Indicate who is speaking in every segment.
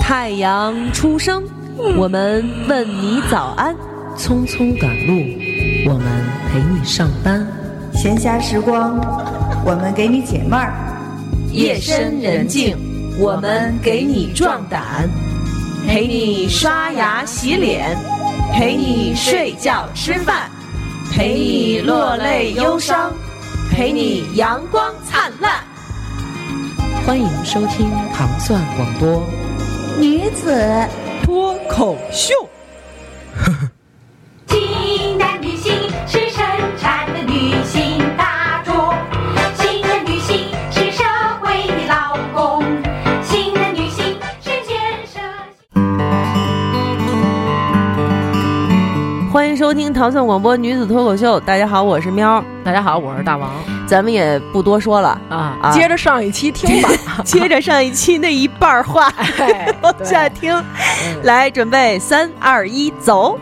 Speaker 1: 太阳初升，我们问你早安；
Speaker 2: 匆匆赶路，我们陪你上班；
Speaker 3: 闲暇时光，我们给你解闷儿；
Speaker 1: 夜深人静，我们给你壮胆，陪你刷牙洗脸，陪你睡觉吃饭，陪你落泪忧伤，陪你阳光灿烂。
Speaker 2: 欢迎收听糖蒜广播
Speaker 3: 女子
Speaker 1: 脱口秀。
Speaker 4: 新的女性是生产的女性大众，新的女性是社会的劳工，新的女性是建设。
Speaker 1: 欢迎收听糖蒜广播女子脱口秀。大家好，我是喵，
Speaker 2: 大家好，我是大王
Speaker 1: 咱们也不多说 了。
Speaker 2: 啊
Speaker 1: 啊
Speaker 2: 接着上一期听吧，
Speaker 1: 接着上一期那一半儿话
Speaker 2: 哎
Speaker 1: 往下听，
Speaker 2: 嗯
Speaker 1: 来准备三二一，走！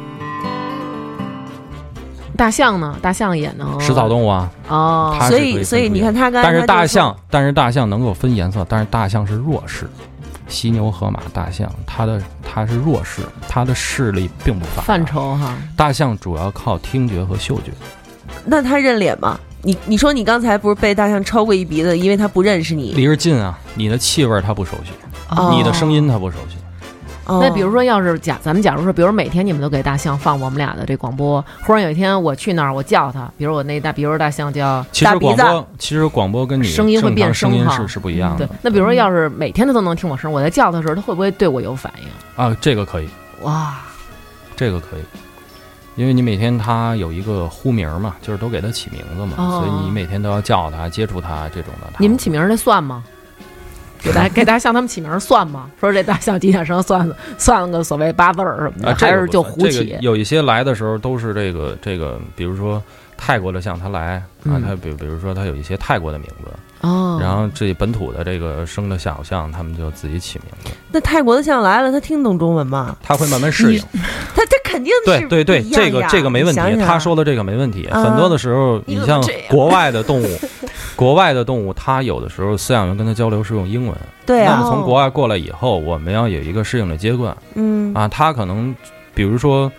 Speaker 2: 大象呢？大象也能
Speaker 5: 食草动物啊，
Speaker 2: 哦，
Speaker 5: 它
Speaker 1: 所
Speaker 5: 是可
Speaker 1: 以
Speaker 5: 以
Speaker 1: 所以
Speaker 5: 分
Speaker 1: 你
Speaker 5: 出
Speaker 1: 看他刚才，
Speaker 5: 但是
Speaker 1: 他
Speaker 5: 大
Speaker 1: 就说，
Speaker 5: 象，但是大象能够分颜色，但是大象是弱势，犀牛、河马、大象，它的它是弱势，它的视力并不发达
Speaker 2: 范。畴哈，
Speaker 5: 大象主要靠听觉和嗅觉，
Speaker 1: 那他认脸吗？你你说你刚才不是被大象抽过一鼻子，因为他不认识你。
Speaker 5: 离着近啊，你的气味它不熟悉，
Speaker 1: 哦
Speaker 5: 你的声音它不熟悉。
Speaker 1: 哦
Speaker 2: 那比如说，要是假咱们假如说，比如每天你们都给大象放我们俩的这广播，忽然有一天我去那儿，我叫它，比如我那大，比如大象叫
Speaker 5: 其
Speaker 1: 大
Speaker 5: 实
Speaker 1: 鼻
Speaker 5: 广
Speaker 1: 子
Speaker 5: 播，其实广播跟你
Speaker 2: 声音会
Speaker 5: 正
Speaker 2: 变
Speaker 5: 常声音
Speaker 2: 声哈嗯
Speaker 5: 是是不一样
Speaker 2: 对
Speaker 5: 的，
Speaker 2: 那比如说要是每天它都能听我声，我在叫它的时候，它会不会对我有反应？
Speaker 5: 啊，这个可以，
Speaker 2: 哇，
Speaker 5: 这个可以，因为你每天它有一个呼名嘛，就是都给它起名字嘛，
Speaker 2: 哦
Speaker 5: 所以你每天都要叫它、接触它这种的。它
Speaker 2: 你们起名儿这算吗？给 大给大象他们起名儿算吗？说这大象几点生算算个所谓八字儿什么的，
Speaker 5: 啊，这
Speaker 2: 还
Speaker 5: 个
Speaker 2: 是
Speaker 5: 不
Speaker 2: 就
Speaker 5: 算
Speaker 2: 胡
Speaker 5: 这
Speaker 2: 起？
Speaker 5: 个有一些来的时候都是这个这个，比如说泰国的象，它来啊
Speaker 2: 嗯，
Speaker 5: 它比比如说它有一些泰国的名字，
Speaker 2: 哦，
Speaker 5: 然后这本土的这个生的小象，他们就自己起名字，
Speaker 1: 那泰国的象来了，他听懂中文吗？
Speaker 5: 它会慢慢适应。
Speaker 1: 他他肯定
Speaker 5: 对
Speaker 1: 是
Speaker 5: 对对，
Speaker 1: 不一样
Speaker 5: 这个
Speaker 1: 呀
Speaker 5: 这个没问题
Speaker 1: 你想，想
Speaker 5: 他说的这个没问题。
Speaker 1: 啊
Speaker 5: 很多的时候，
Speaker 1: 你
Speaker 5: 你
Speaker 1: 怎么
Speaker 5: 像
Speaker 1: 这样
Speaker 5: 国外的动物，国外的动物，它有的时候饲养员跟它交流是用英文。
Speaker 1: 对
Speaker 5: 那
Speaker 1: 啊，
Speaker 5: 么从国外过来以后，我们要有一个适应的阶段。
Speaker 1: 嗯
Speaker 5: 啊，他可能比如说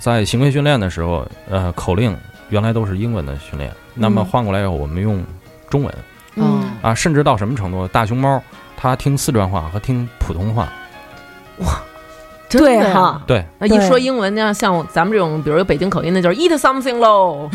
Speaker 5: 在行为训练的时候，呃，口令原来都是英文的训练，那么
Speaker 1: 嗯
Speaker 5: 换过来以后，我们用中文
Speaker 2: 哦
Speaker 1: 嗯，
Speaker 5: 啊，甚至到什么程度？大熊猫它听四川话和听普通话，
Speaker 2: 真的
Speaker 1: 对
Speaker 2: 呀
Speaker 1: 哈，
Speaker 5: 对，
Speaker 2: 那呃一
Speaker 1: 对
Speaker 2: 说英文呢，像咱们这种，比如有北京口音的，就是 eat something 喽。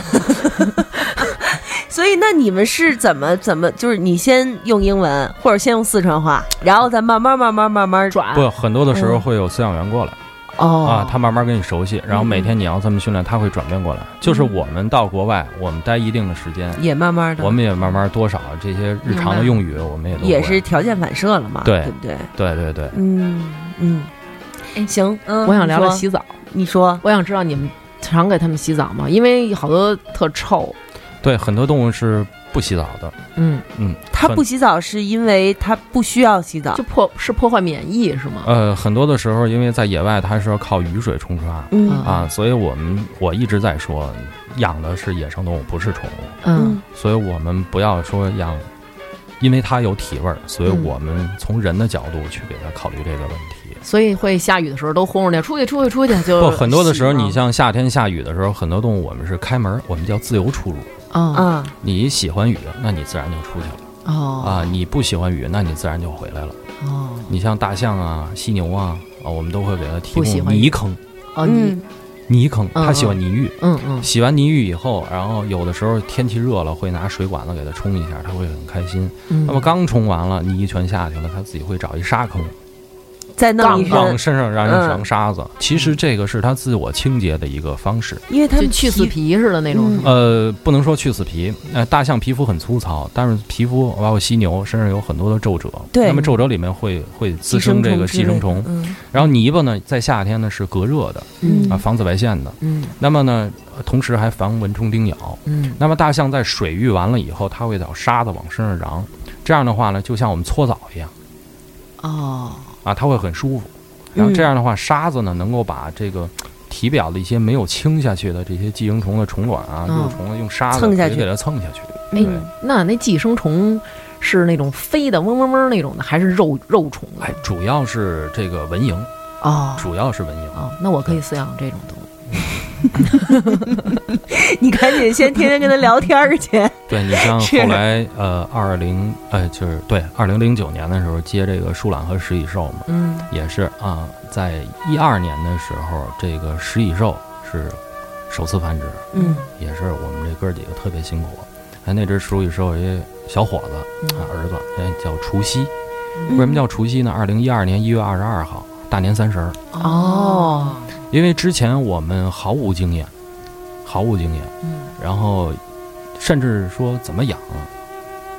Speaker 1: 所以那你们是怎么怎么就是你先用英文，或者先用四川话，然后再慢慢慢慢慢慢转
Speaker 5: 不，很多的时候
Speaker 1: 嗯
Speaker 5: 会有饲养员过来
Speaker 2: 哦
Speaker 5: 啊，他慢慢跟你熟悉，然后每
Speaker 1: 嗯
Speaker 5: 天你要这么训练，他会转变过来。就是我们到国外，我们待一定的时间，
Speaker 1: 也慢慢的，
Speaker 5: 我们也慢慢多少这些日常的用语，我们也都
Speaker 1: 也
Speaker 5: 会
Speaker 1: 是条件反射了嘛，
Speaker 5: 对
Speaker 1: 对不对？
Speaker 5: 对对对。
Speaker 1: 嗯嗯，行，嗯
Speaker 2: 哎我想聊聊
Speaker 1: 你说
Speaker 2: 洗澡，
Speaker 1: 你说
Speaker 2: 我想知道你们常给他们洗澡吗？因为好多特臭。
Speaker 5: 对，很多动物是不洗澡的，
Speaker 2: 嗯，
Speaker 5: 嗯，
Speaker 1: 他
Speaker 5: 很
Speaker 1: 不洗澡是因为他不需要洗澡
Speaker 2: 就，破是破坏免疫是吗？
Speaker 5: 呃，很多的时候，因为在野外它是要靠雨水冲刷
Speaker 1: 嗯
Speaker 5: 啊，所以我们我一直在说，养的是野生动物，不是宠物，
Speaker 2: 嗯，
Speaker 5: 所以我们不要说养，因为它有体味儿，所以
Speaker 2: 嗯
Speaker 5: 我们从人的角度去给它考虑这个问题。
Speaker 2: 所以会下雨的时候都轰出去，出去出去出去就
Speaker 5: 不，很多的时候，
Speaker 2: 洗吗
Speaker 5: 你像夏天下雨的时候，很多动物我们是开门儿，我们叫自由出入。嗯
Speaker 2: 哦
Speaker 1: 啊，
Speaker 5: 你喜欢雨，那你自然就出去了
Speaker 2: 哦
Speaker 5: 啊；你不喜欢雨，那你自然就回来了。
Speaker 2: 哦
Speaker 5: 你像大象啊、犀牛啊啊，我们都会给它提
Speaker 2: 不喜
Speaker 5: 供
Speaker 2: 欢雨
Speaker 5: 泥坑，
Speaker 2: 哦你
Speaker 5: 泥坑，
Speaker 2: 嗯
Speaker 5: 它喜欢泥浴。
Speaker 2: 嗯嗯
Speaker 5: 洗完泥浴以后，然后有的时候天气热了，会拿水管子给它冲一下，它会很开心。
Speaker 2: 嗯，
Speaker 5: 那么刚冲完了，你一拳下去了，它自己会找一沙坑，
Speaker 1: 再弄一
Speaker 2: 杠
Speaker 5: 往
Speaker 1: 身，
Speaker 5: 身上让
Speaker 1: 嗯
Speaker 5: 人上沙子。其实这个是它自我清洁的一个方式。
Speaker 1: 因为他
Speaker 2: 就
Speaker 1: 们
Speaker 2: 去死皮似的那种，
Speaker 1: 嗯
Speaker 2: 是吗
Speaker 5: 呃，不能说去死皮，呃，大象皮肤很粗糙，但是皮肤包括犀牛身上有很多的皱褶，
Speaker 1: 对
Speaker 5: 那么皱褶里面会会滋生这个寄生虫。
Speaker 1: 嗯
Speaker 5: 然后泥巴呢，在夏天呢是隔热的
Speaker 2: 嗯
Speaker 5: 啊，防紫外线的。
Speaker 2: 嗯
Speaker 5: 那么呢，呃同时还防蚊虫叮咬。
Speaker 2: 嗯
Speaker 5: 那么大象在水域完了以后，它会找沙子往身上嚷，这样的话呢，就像我们搓澡一样
Speaker 2: 哦
Speaker 5: 啊，它会很舒服。然后
Speaker 1: 嗯
Speaker 5: 这样的话，沙子呢能够把这个体表的一些没有清下去的这些寄生虫的虫卵啊、
Speaker 2: 嗯
Speaker 5: 幼虫啊，用沙子
Speaker 1: 蹭下去
Speaker 5: 给它蹭下去。
Speaker 2: 哎
Speaker 5: 对，
Speaker 2: 那那寄生虫是那种飞的嗡嗡嗡那种的，还是肉肉虫啊的？
Speaker 5: 哎，主要是这个蚊蝇，
Speaker 2: 哦
Speaker 5: 主要是蚊蝇。啊
Speaker 2: 哦，那我可以饲养这种动物。
Speaker 1: 嗯你赶紧先天天跟他聊天儿去。
Speaker 5: 对你像
Speaker 1: 是
Speaker 5: 后来呃二零呃就是对二零零九年的时候接这个树懒和食蚁兽嘛，
Speaker 2: 嗯，
Speaker 5: 也是啊，在一二年的时候，这个食蚁兽是首次繁殖，
Speaker 2: 嗯，
Speaker 5: 也是我们这哥几个特别辛苦。哎，那只食蚁兽有一小伙子，啊儿子，哎叫除夕。为什么叫除夕呢？二零一二年一月二十二号，大年三十儿。
Speaker 2: 哦，
Speaker 5: 因为之前我们毫无经验，毫无经验，
Speaker 2: 嗯
Speaker 5: 然后甚至说怎么养，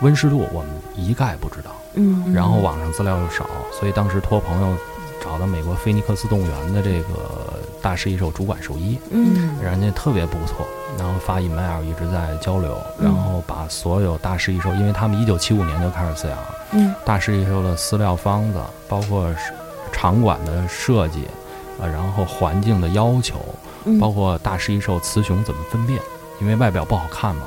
Speaker 5: 温湿度我们一概不知道，
Speaker 1: 嗯
Speaker 5: 然后网上资料又少，所以当时托朋友找到美国菲尼克斯动物园的这个大食蚁兽主管兽医，
Speaker 1: 嗯
Speaker 5: 人家特别不错，然后发 email 一直在交流，
Speaker 1: 嗯
Speaker 5: 然后把所有大食蚁兽，因为他们一九七五年就开始饲养，
Speaker 1: 嗯，
Speaker 5: 大食蚁兽的饲料方子，包括是场馆的设计，啊，然后环境的要求，
Speaker 1: 嗯
Speaker 5: 包括大食蚁兽雌雄怎么分辨，因为外表不好看嘛，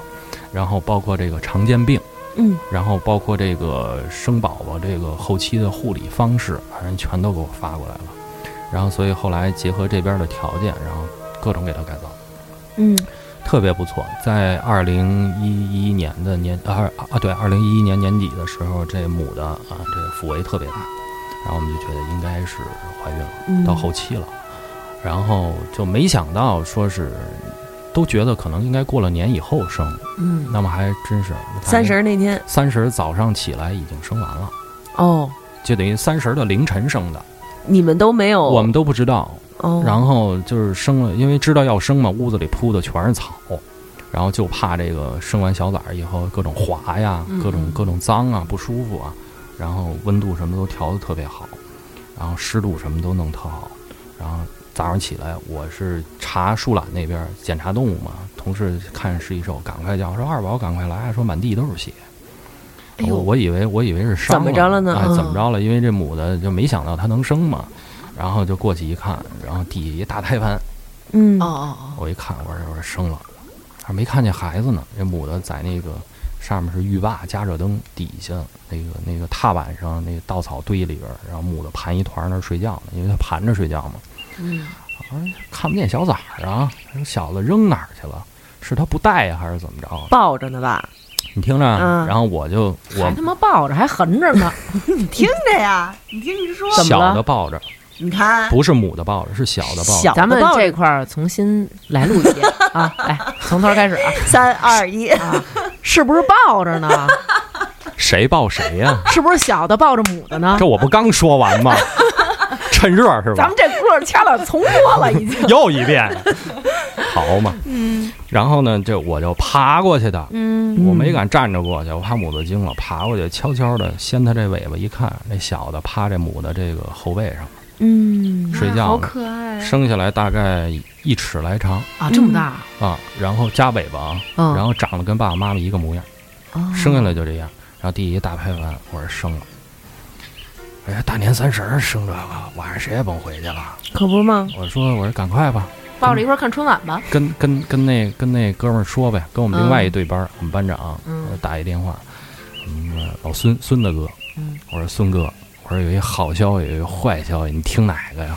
Speaker 5: 然后包括这个常见病，
Speaker 1: 嗯，
Speaker 5: 然后包括这个生宝宝这个后期的护理方式，反正全都给我发过来了，然后所以后来结合这边的条件，然后各种给它改造。
Speaker 1: 嗯
Speaker 5: 特别不错，在二零一一年的年二啊对，二零一一年年底的时候，这母的啊这个腹围特别大，然后我们就觉得应该是怀孕了，
Speaker 1: 嗯
Speaker 5: 到后期了，然后就没想到说是都觉得可能应该过了年以后生，
Speaker 2: 嗯，
Speaker 5: 那么还真是
Speaker 1: 三十儿那天
Speaker 5: 三十早上起来已经生完了，
Speaker 1: 哦，
Speaker 5: 就等于三十的凌晨生的，
Speaker 1: 你们都没有
Speaker 5: 我们都不知道，
Speaker 1: 哦，
Speaker 5: 然后就是生了，因为知道要生嘛，屋子里铺的全是草，然后就怕这个生完小崽儿以后各种滑呀，
Speaker 2: 嗯
Speaker 5: 各种各种脏啊，不舒服啊，然后温度什么都调的特别好，然后湿度什么都弄特好，然后早上起来我是查树懒那边检查动物嘛，同事看是一兽，赶快叫说二宝赶快来，说满地都是血。
Speaker 2: 哎呦
Speaker 5: 我我以为我以为是伤
Speaker 1: 怎么着了呢
Speaker 5: 哎，
Speaker 1: 嗯
Speaker 5: 怎么着了？因为这母的就没想到它能生嘛，然后就过去一看，然后底下一大胎盘，
Speaker 1: 嗯
Speaker 2: 哦哦
Speaker 5: 我一看，我说我说生了，还没看见孩子呢。这母的在那个上面是浴霸加热灯，底下那个那个踏板上那个稻草堆里边儿，然后母的盘一团儿那儿睡觉呢，因为它盘着睡觉嘛。嗯，我说看不见小崽儿啊，这小子扔哪儿去了？是他不带呀、还是怎么着？
Speaker 1: 抱着呢吧？
Speaker 5: 你听着啊，
Speaker 1: 嗯
Speaker 5: 然后我就
Speaker 2: 哦，还
Speaker 5: 我
Speaker 2: 他妈抱着，还横着 呢，
Speaker 1: 你听着呀，你听你说，
Speaker 2: 怎么
Speaker 5: 小的
Speaker 2: 了？
Speaker 5: 抱着，
Speaker 1: 你看
Speaker 5: 不是母的抱着，是小的抱着。
Speaker 1: 小
Speaker 2: 咱们
Speaker 1: 的抱着
Speaker 2: 这块儿重新来录一 遍啊，来从头开始啊，
Speaker 1: 三二 一，
Speaker 2: 是不是抱着 呢？
Speaker 5: 谁抱谁呀、
Speaker 2: 是不是小的抱着母的呢
Speaker 5: 这？我不刚说完吗？趁热是吧？
Speaker 2: 咱们这歌儿掐了重播了已经。
Speaker 5: 又一遍，好嘛。嗯。然后呢，这我就爬过去的，
Speaker 1: 嗯
Speaker 5: 我没敢站着过去，我怕母的惊了，爬过去悄悄的掀它这尾巴，一看，那小的趴这母的这个后背上
Speaker 1: 嗯
Speaker 5: 睡觉
Speaker 6: 好
Speaker 5: 呢，
Speaker 6: 可爱啊。
Speaker 5: 生下来大概一尺来长
Speaker 2: 啊，这么大，
Speaker 5: 啊，然后加尾巴啊，
Speaker 2: 嗯，
Speaker 5: 然后长得跟爸爸妈妈一个模样，生下来就这样。然后第一大拍完，我说生了。哎呀，大年三十儿生这个，晚上谁也甭回去了。
Speaker 1: 可不嘛，
Speaker 5: 我说，我说赶快吧，
Speaker 2: 抱着一块儿看春晚吧。
Speaker 5: 跟跟跟那跟那哥们儿说呗，跟我们另外一队班儿，我们班长、
Speaker 2: 嗯
Speaker 5: 呃打一电话，嗯，老孙孙大哥，
Speaker 2: 嗯
Speaker 5: 我说孙哥，我说有一好消息，有一坏消息，你听哪个呀？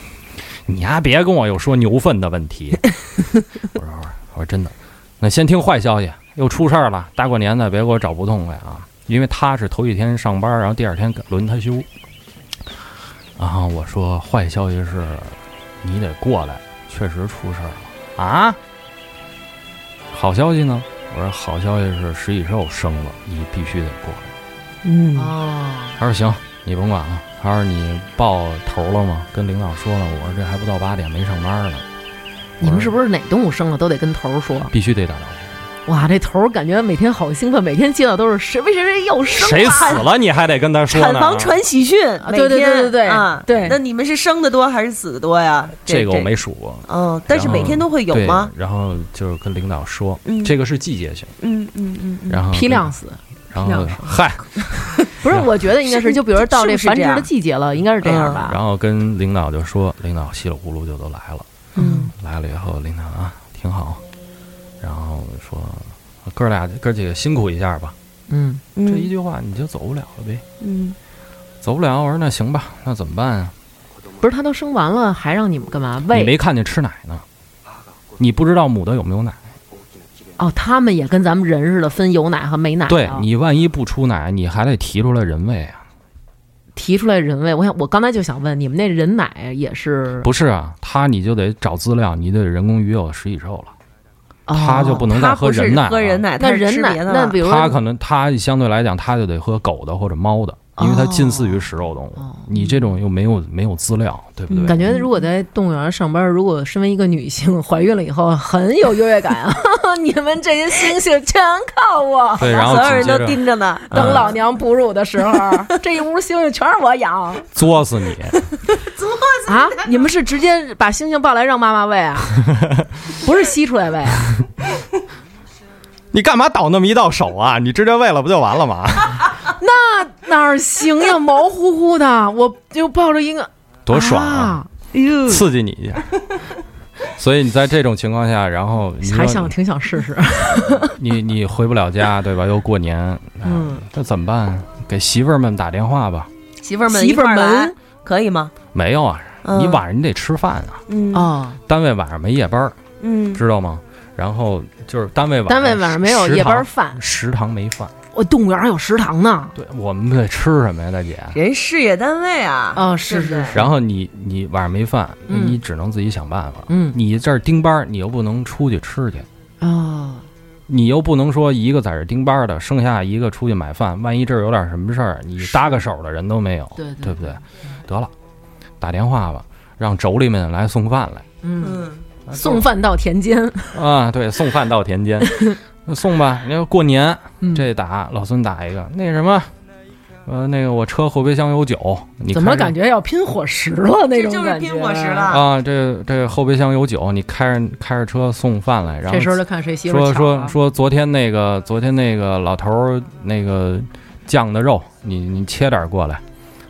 Speaker 5: 你呀，别跟我又说牛粪的问题。 我说我说我说真的，那先听坏消息，又出事儿了，大过年的别给我找不痛快啊！因为他是头一天上班，然后第二天轮他休。然后我说坏消息是，你得过来，确实出事儿了。啊？好消息呢？我说好消息是食蚁兽生了，你必须得过来。
Speaker 1: 嗯
Speaker 2: 哦，
Speaker 5: 他说行，你甭管了。他说你报头了吗？跟领导说了。我说这还不到八点，没上班呢。
Speaker 2: 你们是
Speaker 5: 是
Speaker 2: 不是哪动物生了都得跟头儿说？
Speaker 5: 必须得打招呼？
Speaker 2: 哇，这头儿感觉每天好兴奋，每天接到都是谁谁谁又生
Speaker 5: 谁
Speaker 2: 了
Speaker 5: 死了你还得跟他说
Speaker 1: 产
Speaker 5: 呢？
Speaker 1: 房传喜讯，
Speaker 2: 啊
Speaker 1: 每
Speaker 2: 对对对
Speaker 1: 天
Speaker 2: 对对
Speaker 1: 啊
Speaker 2: 对
Speaker 1: 那你们是生的多还是死的多呀？
Speaker 5: 这个我没数过。
Speaker 1: 嗯，但是
Speaker 5: 然后
Speaker 1: 每天都会有
Speaker 5: 对
Speaker 1: 吗？？
Speaker 5: 然后就是跟领导说，
Speaker 1: 嗯
Speaker 5: 这个是季节性，
Speaker 1: 嗯嗯嗯嗯，
Speaker 5: 然后
Speaker 2: 批量，死，
Speaker 5: 然
Speaker 2: 批
Speaker 5: 后
Speaker 2: 量生
Speaker 5: 嗨，
Speaker 2: 不是？我觉得应该是，
Speaker 1: 是
Speaker 2: 就比如说到
Speaker 1: 是
Speaker 2: 这
Speaker 1: 不是
Speaker 2: 繁殖
Speaker 1: 这样
Speaker 2: 的季节了，应该是这样吧？
Speaker 5: 嗯然后跟领导就说，领导稀里糊涂就都来了。
Speaker 1: 嗯，
Speaker 5: 来了以后，领导啊，挺好。然后说，哥俩哥几个辛苦一下吧，
Speaker 2: 嗯
Speaker 5: 这一
Speaker 1: 嗯
Speaker 5: 句话你就走不了了呗。
Speaker 1: 嗯，
Speaker 5: 走不了，我说那行吧，那怎么办啊？
Speaker 2: 不是，他都生完了，还让你们干嘛
Speaker 5: 你
Speaker 2: 喂？
Speaker 5: 没看见吃奶呢，你不知道母的有没有奶。
Speaker 1: 啊
Speaker 2: 哦，他们也跟咱们人似的，分有奶和没奶、啊。
Speaker 5: 对你万一不出奶，你还得提出来人喂啊。
Speaker 2: 提出来人喂，我想我刚才就想问，你们那人奶也是？
Speaker 5: 不是啊，他你就得找资料，你得人工鱼有食蚁兽了，
Speaker 2: 哦、
Speaker 5: 他就不能再
Speaker 1: 他
Speaker 5: 喝
Speaker 1: 不
Speaker 5: 人
Speaker 1: 是
Speaker 5: 奶啊了。
Speaker 1: 喝人奶，
Speaker 2: 那
Speaker 1: 他是
Speaker 2: 人
Speaker 1: 吃
Speaker 2: 奶
Speaker 1: 别的
Speaker 2: 那
Speaker 1: 了
Speaker 2: 比如说
Speaker 5: 他可能他相对来讲，他就得喝狗的或者猫的，因为它近似于食肉动物。
Speaker 2: 哦
Speaker 5: 你这种又没有没有资料，对不对？
Speaker 2: 嗯感觉如果在动物园上班，如果身为一个女性 怀孕了以后，很有优越感啊！ 你们这些星星全靠我，
Speaker 5: 对，然后
Speaker 1: 所有人
Speaker 5: 紧接
Speaker 1: 都
Speaker 5: 着
Speaker 1: 盯着呢。
Speaker 2: 等老娘哺乳的时候， 这一屋星星全是我养
Speaker 5: 作死你。
Speaker 2: 啊！ 你们是直接把星星抱来让妈妈喂啊？ 不是吸出来喂 啊？
Speaker 5: 你干嘛倒那么一道手啊？你直接喂了不就完了吗？
Speaker 2: 哪儿行呀，毛乎乎的，我就抱着一个
Speaker 5: 多爽啊！
Speaker 2: 啊！哎呦，
Speaker 5: 刺激你一下。所以你在这种情况下，然后你
Speaker 2: 还
Speaker 5: 说
Speaker 2: 想挺想 试试，
Speaker 5: 你你回不了家，对吧？又过年，哎
Speaker 2: 嗯，
Speaker 5: 这怎么办？给媳妇儿们打电话吧。
Speaker 1: 媳妇儿们
Speaker 2: 媳
Speaker 1: 一
Speaker 2: 妇
Speaker 1: 块
Speaker 2: 儿
Speaker 1: 儿来
Speaker 2: 们
Speaker 1: 可以吗？
Speaker 5: 没有啊，
Speaker 1: 嗯
Speaker 5: 你晚上你得吃饭啊，
Speaker 1: 嗯
Speaker 2: 哦，
Speaker 5: 单位晚上没夜班儿，
Speaker 1: 嗯，
Speaker 5: 知道吗？然后就是单位晚
Speaker 2: 单位晚上没有
Speaker 5: 食
Speaker 2: 夜班
Speaker 5: 堂
Speaker 2: 饭，
Speaker 5: 食堂没饭。
Speaker 2: 我动物园有食堂呢。
Speaker 5: 对，我们得吃什么呀，大姐？
Speaker 1: 人事业单位啊，
Speaker 2: 哦，是
Speaker 1: 对不对
Speaker 2: 是是，
Speaker 5: 然后你你晚上没饭，
Speaker 2: 嗯
Speaker 5: 你只能自己想办法。
Speaker 2: 嗯
Speaker 5: 你这儿盯班儿，你又不能出去吃去，
Speaker 2: 哦。
Speaker 5: 你又不能说一个在这儿盯班儿的，剩下一个出去买饭，万一这儿有点什么事儿，你搭个手的人都没有，
Speaker 2: 对对
Speaker 5: 不对？得了，打电话吧，让妯娌们来送饭来。
Speaker 2: 嗯，
Speaker 1: 嗯，
Speaker 2: 送饭到田间，
Speaker 5: 啊，对，送饭到 田间，那送吧。你要过年
Speaker 2: 嗯
Speaker 5: 这打老孙打一个，那什么，呃，那个我车后备箱有酒，你
Speaker 2: 怎么
Speaker 5: 开着
Speaker 2: 感觉要拼伙食了那
Speaker 1: 这
Speaker 2: 种
Speaker 1: 就是
Speaker 2: 感觉？
Speaker 1: 拼伙食。了。
Speaker 5: 啊？这这后备箱有酒，你开着开着车送饭来，然后
Speaker 2: 这时候就看谁媳妇
Speaker 5: 说
Speaker 2: 儿
Speaker 5: 说
Speaker 2: 强了
Speaker 5: 说昨天那个昨天那个老头儿那个酱的肉，你你切点儿过来。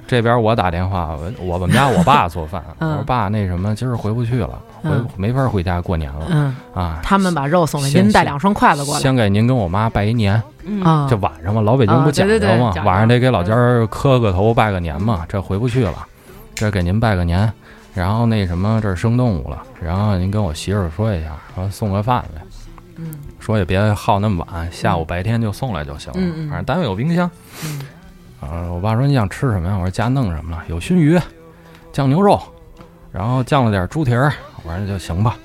Speaker 5: 这边我打电话，我我们家我爸做 饭，我
Speaker 2: 嗯
Speaker 5: 说爸那什么，今儿回不去了，回
Speaker 2: 嗯
Speaker 5: 没法回家过年了
Speaker 2: 嗯，
Speaker 5: 啊。
Speaker 2: 他们把肉送来，
Speaker 5: 先
Speaker 2: 您带
Speaker 5: 先
Speaker 2: 两双筷子过来
Speaker 5: 先给您跟我妈拜一年，
Speaker 1: 嗯，
Speaker 2: 啊
Speaker 5: 这。晚上嘛，老北京
Speaker 2: 啊
Speaker 5: 不
Speaker 2: 对
Speaker 5: 讲
Speaker 2: 对
Speaker 5: 究
Speaker 2: 对
Speaker 5: 嘛
Speaker 2: 讲，
Speaker 5: 晚上
Speaker 2: 究嗯
Speaker 5: 得给老家儿磕个头拜个年嘛，这回不去了，这给您拜个年，然后那什么这儿生动物了，然后您跟我媳妇儿说一下，说送个饭来，
Speaker 2: 嗯，
Speaker 5: 说也别耗那么晚，下午白天就送来就行了，
Speaker 2: 嗯嗯
Speaker 5: 反正单位有冰箱。
Speaker 2: 嗯
Speaker 5: 啊，我爸说你想吃什么呀？我说家弄什么了？有熏鱼，酱牛肉，然后酱了点猪蹄儿，我说那就行吧。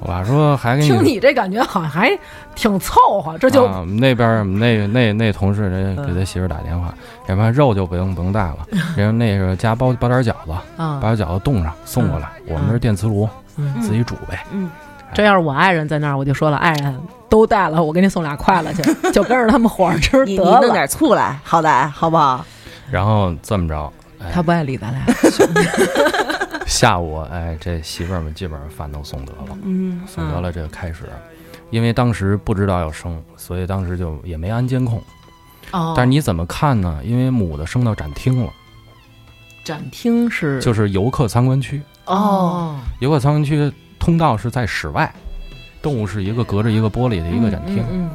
Speaker 5: 我爸说还给
Speaker 2: 听你这感觉好像还挺凑合，这就嗯
Speaker 5: 啊、那边儿那那那同事人家给他媳妇儿打电话，要不然肉就不用不用 带了，人家那个家包包点饺子，
Speaker 2: 啊，
Speaker 5: 把饺子冻上送过来，我们这儿电磁炉，
Speaker 2: 嗯
Speaker 5: 自己煮呗。
Speaker 2: 这要是我爱人在那儿，我就说了，爱人都带了，我给你送俩筷子 去，就跟着他们伙儿吃
Speaker 1: 你你
Speaker 2: 得
Speaker 1: 弄
Speaker 2: 了。
Speaker 1: 点醋来，好歹好不好？
Speaker 5: 然后这么着，
Speaker 2: 他不爱理咱俩，
Speaker 5: 下午哎，这媳妇儿们基本上饭都送得了，
Speaker 1: 嗯
Speaker 5: 送得了这个开始，因为当时不知道要生，所以当时就也没安监控。
Speaker 2: 哦
Speaker 5: 但是你怎么看呢？因为母的升到展厅了，
Speaker 2: 展厅是
Speaker 5: 就是游客参观区。
Speaker 2: 哦，
Speaker 5: 游客参观区通道是在室外，动物是一个隔着一个玻璃的一个展厅。
Speaker 2: 嗯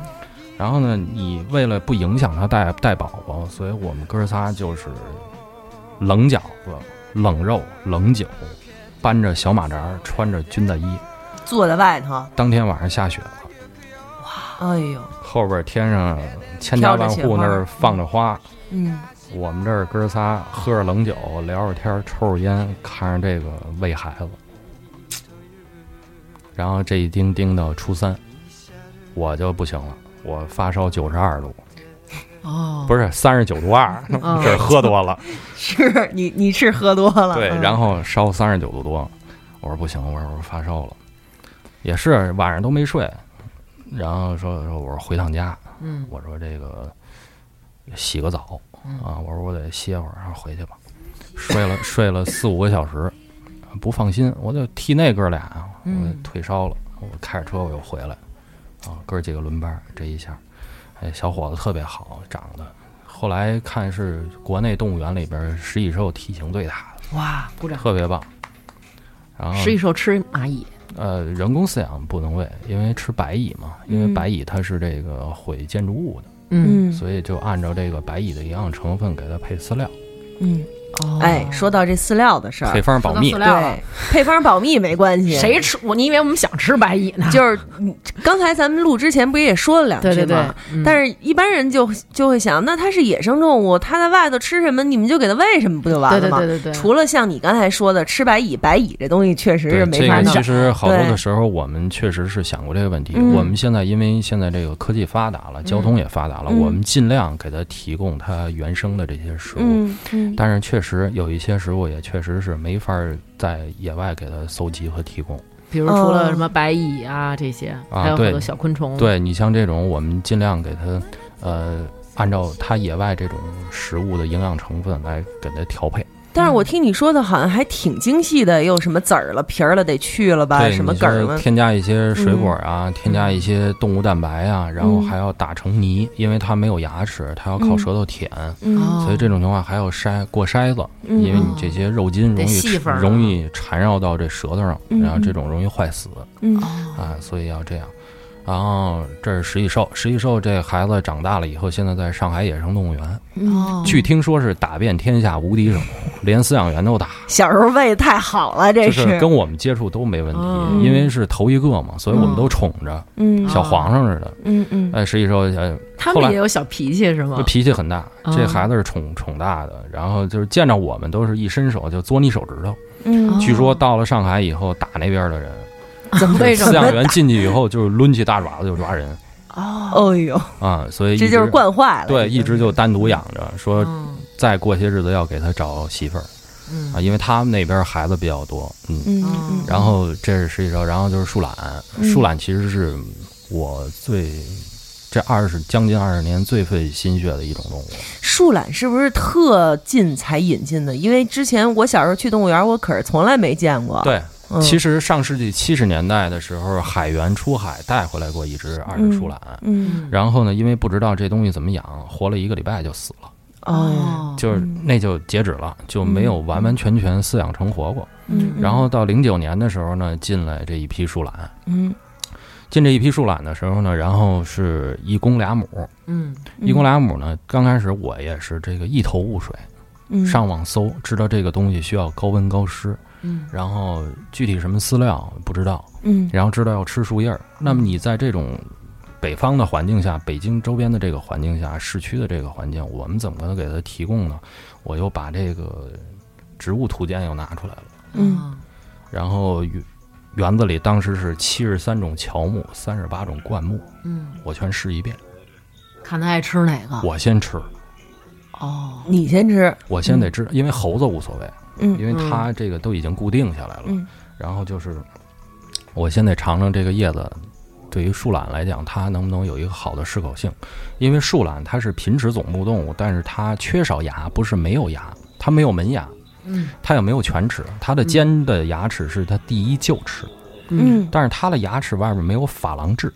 Speaker 5: 然后呢，你为了不影响它带带宝宝，所以我们哥仨就是冷饺子、冷肉、冷酒，搬着小马扎儿，穿着军大衣。
Speaker 1: 坐在外头，
Speaker 5: 当天晚上下雪了，
Speaker 1: 哎呦，
Speaker 5: 后边天上千家万户那儿放着花，
Speaker 1: 嗯，
Speaker 5: 我们这儿哥仨喝着冷酒，聊着天儿，抽着烟，看着这个喂孩子。然后这一叮叮到初三，我就不行了，我发烧九十二度，
Speaker 2: 嗯哦，
Speaker 5: 不是三十九度二，
Speaker 2: 哦
Speaker 5: 这是喝多了，
Speaker 1: 是你你是喝多了，
Speaker 5: 对，
Speaker 1: 嗯
Speaker 5: 然后烧三十九度多，我说不行，我说我发烧了，也是晚上都没睡，然后说说我说回趟家，
Speaker 2: 嗯
Speaker 5: 我说这个洗个澡啊，我说我得歇会儿，然后回去吧。睡了睡了四五个小时，不放心，我就替那哥俩啊，我
Speaker 2: 嗯
Speaker 5: 退烧了，我开着车我又回来，啊，哥几个轮班，这一下，哎，小伙子特别好，长得。后来看是国内动物园里边食蚁兽体型最大
Speaker 2: 嗯哇，鼓
Speaker 5: 的，
Speaker 2: 掌。
Speaker 5: 特别棒。然后
Speaker 2: 食蚁兽吃蚂蚁，
Speaker 5: 呃，
Speaker 1: 嗯
Speaker 5: 人工饲养不能喂，因为吃白蚁嘛，因为白蚁它是这个毁建筑物的，
Speaker 2: 嗯，
Speaker 5: 所以就按照这个白蚁的营养成分给它配饲料，
Speaker 1: 嗯，
Speaker 2: 哦
Speaker 1: 哎，说到这饲料的事
Speaker 5: 配
Speaker 1: 儿，
Speaker 5: 方保密
Speaker 2: 说到。饲料了
Speaker 1: 对，配方保密没关系。
Speaker 2: 谁吃？我你以为我们想吃白蚁呢？
Speaker 1: 就是嗯刚才咱们录之前不也说了两
Speaker 2: 对
Speaker 1: 句
Speaker 2: 对对
Speaker 1: 吗？，
Speaker 2: 嗯
Speaker 1: 但是一般人就就会想，那它是野生动物，它在外头吃什么，你们就给它喂什么，不就完
Speaker 2: 对
Speaker 1: 了
Speaker 2: 对
Speaker 1: 吗？
Speaker 2: 对对对，
Speaker 1: 除了像你刚才说的吃白蚁，白蚁这东西确实
Speaker 5: 对
Speaker 1: 是没
Speaker 5: 这
Speaker 1: 法
Speaker 5: 个，
Speaker 1: 弄。
Speaker 5: 其实好多
Speaker 1: 对
Speaker 5: 的时候，我们确实是想过这个问题。
Speaker 1: 嗯
Speaker 5: 我们现在因为现在这个科技发达了，交通也发达了，
Speaker 1: 嗯
Speaker 5: 我们尽量给它提供它原生的这些食物。
Speaker 1: 嗯嗯，
Speaker 5: 但是确实有一些食物也确实是没法儿在野外给它搜集和提供。
Speaker 2: 比如除
Speaker 1: 嗯
Speaker 2: 了什么白蚁啊这些，还有很多小昆虫。，
Speaker 5: 对你像这种，我们尽量给它，呃，按照它野外这种食物的营养成分来给它调配。
Speaker 1: 但是我听你说的好像还挺精细的，又什么籽儿了、皮儿了得去了吧，
Speaker 5: 对，
Speaker 1: 什么
Speaker 5: 你
Speaker 1: 梗儿嗯
Speaker 5: 就是
Speaker 1: 了，
Speaker 5: 添加一些水果啊，添加一些动物蛋白啊，然
Speaker 1: 嗯
Speaker 5: 后还要打成泥，因为它没有牙齿，它要靠舌头舔。
Speaker 1: 嗯
Speaker 5: 所以这种情况还要筛过筛子，
Speaker 1: 嗯
Speaker 5: 因为你这些肉筋容
Speaker 2: 得
Speaker 5: 易
Speaker 2: 细
Speaker 5: 吃
Speaker 2: 缝儿啊
Speaker 5: 容易缠绕到这舌头上，
Speaker 1: 嗯
Speaker 5: 然后这种容易坏死。
Speaker 1: 嗯
Speaker 5: 啊，所以要这样。然后这是食蚁兽，食蚁兽这孩子长大了以后，现在在上海野生动物园，
Speaker 2: 哦，
Speaker 5: 据听说是打遍天下无敌手，连饲养员都打，
Speaker 1: 小时候喂太好了，这
Speaker 5: 就是跟我们接触都没问
Speaker 2: 嗯
Speaker 1: 哦
Speaker 5: 题，因为是头一个嘛，所以我们都宠着，
Speaker 1: 嗯
Speaker 5: 小皇上似的。
Speaker 1: 嗯哦嗯
Speaker 5: 哎，食蚁兽呃
Speaker 2: 他
Speaker 5: 后
Speaker 2: 们
Speaker 5: 来
Speaker 2: 也有小脾气是吗？
Speaker 5: 脾气很大，这
Speaker 1: 哦
Speaker 2: 嗯
Speaker 5: 孩子是宠宠大的，然后就是见着我们都是一伸手就嘬你手指头。
Speaker 1: 嗯，
Speaker 5: 据说到了上海以后打那边的人，
Speaker 1: 怎么
Speaker 2: 为什
Speaker 5: 饲
Speaker 2: 么
Speaker 5: 养员进去以后就是抡起大爪子就抓人
Speaker 1: 哦呦，
Speaker 5: 啊，所以一
Speaker 1: 这就是
Speaker 5: 直
Speaker 1: 惯坏了。
Speaker 5: 对，一直就单独养着，说
Speaker 2: 嗯
Speaker 5: 再过些日子要给他找媳妇儿
Speaker 2: 嗯
Speaker 5: 啊，因为他们那边孩子比较多，嗯。
Speaker 1: 嗯
Speaker 2: 嗯
Speaker 1: 嗯
Speaker 5: 然后这是实际上，然后就是树懒，树懒其实是我最这二十将近二十年最费心血的一种动物。
Speaker 1: 树懒是不是特近才引进的？因为之前我小时候去动物园，我可是从来没见过。
Speaker 5: 对，
Speaker 1: 嗯，
Speaker 5: 其
Speaker 1: 实
Speaker 5: 实上世纪七十年代的时候，海员出海带回来过一只二十树懒，
Speaker 1: 嗯
Speaker 5: 然后呢，因为不知道这东西怎么养，活了一个礼拜就死了，
Speaker 1: 哦
Speaker 5: 就是那就截止了，就没有完完全全饲养成活过。
Speaker 1: 嗯
Speaker 5: 然后到零九年的时候呢，进来这一批树懒。
Speaker 1: 嗯
Speaker 5: 进这一批树懒的时候呢，然后是一公俩母，
Speaker 2: 嗯
Speaker 5: 一公俩母呢，刚开始我也是这个一头雾水，
Speaker 1: 嗯
Speaker 5: 上网搜，知道这个东西需要高温高湿，
Speaker 2: 嗯
Speaker 5: 然后具体什么饲料不知道，
Speaker 1: 嗯
Speaker 5: 然后知道要吃树叶儿。那么你在这种北方的环境下，北京周边的这个环境下，市区的这个环境，我们怎么能给它提供呢？我又把这个植物图鉴又拿出来了。
Speaker 1: 嗯
Speaker 5: 然后园园子里当时是七十三种乔木，三十八种灌木，
Speaker 2: 嗯，
Speaker 5: 我全试一遍。
Speaker 2: 看他爱吃哪
Speaker 1: 啊
Speaker 2: 个。
Speaker 5: 我先吃，
Speaker 2: 哦，
Speaker 1: 你先吃，
Speaker 5: 我先得吃，因为猴子无所谓，因
Speaker 1: 嗯
Speaker 5: 为它这个都已经固定下来了。
Speaker 1: 嗯
Speaker 5: 然后就是，我先得尝尝这个叶子。对于树懒来讲，它能不能有一个好的适口性？因为树懒它是pin齿总目动物，但是它缺少牙，不是没有牙，它没有门牙，
Speaker 2: 嗯
Speaker 5: 它也没有犬齿，
Speaker 1: 嗯
Speaker 5: 它的尖的牙齿是它第一臼齿，
Speaker 2: 嗯，
Speaker 5: 但是它的牙齿外面没有珐琅质，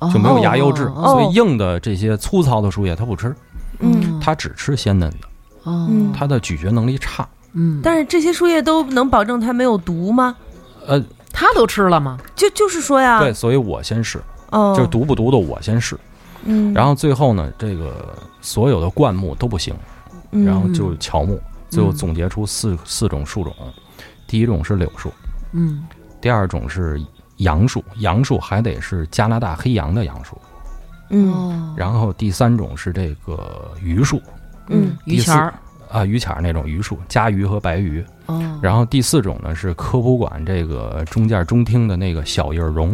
Speaker 2: 哦
Speaker 5: 就没有牙釉质，
Speaker 2: 哦
Speaker 5: 所以硬的这些粗糙的树叶它不吃，
Speaker 1: 嗯，
Speaker 5: 它只吃鲜嫩的，
Speaker 2: 哦
Speaker 1: 嗯
Speaker 5: 它的咀嚼能力差。
Speaker 2: 嗯，
Speaker 1: 但是这些树叶都能保证它没有毒吗？
Speaker 5: 呃，
Speaker 2: 他都吃了吗？
Speaker 1: 就就是说呀，
Speaker 5: 对，所以我先试，
Speaker 1: 哦，
Speaker 5: 就是毒不毒的我先试，
Speaker 1: 嗯，
Speaker 5: 然后最后呢，这个所有的灌木都不行，
Speaker 1: 嗯
Speaker 5: 然后就乔木，最后总结出四四种树种，第一种是柳树，
Speaker 2: 嗯
Speaker 5: 第二种是杨树，杨树还得是加拿大黑杨的杨树，
Speaker 1: 嗯
Speaker 2: 哦，
Speaker 5: 然后第三种是这个榆树
Speaker 1: 嗯
Speaker 2: 于谦儿
Speaker 5: 啊，榆钱儿那种榆树，夹榆和白榆，
Speaker 1: 嗯
Speaker 2: 哦，
Speaker 5: 然后第四种呢是科普馆这个中间中厅的那个小叶儿榕，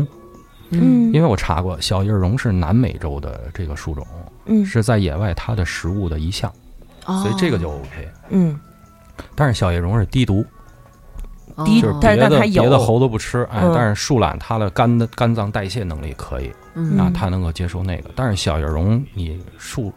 Speaker 2: 嗯
Speaker 5: 因为我查过，小叶儿榕是南美洲的这个树种，
Speaker 1: 嗯
Speaker 5: 是在野外它的食物的一项，
Speaker 1: 哦
Speaker 5: 所以
Speaker 2: 哦
Speaker 5: 这个就 OK。
Speaker 1: 嗯
Speaker 5: 但是小叶榕是低毒，
Speaker 2: 哦
Speaker 1: 低
Speaker 5: 就是
Speaker 1: 但
Speaker 5: 别
Speaker 1: 是
Speaker 5: 的
Speaker 1: 但它有
Speaker 5: 别的猴子不吃，哎
Speaker 1: 嗯，
Speaker 5: 但是树懒它的肝的肝脏代谢能力可以
Speaker 2: 嗯
Speaker 5: 啊，它能够接受那个。但是小叶榕你树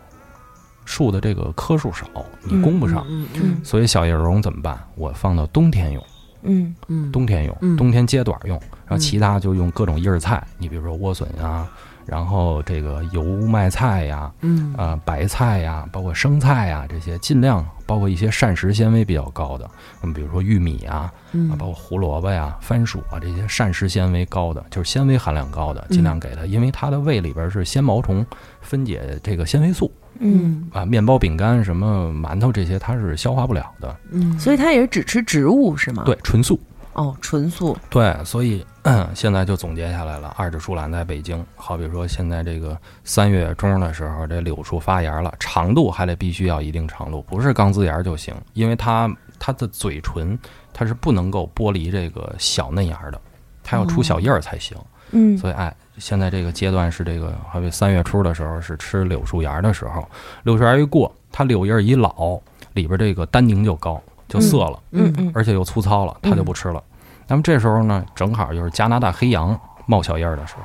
Speaker 5: 树的这个棵数少，你供不上，
Speaker 2: 嗯嗯
Speaker 1: 嗯
Speaker 5: 所以小叶榕怎么办？我放到冬天用。
Speaker 1: 嗯
Speaker 2: 嗯，
Speaker 5: 冬天
Speaker 2: 嗯
Speaker 5: 用，冬天接短用，然后
Speaker 2: 嗯
Speaker 5: 其他就用各种叶儿菜，你比如说莴笋啊，然后这个油麦菜呀、
Speaker 2: 嗯
Speaker 5: 啊、白菜呀，包括生菜呀这些，尽量包括一些膳食纤维比较高的，嗯，比如说玉米啊，
Speaker 2: 嗯
Speaker 5: 啊，包括胡萝卜呀、番薯啊这些膳食纤维高
Speaker 2: 嗯
Speaker 5: 的，就是纤维含量高的，尽量给它，因为它的胃里边是纤毛虫分解这个纤维素
Speaker 1: 嗯，
Speaker 5: 啊，面包、饼干、什么馒头这些它是消化不了的，
Speaker 2: 嗯，
Speaker 1: 所以它也是只吃植物是
Speaker 2: 啊
Speaker 1: 吗？
Speaker 5: 对，，纯素。
Speaker 1: 哦，纯素，
Speaker 5: 对，所以 现在就总结下来了，二指树懒在北京，好比说现在这个三月中的时候，这柳树发芽了，长度还得必须要一定长度，不是刚自芽就行，因为它它的嘴唇它是不能够剥离这个小嫩芽的，它要出小叶儿才行。
Speaker 1: 嗯，
Speaker 5: 所以哎，现在这个阶段是这个，好比三月初的时候是吃柳树芽的时候，柳树芽一过，它柳叶儿一老，里边这个单宁就高，就涩了。
Speaker 1: 嗯嗯
Speaker 5: 而且又粗糙了，它就不吃了。那么这时候呢，正好又是加拿大黑羊冒小叶儿的时候，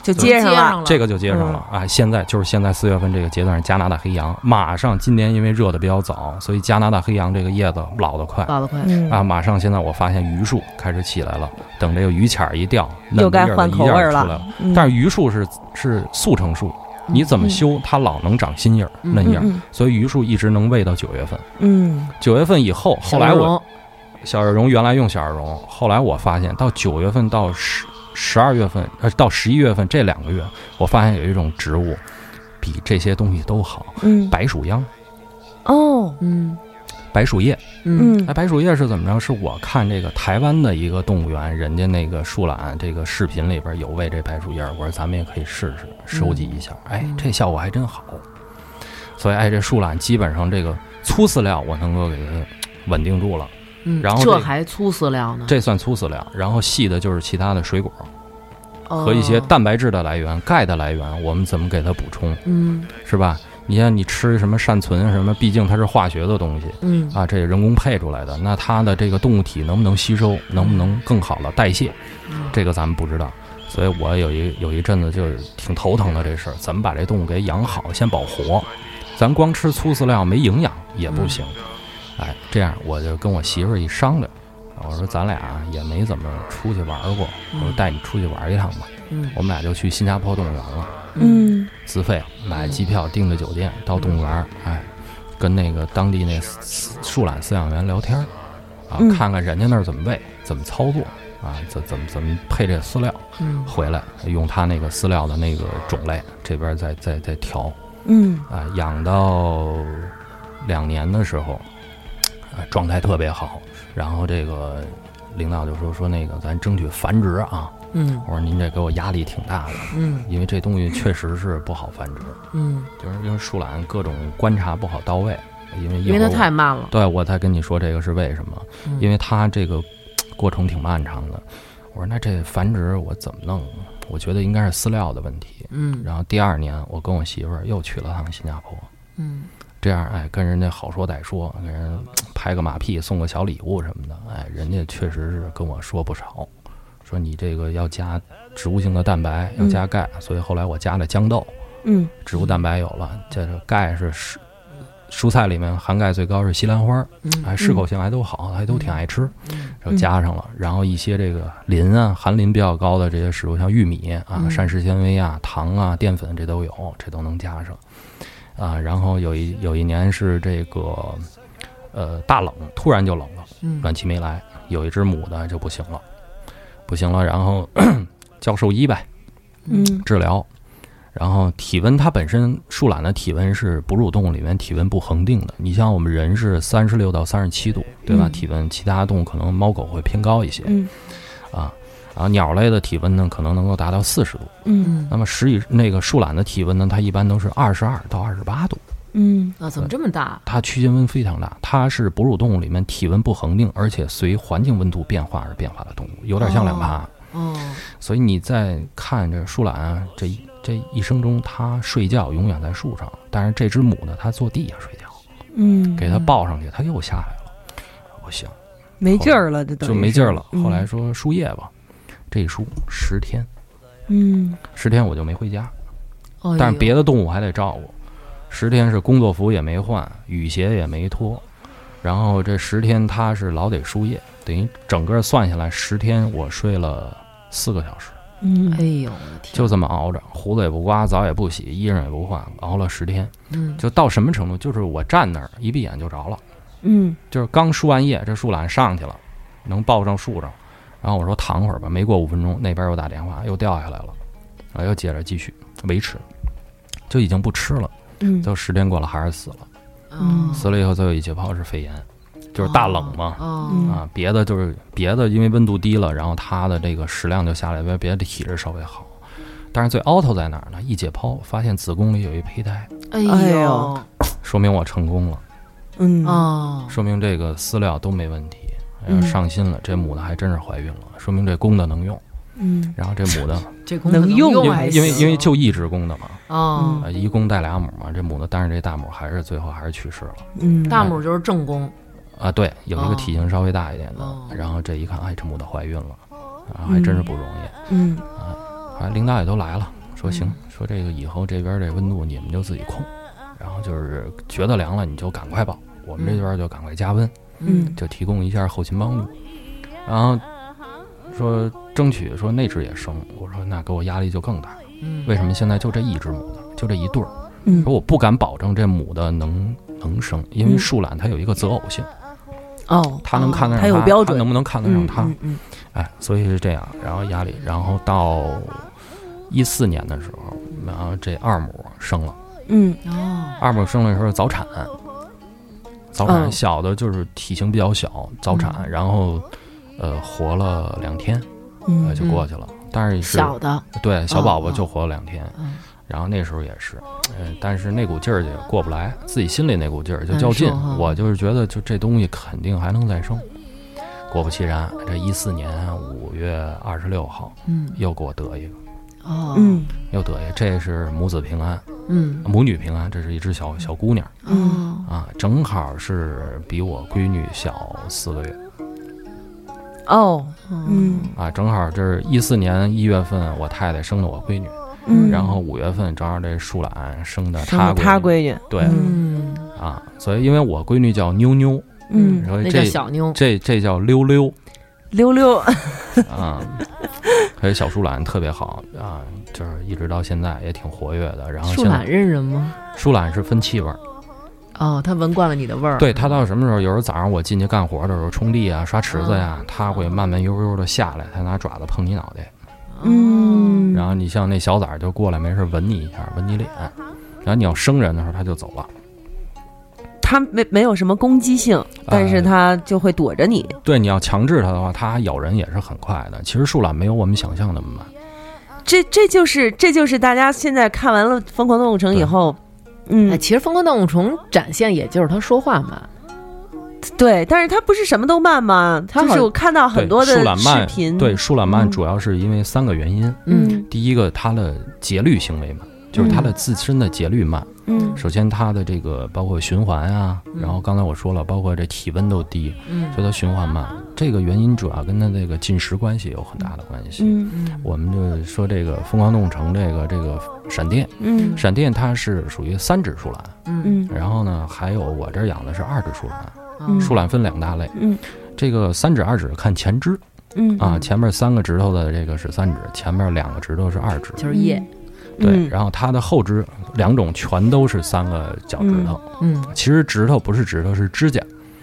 Speaker 1: 就接上了，
Speaker 2: 了
Speaker 5: 这个就接上了
Speaker 1: 嗯
Speaker 5: 啊、现在就是现在四月份这个阶段是加拿大黑羊，马上今年因为热的比较早，所以加拿大黑羊这个叶子老得快。
Speaker 2: 报的快，
Speaker 1: 嗯
Speaker 5: 啊，马上现在我发现榆树开始起来了，等这个榆钱儿一掉，
Speaker 1: 嗯
Speaker 5: 嫩
Speaker 1: 又该
Speaker 5: 叶儿
Speaker 1: 换
Speaker 5: 一
Speaker 1: 口
Speaker 5: 样
Speaker 1: 味儿
Speaker 5: 出
Speaker 1: 了
Speaker 5: 来了。
Speaker 1: 嗯
Speaker 5: 但是榆树是是速成树，你怎么修它老能长新叶儿、
Speaker 2: 嗯
Speaker 5: 嫩叶儿，
Speaker 1: 嗯
Speaker 5: 所以榆树一直能喂到九月份。
Speaker 1: 嗯
Speaker 5: 九月份以后，后来
Speaker 2: 小鹿
Speaker 5: 我
Speaker 2: 茸
Speaker 5: 小耳绒原来用小耳绒，后来我发现到九月份到十十二月份，呃，到十一月份这两个月，我发现有一种植物比这些东西都好，
Speaker 1: 嗯，
Speaker 5: 白薯秧、
Speaker 1: 哦，
Speaker 2: 嗯
Speaker 5: 白薯叶。
Speaker 2: 嗯
Speaker 1: 嗯
Speaker 5: 哎，白薯叶是怎么着？是我看这个台湾的一个动物园，人家那个树懒这个视频里边有喂这白薯叶，我说咱们也可以试试，收集一下。
Speaker 1: 嗯
Speaker 5: 哎，这效果还真好。所以，哎，这树懒基本上这个粗饲料我能够给它稳定住了。
Speaker 2: 嗯，
Speaker 5: 然后这
Speaker 2: 这
Speaker 5: 个
Speaker 2: 还粗饲料呢，
Speaker 5: 这算粗饲料，然后细的就是其他的水果和
Speaker 2: 和
Speaker 5: 一些蛋白质的来源、钙的来源，我们怎么给它补充，
Speaker 2: 嗯
Speaker 5: 是吧？你像你吃什么善存啊什么，毕竟它是化学的东西
Speaker 2: 嗯
Speaker 5: 啊，这人工配出来的，那它的这个动物体能不能吸收，能不能更好的代谢，这个咱们不知道。所以我有一有一阵子就是挺头疼的这事儿，怎么把这动物给养好，先保活。咱光吃粗饲料没营养也不行。哎，这样我就跟我媳妇儿一商量，我说咱俩也没怎么出去玩过，我说带你出去玩一趟吧。
Speaker 2: 嗯
Speaker 5: 我们俩就去新加坡动物园了，
Speaker 1: 嗯
Speaker 5: 自费买机票，订的酒店，到动物园，哎，跟那个当地那饲树懒饲养员聊天儿，啊，
Speaker 1: 嗯
Speaker 5: 看看人家那儿怎么喂，怎么操作，啊，怎怎么怎么配这饲料，
Speaker 2: 嗯
Speaker 5: 回来用他那个饲料的那个种类，这边再再再调，
Speaker 1: 嗯
Speaker 5: 啊，养到两年的时候，啊，状态特别好。然后这个领导就说说那个咱争取繁殖啊。
Speaker 2: 嗯
Speaker 5: 我说您这给我压力挺大的，
Speaker 2: 嗯
Speaker 5: 因为这东西确实是不好繁殖，
Speaker 2: 嗯，
Speaker 5: 就是因为树懒各种观察不好到位，因为一
Speaker 2: 因为它
Speaker 5: 会儿
Speaker 2: 太慢了，
Speaker 5: 对我才跟你说这个是为什么，
Speaker 2: 嗯
Speaker 5: 因为它这个过程挺漫长的。我说那这繁殖我怎么弄？我觉得应该是饲料的问题。
Speaker 2: 嗯
Speaker 5: 然后第二年，我跟我媳妇儿又去了趟新加坡，
Speaker 2: 嗯
Speaker 5: 这样哎，跟人家好说歹说，给人拍个马屁，送个小礼物什么的，哎，人家确实是跟我说不少，说你这个要加植物性的蛋白，要加钙，
Speaker 2: 嗯
Speaker 5: 所以后来我加了豇豆，
Speaker 1: 嗯
Speaker 5: 植物蛋白有了，这个钙是蔬蔬菜里面含钙最高是西兰花，哎，适口性还都好，还都挺爱吃，然后加上了，然后一些这个磷啊，含磷比较高的这些食物，像玉米啊、膳食纤维啊、糖啊、淀粉这都有，这都能加上。啊，然后有一有一年是这个，呃，大冷，突然就冷了，
Speaker 2: 嗯
Speaker 5: 暖气没来，有一只母的就不行了，不行了，然后 咳叫兽医呗，
Speaker 1: 嗯
Speaker 5: 治疗。然后体温，它本身树懒的体温是哺乳动物里面体温不恒定的。你像我们人是三十六到三十七度，对吧？
Speaker 1: 嗯
Speaker 5: 体温，其他动物可能猫狗会偏高一些
Speaker 1: 嗯
Speaker 5: 啊。然后鸟类的体温呢，可能能够达到四十度。
Speaker 1: 嗯
Speaker 5: 那么食以那个树懒的体温呢，它一般都是二十二到二十八度，
Speaker 1: 嗯
Speaker 2: 啊，怎么这么大？
Speaker 5: 它区间温非常大。它是哺乳动物里面体温不恒定，而且随环境温度变化而变化的动物，有点像两爬。
Speaker 2: 哦，
Speaker 5: 所以你在看这树懒啊，这一这一生中，它睡觉永远在树上，但是这只母的它坐地下睡觉，
Speaker 1: 嗯，
Speaker 5: 给它抱上去，它又下来了，不行，
Speaker 1: 没劲儿了，这都
Speaker 5: 就没劲儿了。
Speaker 1: 嗯
Speaker 5: 后来说输液吧，这一输十天，
Speaker 1: 嗯
Speaker 5: 十天我就没回家，
Speaker 2: 哦
Speaker 5: 但是别的动物还得照顾，十天是工作服也没换，雨鞋也没脱，然后这十天它是老得输液，等于整个算下来十天我睡了四个小时，
Speaker 1: 嗯
Speaker 2: 哎呦，我的天，
Speaker 5: 就这么熬着，胡子也不刮，澡也不洗，衣裳也不换，熬了十天，
Speaker 2: 嗯
Speaker 5: 就到什么程度？就是我站那儿一闭眼就着了，
Speaker 1: 嗯
Speaker 5: 就是刚梳完叶，这树懒上去了，能抱上树上，然后我说躺会儿吧，没过五分钟，那边又打电话，又掉下来了，然后又接着继续维持，就已经不吃了，
Speaker 1: 嗯
Speaker 5: 就十天过了还是死了，
Speaker 2: 嗯
Speaker 5: 死了以后最后一解剖是肺炎，就是大冷嘛，
Speaker 2: 哦
Speaker 1: 嗯
Speaker 5: 啊，别的就是别的，因为温度低了，然后它的这个食量就下来，别别的体质稍微好。但是最凹头在哪儿呢？一解剖发现子宫里有一胚胎，
Speaker 2: 哎
Speaker 1: 哎
Speaker 2: 呦
Speaker 1: 呦，
Speaker 5: 说明我成功了，
Speaker 1: 嗯
Speaker 2: 哦，
Speaker 5: 说明这个饲料都没问题。哎呀，
Speaker 1: 嗯
Speaker 5: 上心了，这母的还真是怀孕了，说明这公的能用。
Speaker 1: 嗯
Speaker 5: 然后这母的，
Speaker 2: 这功夫用
Speaker 5: 因
Speaker 2: 还
Speaker 5: 为因为
Speaker 2: 行
Speaker 5: 因为就一只公的嘛，
Speaker 2: 哦，
Speaker 5: 呃，一公带俩母嘛，这母的，但是这大母还是最后还是去世了。
Speaker 1: 嗯
Speaker 2: 大拇就是正宫，
Speaker 5: 啊，对，有一
Speaker 2: 哦
Speaker 5: 个体型稍微大一点的，
Speaker 2: 哦
Speaker 5: 然后这一看，哎，这母的怀孕了，啊，还真是不容易。
Speaker 1: 嗯
Speaker 5: 哎，领导也都来了，说行，说这个以后这边这温度你们就自己控，然后就是觉得凉了你就赶快报，我们这边就赶快加温，
Speaker 1: 嗯
Speaker 5: 就提供一下后勤帮助。然后说争取说那只也生，我说那给我压力就更大。
Speaker 2: 嗯
Speaker 5: 为什么现在就这一只母的，就这一对儿？
Speaker 1: 嗯
Speaker 5: 说我不敢保证这母的能能生，因为
Speaker 1: 嗯
Speaker 5: 树懒它有一个择偶性，
Speaker 1: 哦，
Speaker 5: 它能看得上
Speaker 1: 它有标准
Speaker 5: 能不能看得上
Speaker 1: 嗯
Speaker 5: 它？
Speaker 1: 嗯嗯
Speaker 5: 哎，所以是这样，然后压力，然后到一四年的时候，然后这二母生了，
Speaker 1: 嗯
Speaker 2: 哦，
Speaker 5: 二母生了时候早产，早产、
Speaker 1: 嗯
Speaker 5: 小的就是体型比较小，早产，
Speaker 2: 嗯
Speaker 5: 然后呃活了两天、呃、
Speaker 1: 嗯
Speaker 5: 就过去了，但是是
Speaker 2: 小的，
Speaker 5: 对小宝宝
Speaker 2: 嗯
Speaker 5: 就活了两天，
Speaker 2: 嗯
Speaker 5: 然后那时候也是，嗯、但是那股劲儿也过不来，自己心里那股劲儿就较劲
Speaker 2: 难受嗯哈，
Speaker 5: 我就是觉得就这东西肯定还能再生。果不其然，这一四年五月二十六号
Speaker 2: 嗯
Speaker 5: 又给我得一个，
Speaker 2: 哦
Speaker 1: 嗯
Speaker 5: 又得一个，这是母子平安，
Speaker 2: 嗯
Speaker 5: 母女平安，这是一只小小姑娘
Speaker 2: 哦
Speaker 5: 啊，正好是比我闺女小四个月哎
Speaker 1: 哦嗯
Speaker 5: 啊，正好这是一四年一月份我太太生的我闺女，
Speaker 1: 嗯，
Speaker 5: 然后五月份正好这树懒生的
Speaker 1: 生了
Speaker 5: 她
Speaker 1: 她
Speaker 5: 闺女，
Speaker 1: 闺女，
Speaker 5: 对
Speaker 2: 嗯，
Speaker 5: 啊，所以因为我闺女叫妞妞，
Speaker 1: 嗯
Speaker 5: 所以
Speaker 2: 那叫
Speaker 5: 这
Speaker 2: 小妞，
Speaker 5: 这这叫溜溜
Speaker 1: 溜溜，
Speaker 5: 啊，所以小树懒特别好啊，就是一直到现在也挺活跃的。然后
Speaker 2: 树
Speaker 5: 现
Speaker 2: 懒
Speaker 5: 在
Speaker 2: 认人吗？
Speaker 5: 树懒是分气味儿，
Speaker 2: 哦，它闻惯了你的味儿，
Speaker 5: 对它到什么时候？有时候早上我进去干活的时候，冲地啊、刷池子
Speaker 1: 嗯
Speaker 5: 呀、它会慢慢悠悠的下来，它拿爪子碰你脑袋。
Speaker 1: 嗯，
Speaker 5: 然后你像那小崽儿就过来没事闻你一下，闻你脸。然后你要生人的时候，它就走了。
Speaker 1: 它没没有什么攻击性，
Speaker 5: 哎
Speaker 1: 但是它就会躲着你，
Speaker 5: 对，你要强制它的话，它咬人也是很快的。其实树懒没有我们想象那么慢。
Speaker 1: 这这就是这就是大家现在看完了《疯狂动物城》以后，
Speaker 2: 哎，
Speaker 1: 嗯，
Speaker 2: 其实疯狂动物城展现也就是它说话慢，
Speaker 1: 对，但是它不是什么都慢吗？
Speaker 2: 它好
Speaker 1: 就是我看到很多
Speaker 5: 对
Speaker 1: 的
Speaker 5: 树懒
Speaker 1: 视
Speaker 5: 慢
Speaker 1: 频，
Speaker 5: 对，树懒慢
Speaker 1: 嗯
Speaker 5: 主要是因为三个原因。
Speaker 2: 嗯
Speaker 5: 第一个，它的节律行为慢，就是它的自身的节律慢。
Speaker 1: 嗯
Speaker 5: 首先，它的这个包括循环啊，
Speaker 2: 嗯
Speaker 5: 然后刚才我说了，包括这体温都低，
Speaker 2: 嗯
Speaker 5: 所以它循环慢。这个原因主要跟它这个进食关系有很大的关系。
Speaker 1: 嗯
Speaker 2: 嗯
Speaker 5: 我们就说这个疯狂动物城这个这个闪电，
Speaker 1: 嗯
Speaker 5: 闪电它是属于三指树懒，
Speaker 2: 嗯
Speaker 1: 嗯
Speaker 5: 然后呢，还有我这儿养的是二指树懒，
Speaker 2: 嗯
Speaker 5: 树懒分两大类，
Speaker 1: 嗯
Speaker 5: 这个三指二指看前肢，
Speaker 1: 嗯
Speaker 5: 啊，前面三个指头的这个是三指，前面两个指头是二指，
Speaker 2: 就是夜，
Speaker 5: 对。
Speaker 1: 嗯
Speaker 5: 然后它的后肢两种全都是三个脚趾头。
Speaker 2: 嗯
Speaker 5: 其实指头不是指头，是指甲，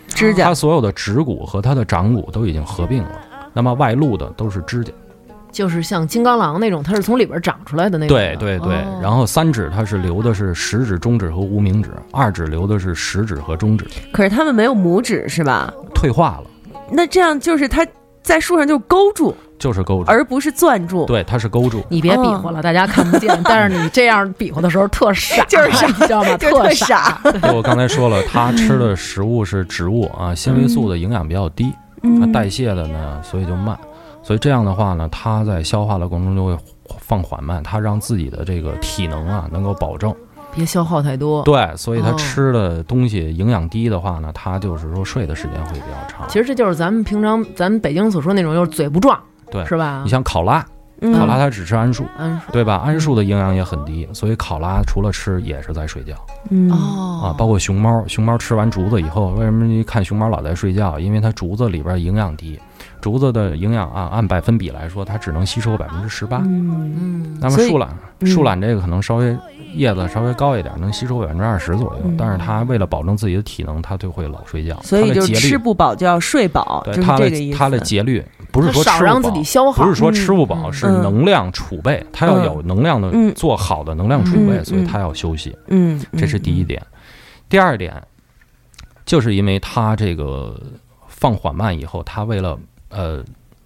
Speaker 1: 指甲
Speaker 5: 它所有的指骨和它的掌骨都已经合并了。那么外露的都是指甲，
Speaker 2: 就是像金刚狼那种，它是从里边长出来的那种的。
Speaker 5: 对对对。
Speaker 2: 哦
Speaker 5: 然后三指它是留的是食指、中指和无名指，二指留的是食指和中指，
Speaker 1: 可是它们没有拇指是吧？
Speaker 5: 退化了
Speaker 1: 那这样就是它在树上就勾住，
Speaker 5: 就是勾住，
Speaker 1: 而不是攥住。
Speaker 5: 对，它是勾住。
Speaker 2: 你别比划了，大家看不见，但是你这样比划的时候特傻，
Speaker 1: 哦 就是傻
Speaker 2: 你知道吗？
Speaker 1: 就是啊特
Speaker 2: 傻。
Speaker 5: 我刚才说了，它吃的食物是植物啊，纤维素的营养比较低，它
Speaker 1: 嗯，
Speaker 5: 代谢的呢，所以就慢。所以这样的话呢，它在消化的过程中就会放缓慢，它让自己的这个体能啊能够保证。
Speaker 2: 别消耗太多。
Speaker 5: 对，所以它
Speaker 2: 哦
Speaker 5: 吃的东西营养低的话呢，它就是说睡的时间会比较长。
Speaker 2: 其实这就是咱们平常咱们北京所说那种，就是嘴不撞，
Speaker 5: 对
Speaker 2: 是吧嗯
Speaker 5: 你？像考拉，
Speaker 1: 嗯
Speaker 5: 考拉它只吃桉树，
Speaker 2: 桉树
Speaker 5: 对吧？桉树的营养也很低，所以考拉除了吃也是在睡觉
Speaker 1: 嗯
Speaker 2: 哦
Speaker 5: 啊。包括熊猫，熊猫吃完竹子以后，为什么一看熊猫老在睡觉？因为它竹子里边营养低，竹子的营养啊，按百分比来说，它只能吸收百分之十八。
Speaker 1: 嗯，
Speaker 5: 那么
Speaker 1: 所以
Speaker 5: 树懒，
Speaker 1: 嗯
Speaker 5: 树懒这个可能稍微叶子稍微高一点，能吸收百分之二十左右。
Speaker 1: 嗯
Speaker 5: 但是它为了保证自己的体能，它就会老睡觉。
Speaker 1: 所以
Speaker 5: 它的
Speaker 1: 就是
Speaker 5: 节
Speaker 1: 吃
Speaker 5: 律，
Speaker 1: 不饱就要睡饱，就
Speaker 5: 对
Speaker 1: 是
Speaker 5: 它
Speaker 1: 这个意
Speaker 5: 的
Speaker 1: 思。
Speaker 5: 它的节律不是说吃
Speaker 2: 少
Speaker 5: 不
Speaker 2: 让自
Speaker 5: 饱
Speaker 2: 己消耗，
Speaker 5: 不是说吃不饱，
Speaker 2: 嗯
Speaker 5: 是
Speaker 1: 嗯
Speaker 5: 能量储备，它要有能量的、
Speaker 1: 嗯
Speaker 5: 做好的能量储备，
Speaker 1: 嗯
Speaker 5: 所以
Speaker 1: 嗯
Speaker 5: 它要休息，
Speaker 1: 嗯，嗯
Speaker 5: 这是第一。点。第二点，就是因为它这个放缓慢以后，它为了呃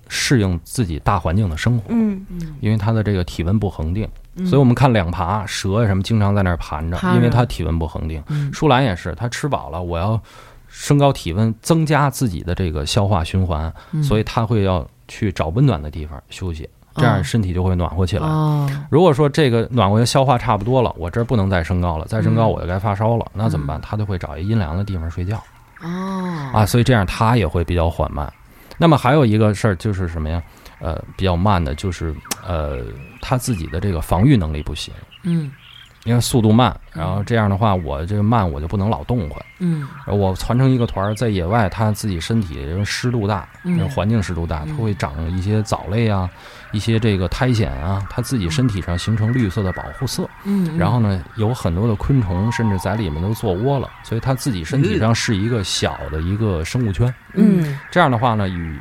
Speaker 5: 适应自己大环境的生活，
Speaker 1: 嗯，
Speaker 5: 因为它的这个体温不恒定，
Speaker 2: 嗯
Speaker 5: 所以我们看两爬蛇啊什么经常在那儿盘着，
Speaker 2: 趴着
Speaker 5: 因为它体温不恒定。
Speaker 2: 嗯
Speaker 5: 舒兰也是，它吃饱了，我要升高体温，增加自己的这个消化循环，
Speaker 2: 嗯
Speaker 5: 所以它会要去找温暖的地方休息，这样身体就会暖和起来。
Speaker 2: 哦，
Speaker 5: 如果说这个暖和消化差不多了，我这儿不能再升高了，再升
Speaker 2: 嗯
Speaker 5: 高我就该发烧了，那怎么办？它就会找一阴凉的地方睡觉
Speaker 2: 哦
Speaker 5: 啊，所以这样它也会比较缓慢。那么还有一个事儿就是什么呀？呃，比较慢的，就是呃，它自己的这个防御能力不行，
Speaker 2: 嗯
Speaker 5: 因为速度慢，然后这样的话，我这个慢我就不能老动换，
Speaker 2: 嗯
Speaker 5: 我团成一个团儿，在野外，它自己身体因为湿度大，
Speaker 2: 嗯
Speaker 5: 因为环境湿度大，它
Speaker 2: 嗯
Speaker 5: 会长一些藻类啊，一些这个苔藓啊，它自己身体上形成绿色的保护色。
Speaker 2: 嗯，
Speaker 5: 然后呢，有很多的昆虫甚至在里面都做窝了，所以它自己身体上是一个小的一个生物圈。
Speaker 1: 嗯
Speaker 5: 这样的话呢，与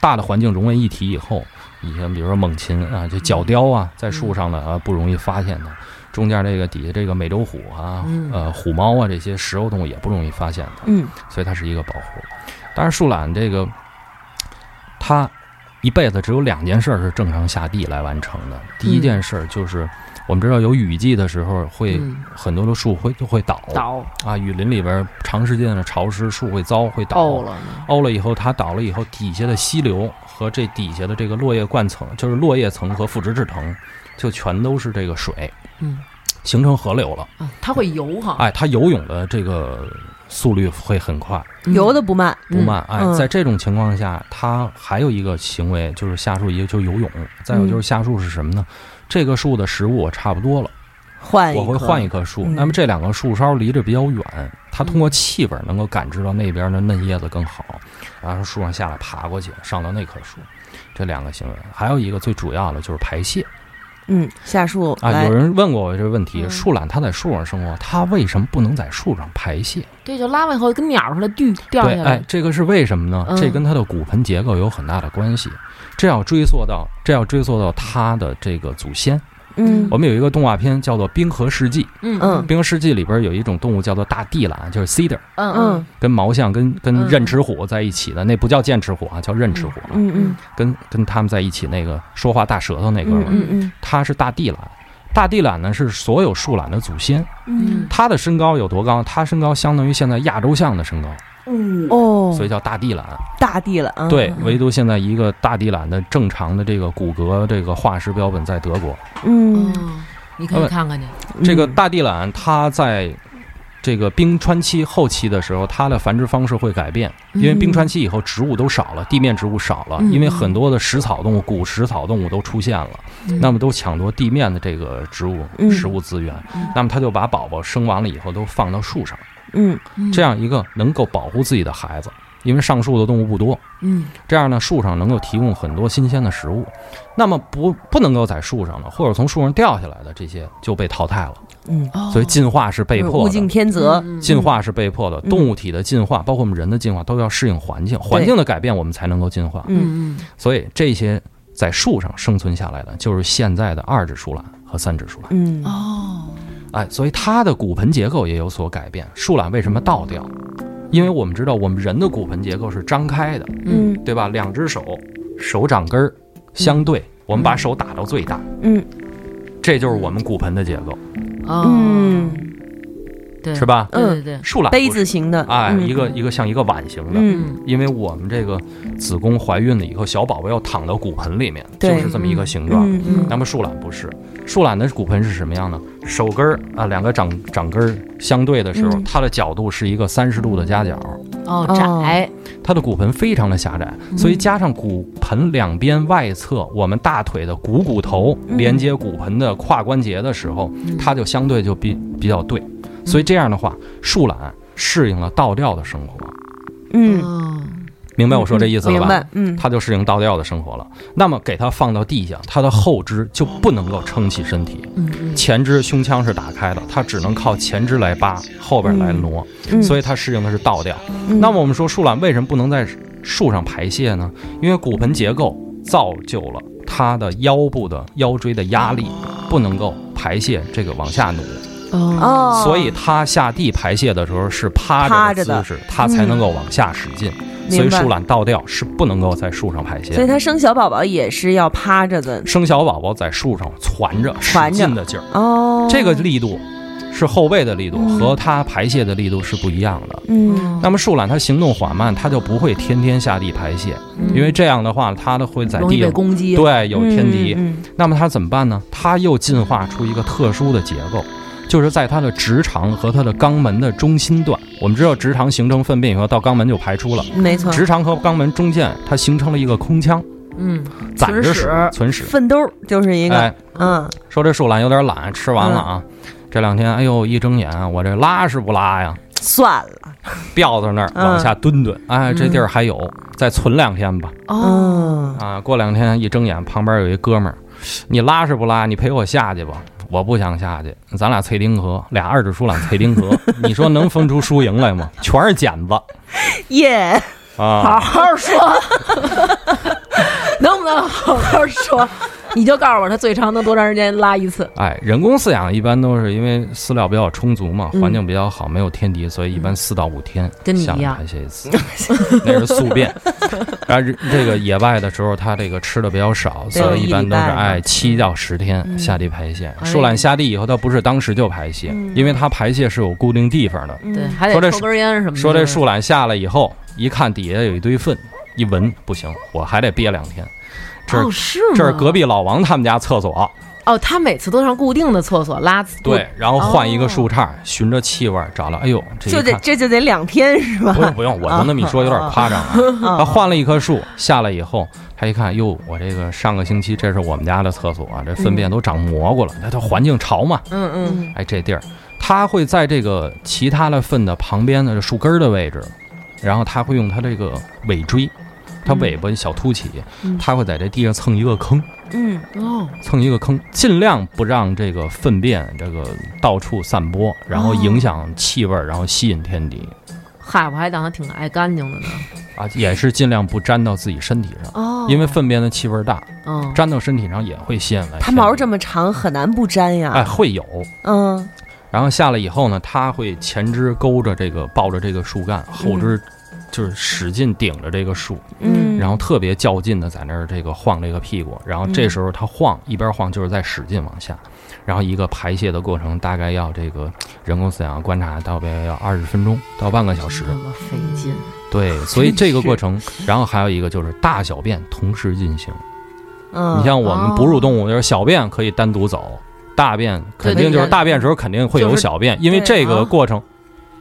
Speaker 5: 大的环境融为一体以后，你像比如说猛禽啊，这角雕啊，在树上呢啊不容易发现它。中间这个底下这个美洲虎啊，
Speaker 2: 嗯
Speaker 5: 呃虎猫啊这些食肉动物也不容易发现它。
Speaker 1: 嗯
Speaker 5: 所以它是一个保护。但是树懒这个，它一辈子只有两件事儿是正常下地来完成的。第一件事儿就是，我们知道有雨季的时候会，
Speaker 2: 嗯
Speaker 5: 很多的树会就会倒
Speaker 2: 倒
Speaker 5: 啊，雨林里边长时间的潮湿，树会糟会倒。
Speaker 2: 爆了呢，
Speaker 5: 凹了以后，它倒了以后，底下的溪流和这底下的这个落叶冠层，就是落叶层和腐殖质层，就全都是这个水，
Speaker 2: 嗯，
Speaker 5: 形成河流了。
Speaker 2: 啊，它会游哈，
Speaker 5: 哎，它游泳的这个速率会很快，
Speaker 1: 嗯，游的不慢。
Speaker 5: 不慢。哎，
Speaker 1: 嗯
Speaker 5: 在这种情况下，它还有一个行为就是下树，一个就是游泳，再有就是下树是什么
Speaker 1: 嗯
Speaker 5: 呢？这个树的食物我差不多了，
Speaker 1: 换一
Speaker 5: 我会
Speaker 1: 棵
Speaker 5: 换一棵树。
Speaker 1: 哎嗯
Speaker 5: 那么这两个树梢离着比较远，它通过气味能够感知到那边的嫩叶子更好，然后树上下来爬过去，上到那棵树。这两个行为，还有一个最主要的就是排泄
Speaker 1: 嗯下树
Speaker 5: 啊。
Speaker 1: 来
Speaker 5: 有人问过我这个问题：
Speaker 2: 嗯
Speaker 5: 树懒它在树上生活，它为什么不能在树上排泄？
Speaker 2: 对，就拉完以后跟鸟似的掉掉
Speaker 5: 对，
Speaker 2: 下
Speaker 5: 哎
Speaker 2: 来，，
Speaker 5: 这个是为什么呢？
Speaker 2: 嗯
Speaker 5: 这跟它的骨盆结构有很大的关系。这要追溯到，这要追溯到它的这个祖先。
Speaker 1: 嗯
Speaker 5: 我们有一个动画片叫做《冰河世纪》，
Speaker 2: 嗯
Speaker 5: 《
Speaker 2: 嗯
Speaker 5: 冰河世纪》里边有一种动物叫做大地懒，就是 cedar，
Speaker 2: 嗯
Speaker 1: 嗯
Speaker 2: 嗯
Speaker 5: 跟毛象、跟跟
Speaker 2: 嗯
Speaker 5: 刃齿虎在一起的，那不叫剑齿虎啊，叫刃齿虎啊。
Speaker 1: 嗯嗯
Speaker 5: 跟跟他们在一起那个说话大舌头那哥们儿，
Speaker 1: 嗯嗯
Speaker 5: 他是大地懒。大地懒呢是所有树懒的祖先，
Speaker 1: 嗯
Speaker 5: 它的身高有多高？它身高相当于现在亚洲象的身高，
Speaker 1: 嗯哦
Speaker 5: 所以叫大地懒。
Speaker 1: 大地了
Speaker 2: 嗯
Speaker 1: 啊
Speaker 5: 对，唯独现在一个大地懒的正常的这个骨骼这个化石标本在德国，
Speaker 1: 嗯
Speaker 2: 嗯，你可以看看去，
Speaker 5: 这个大地懒它在。这个冰川期后期的时候，它的繁殖方式会改变，因为
Speaker 2: 嗯
Speaker 5: 冰川期以后植物都少了，地面植物少了，
Speaker 2: 嗯
Speaker 5: 因为很多的食草动物、古食草动物都出现了，
Speaker 2: 嗯
Speaker 5: 那么都抢夺地面的这个植物
Speaker 1: 嗯
Speaker 5: 食物资源，那么它就把宝宝生完了以后都放到树上，
Speaker 1: 嗯
Speaker 2: 嗯
Speaker 5: 这样一个能够保护自己的孩子，因为上树的动物不多，
Speaker 2: 嗯
Speaker 5: 这样呢，树上能够提供很多新鲜的食物。那么不不能够在树上的，或者从树上掉下来的这些就被淘汰了。
Speaker 1: 嗯
Speaker 2: 哦
Speaker 5: 所以进化是被
Speaker 1: 物
Speaker 5: 迫
Speaker 1: 竞
Speaker 5: 的，
Speaker 1: 天择
Speaker 2: 嗯嗯
Speaker 5: 进化是被迫的。
Speaker 1: 嗯
Speaker 5: 动物体的进化，包括我们人的进化，都要适应环境，环境的改变我们才能够进化。
Speaker 1: 嗯
Speaker 2: 嗯嗯
Speaker 5: 所以这些在树上生存下来的，就是现在的二指树懒和三指树懒。
Speaker 1: 嗯
Speaker 2: 哦
Speaker 5: 哎，所以它的骨盆结构也有所改变。树懒为什么倒掉？因为我们知道，我们人的骨盆结构是张开的，
Speaker 2: 嗯
Speaker 5: 对吧？两只手手掌根儿相对，我们把手打到最大，
Speaker 1: 嗯
Speaker 5: 这就是我们骨盆的结构，
Speaker 2: 哦
Speaker 1: 嗯
Speaker 2: 对
Speaker 5: 是？吧？
Speaker 2: 对对对，
Speaker 5: 树懒不是
Speaker 1: 杯子型的
Speaker 5: 哎，
Speaker 1: 嗯
Speaker 5: 一个一个像一个碗形的。
Speaker 1: 嗯
Speaker 2: 嗯
Speaker 5: 因为我们这个子宫怀孕了以后，小宝宝要躺到骨盆里面，就
Speaker 1: 对
Speaker 5: 是这么一个形状。
Speaker 1: 嗯嗯
Speaker 5: 那么树懒不是，树懒的骨盆是什么样呢？手根儿啊，两个掌掌根儿相对的时候，
Speaker 1: 嗯
Speaker 5: 它的角度是一个三十度的夹角，
Speaker 2: 哦
Speaker 1: 哦
Speaker 2: 窄
Speaker 5: 它的骨盆非常的狭窄，
Speaker 1: 嗯
Speaker 5: 所以加上骨盆两边外侧，我们大腿的股骨头
Speaker 1: 嗯
Speaker 5: 连接骨盆的胯关节的时候，它就相对就比比较对，
Speaker 1: 嗯
Speaker 5: 所以这样的话，树懒适应了倒吊的生活。
Speaker 1: 嗯
Speaker 2: 嗯
Speaker 5: 明白我说这意思了
Speaker 1: 明
Speaker 5: 吧？
Speaker 1: 白，嗯，
Speaker 5: 他就适应倒吊的生活了。那么给他放到地下，他的后肢就不能够撑起身体，
Speaker 2: 嗯
Speaker 5: 前肢胸腔是打开的，他只能靠前肢来扒，后边来挪，
Speaker 1: 嗯
Speaker 5: 所以他适应的是倒吊。
Speaker 1: 嗯
Speaker 5: 那么我们说树懒为什么不能在树上排泄呢？因为骨盆结构造就了它的腰部的腰椎的压力不能够排泄这个往下努，
Speaker 2: 嗯哦
Speaker 1: 哦，
Speaker 5: 所以它下地排泄的时候是趴
Speaker 1: 趴
Speaker 5: 着
Speaker 1: 着的嗯
Speaker 5: 姿势，它才能够往下使劲。所以
Speaker 1: 明白
Speaker 5: 树懒倒吊是不能够在树上排泄的。
Speaker 1: 所以他生小宝宝也是要趴着的
Speaker 5: 生小宝宝在树上攒着，使
Speaker 1: 攒着
Speaker 5: 劲的劲儿，
Speaker 1: 哦，
Speaker 5: 这个力度是后背的力度
Speaker 1: 嗯
Speaker 5: 和它排泄的力度是不一样的。
Speaker 1: 嗯
Speaker 5: 那么树懒它行动缓慢，它就不会天天下地排泄，因为这样的话它都会在
Speaker 2: 嗯容易
Speaker 5: 地
Speaker 2: 被
Speaker 5: 上
Speaker 2: 攻击，
Speaker 5: 对有天敌。
Speaker 1: 嗯
Speaker 5: 那么它怎么办呢？它又进化出一个特殊的结构。就是在它的直肠和它的肛门的中心段，我们知道直肠形成粪便以后到肛门就排出了，
Speaker 1: 嗯没错，
Speaker 5: 直肠和肛门中间它形成了一个空腔，
Speaker 2: 嗯，
Speaker 5: 攒着
Speaker 2: 存
Speaker 5: 屎
Speaker 2: 屎，
Speaker 5: 存屎。
Speaker 1: 粪兜儿就是一
Speaker 5: 哎
Speaker 1: 个，，嗯，
Speaker 5: 说这树懒有点懒，吃完了啊，
Speaker 2: 嗯
Speaker 5: 这两天哎呦一睁眼，我这拉是不拉呀？
Speaker 1: 算了，
Speaker 5: 吊在那儿
Speaker 1: 嗯
Speaker 5: 往下蹲蹲，哎，这地儿还有，
Speaker 2: 嗯
Speaker 5: 再存两天吧。
Speaker 2: 哦
Speaker 1: 嗯，
Speaker 5: 啊，过两天一睁眼，旁边有一哥们儿，你拉是不拉？你陪我下去吧。我不想下去，咱俩脆丁河，俩二指树懒脆丁河，你说能分出输赢来吗？全是剪子
Speaker 1: 耶，
Speaker 2: 好
Speaker 5: 啊！
Speaker 2: 好说， 能不能好好说？你就告诉我，它最长能多长时间拉一次？
Speaker 5: 哎，人工饲养一般都是因为饲料比较充足嘛，环境比较好，没有天敌，所以一般四到五天
Speaker 2: 嗯跟你一
Speaker 5: 下来
Speaker 2: 样
Speaker 5: 排泄一次， 那是宿便。然后人这个野外的时候，它这个吃的比较少，
Speaker 1: 对
Speaker 5: 所以一般都是
Speaker 1: 一礼拜嘛
Speaker 5: 哎七到十天下地排泄。
Speaker 2: 哎嗯
Speaker 5: 树懒下地以后，它不是当时就排泄，因为它排泄是有固定地方的。
Speaker 2: 对，还
Speaker 5: 说这
Speaker 2: 得抽根烟什么的。
Speaker 5: 说这树懒下来以后，一看底下有一堆粪，一闻不行，我还得憋两天。这
Speaker 2: 哦是
Speaker 5: 是
Speaker 2: 吗？
Speaker 5: 这是隔壁老王他们家厕所，
Speaker 2: 哦，他每次都上固定的厕所拉。
Speaker 5: 对，，然后换一个树杈，循着气味儿找了。哎呦，哦这
Speaker 1: 就
Speaker 5: 一
Speaker 1: 得
Speaker 5: 看，
Speaker 1: 这就得两天是吧？
Speaker 5: 不用不用，我就那么一说有点夸张啊。他换了一棵树，下来以后，他一看，哟，我这个上个星期这是我们家的厕所、啊这粪便都长蘑菇了。那它环境潮嘛，
Speaker 2: 嗯嗯，
Speaker 5: 哎，这地儿，它会在这个其他的粪的旁边的树根儿的位置，然后它会用它这个尾椎，它尾巴小凸起，它会在这地上蹭一个坑。
Speaker 1: 嗯，
Speaker 5: 哎
Speaker 2: 哦，
Speaker 5: 蹭一个坑，尽量不让这个粪便这个到处散播，然后影响气味儿，然后吸引天敌
Speaker 2: 嗨，我还当它挺爱干净的呢。
Speaker 5: 啊，也是尽量不粘到自己身体上，
Speaker 2: 哦，
Speaker 5: 因为粪便的气味儿大，
Speaker 2: 嗯，
Speaker 5: 粘到身体上也会吸引来天敌。
Speaker 1: 它毛这么长，很难不粘
Speaker 5: 哎
Speaker 1: 呀。
Speaker 5: 会有，
Speaker 1: 嗯，
Speaker 5: 然后下来以后呢，它会前肢勾着这个抱着这个树干，后肢就是使劲顶着这个树，
Speaker 1: 嗯
Speaker 5: 然后特别较劲的在那儿这个晃这个屁股，然后
Speaker 2: 嗯
Speaker 5: 这时候它晃一边晃就是在使劲往下，然后一个排泄的过程大概要这个人工饲养观察大概要二十分钟到半个小时，
Speaker 2: 这么费劲，
Speaker 5: 对，所以这个过程，然后还有一个就是大小便同时进行，
Speaker 1: 嗯，
Speaker 5: 你像我们
Speaker 2: 哦
Speaker 5: 哺乳动物就是小便可以单独走，大便肯
Speaker 2: 对
Speaker 5: 定
Speaker 2: 对
Speaker 5: 就是
Speaker 2: 对
Speaker 5: 大便时候肯定会有
Speaker 2: 就是
Speaker 5: 小便，因为
Speaker 1: 对
Speaker 5: 这个
Speaker 2: 啊
Speaker 5: 过程，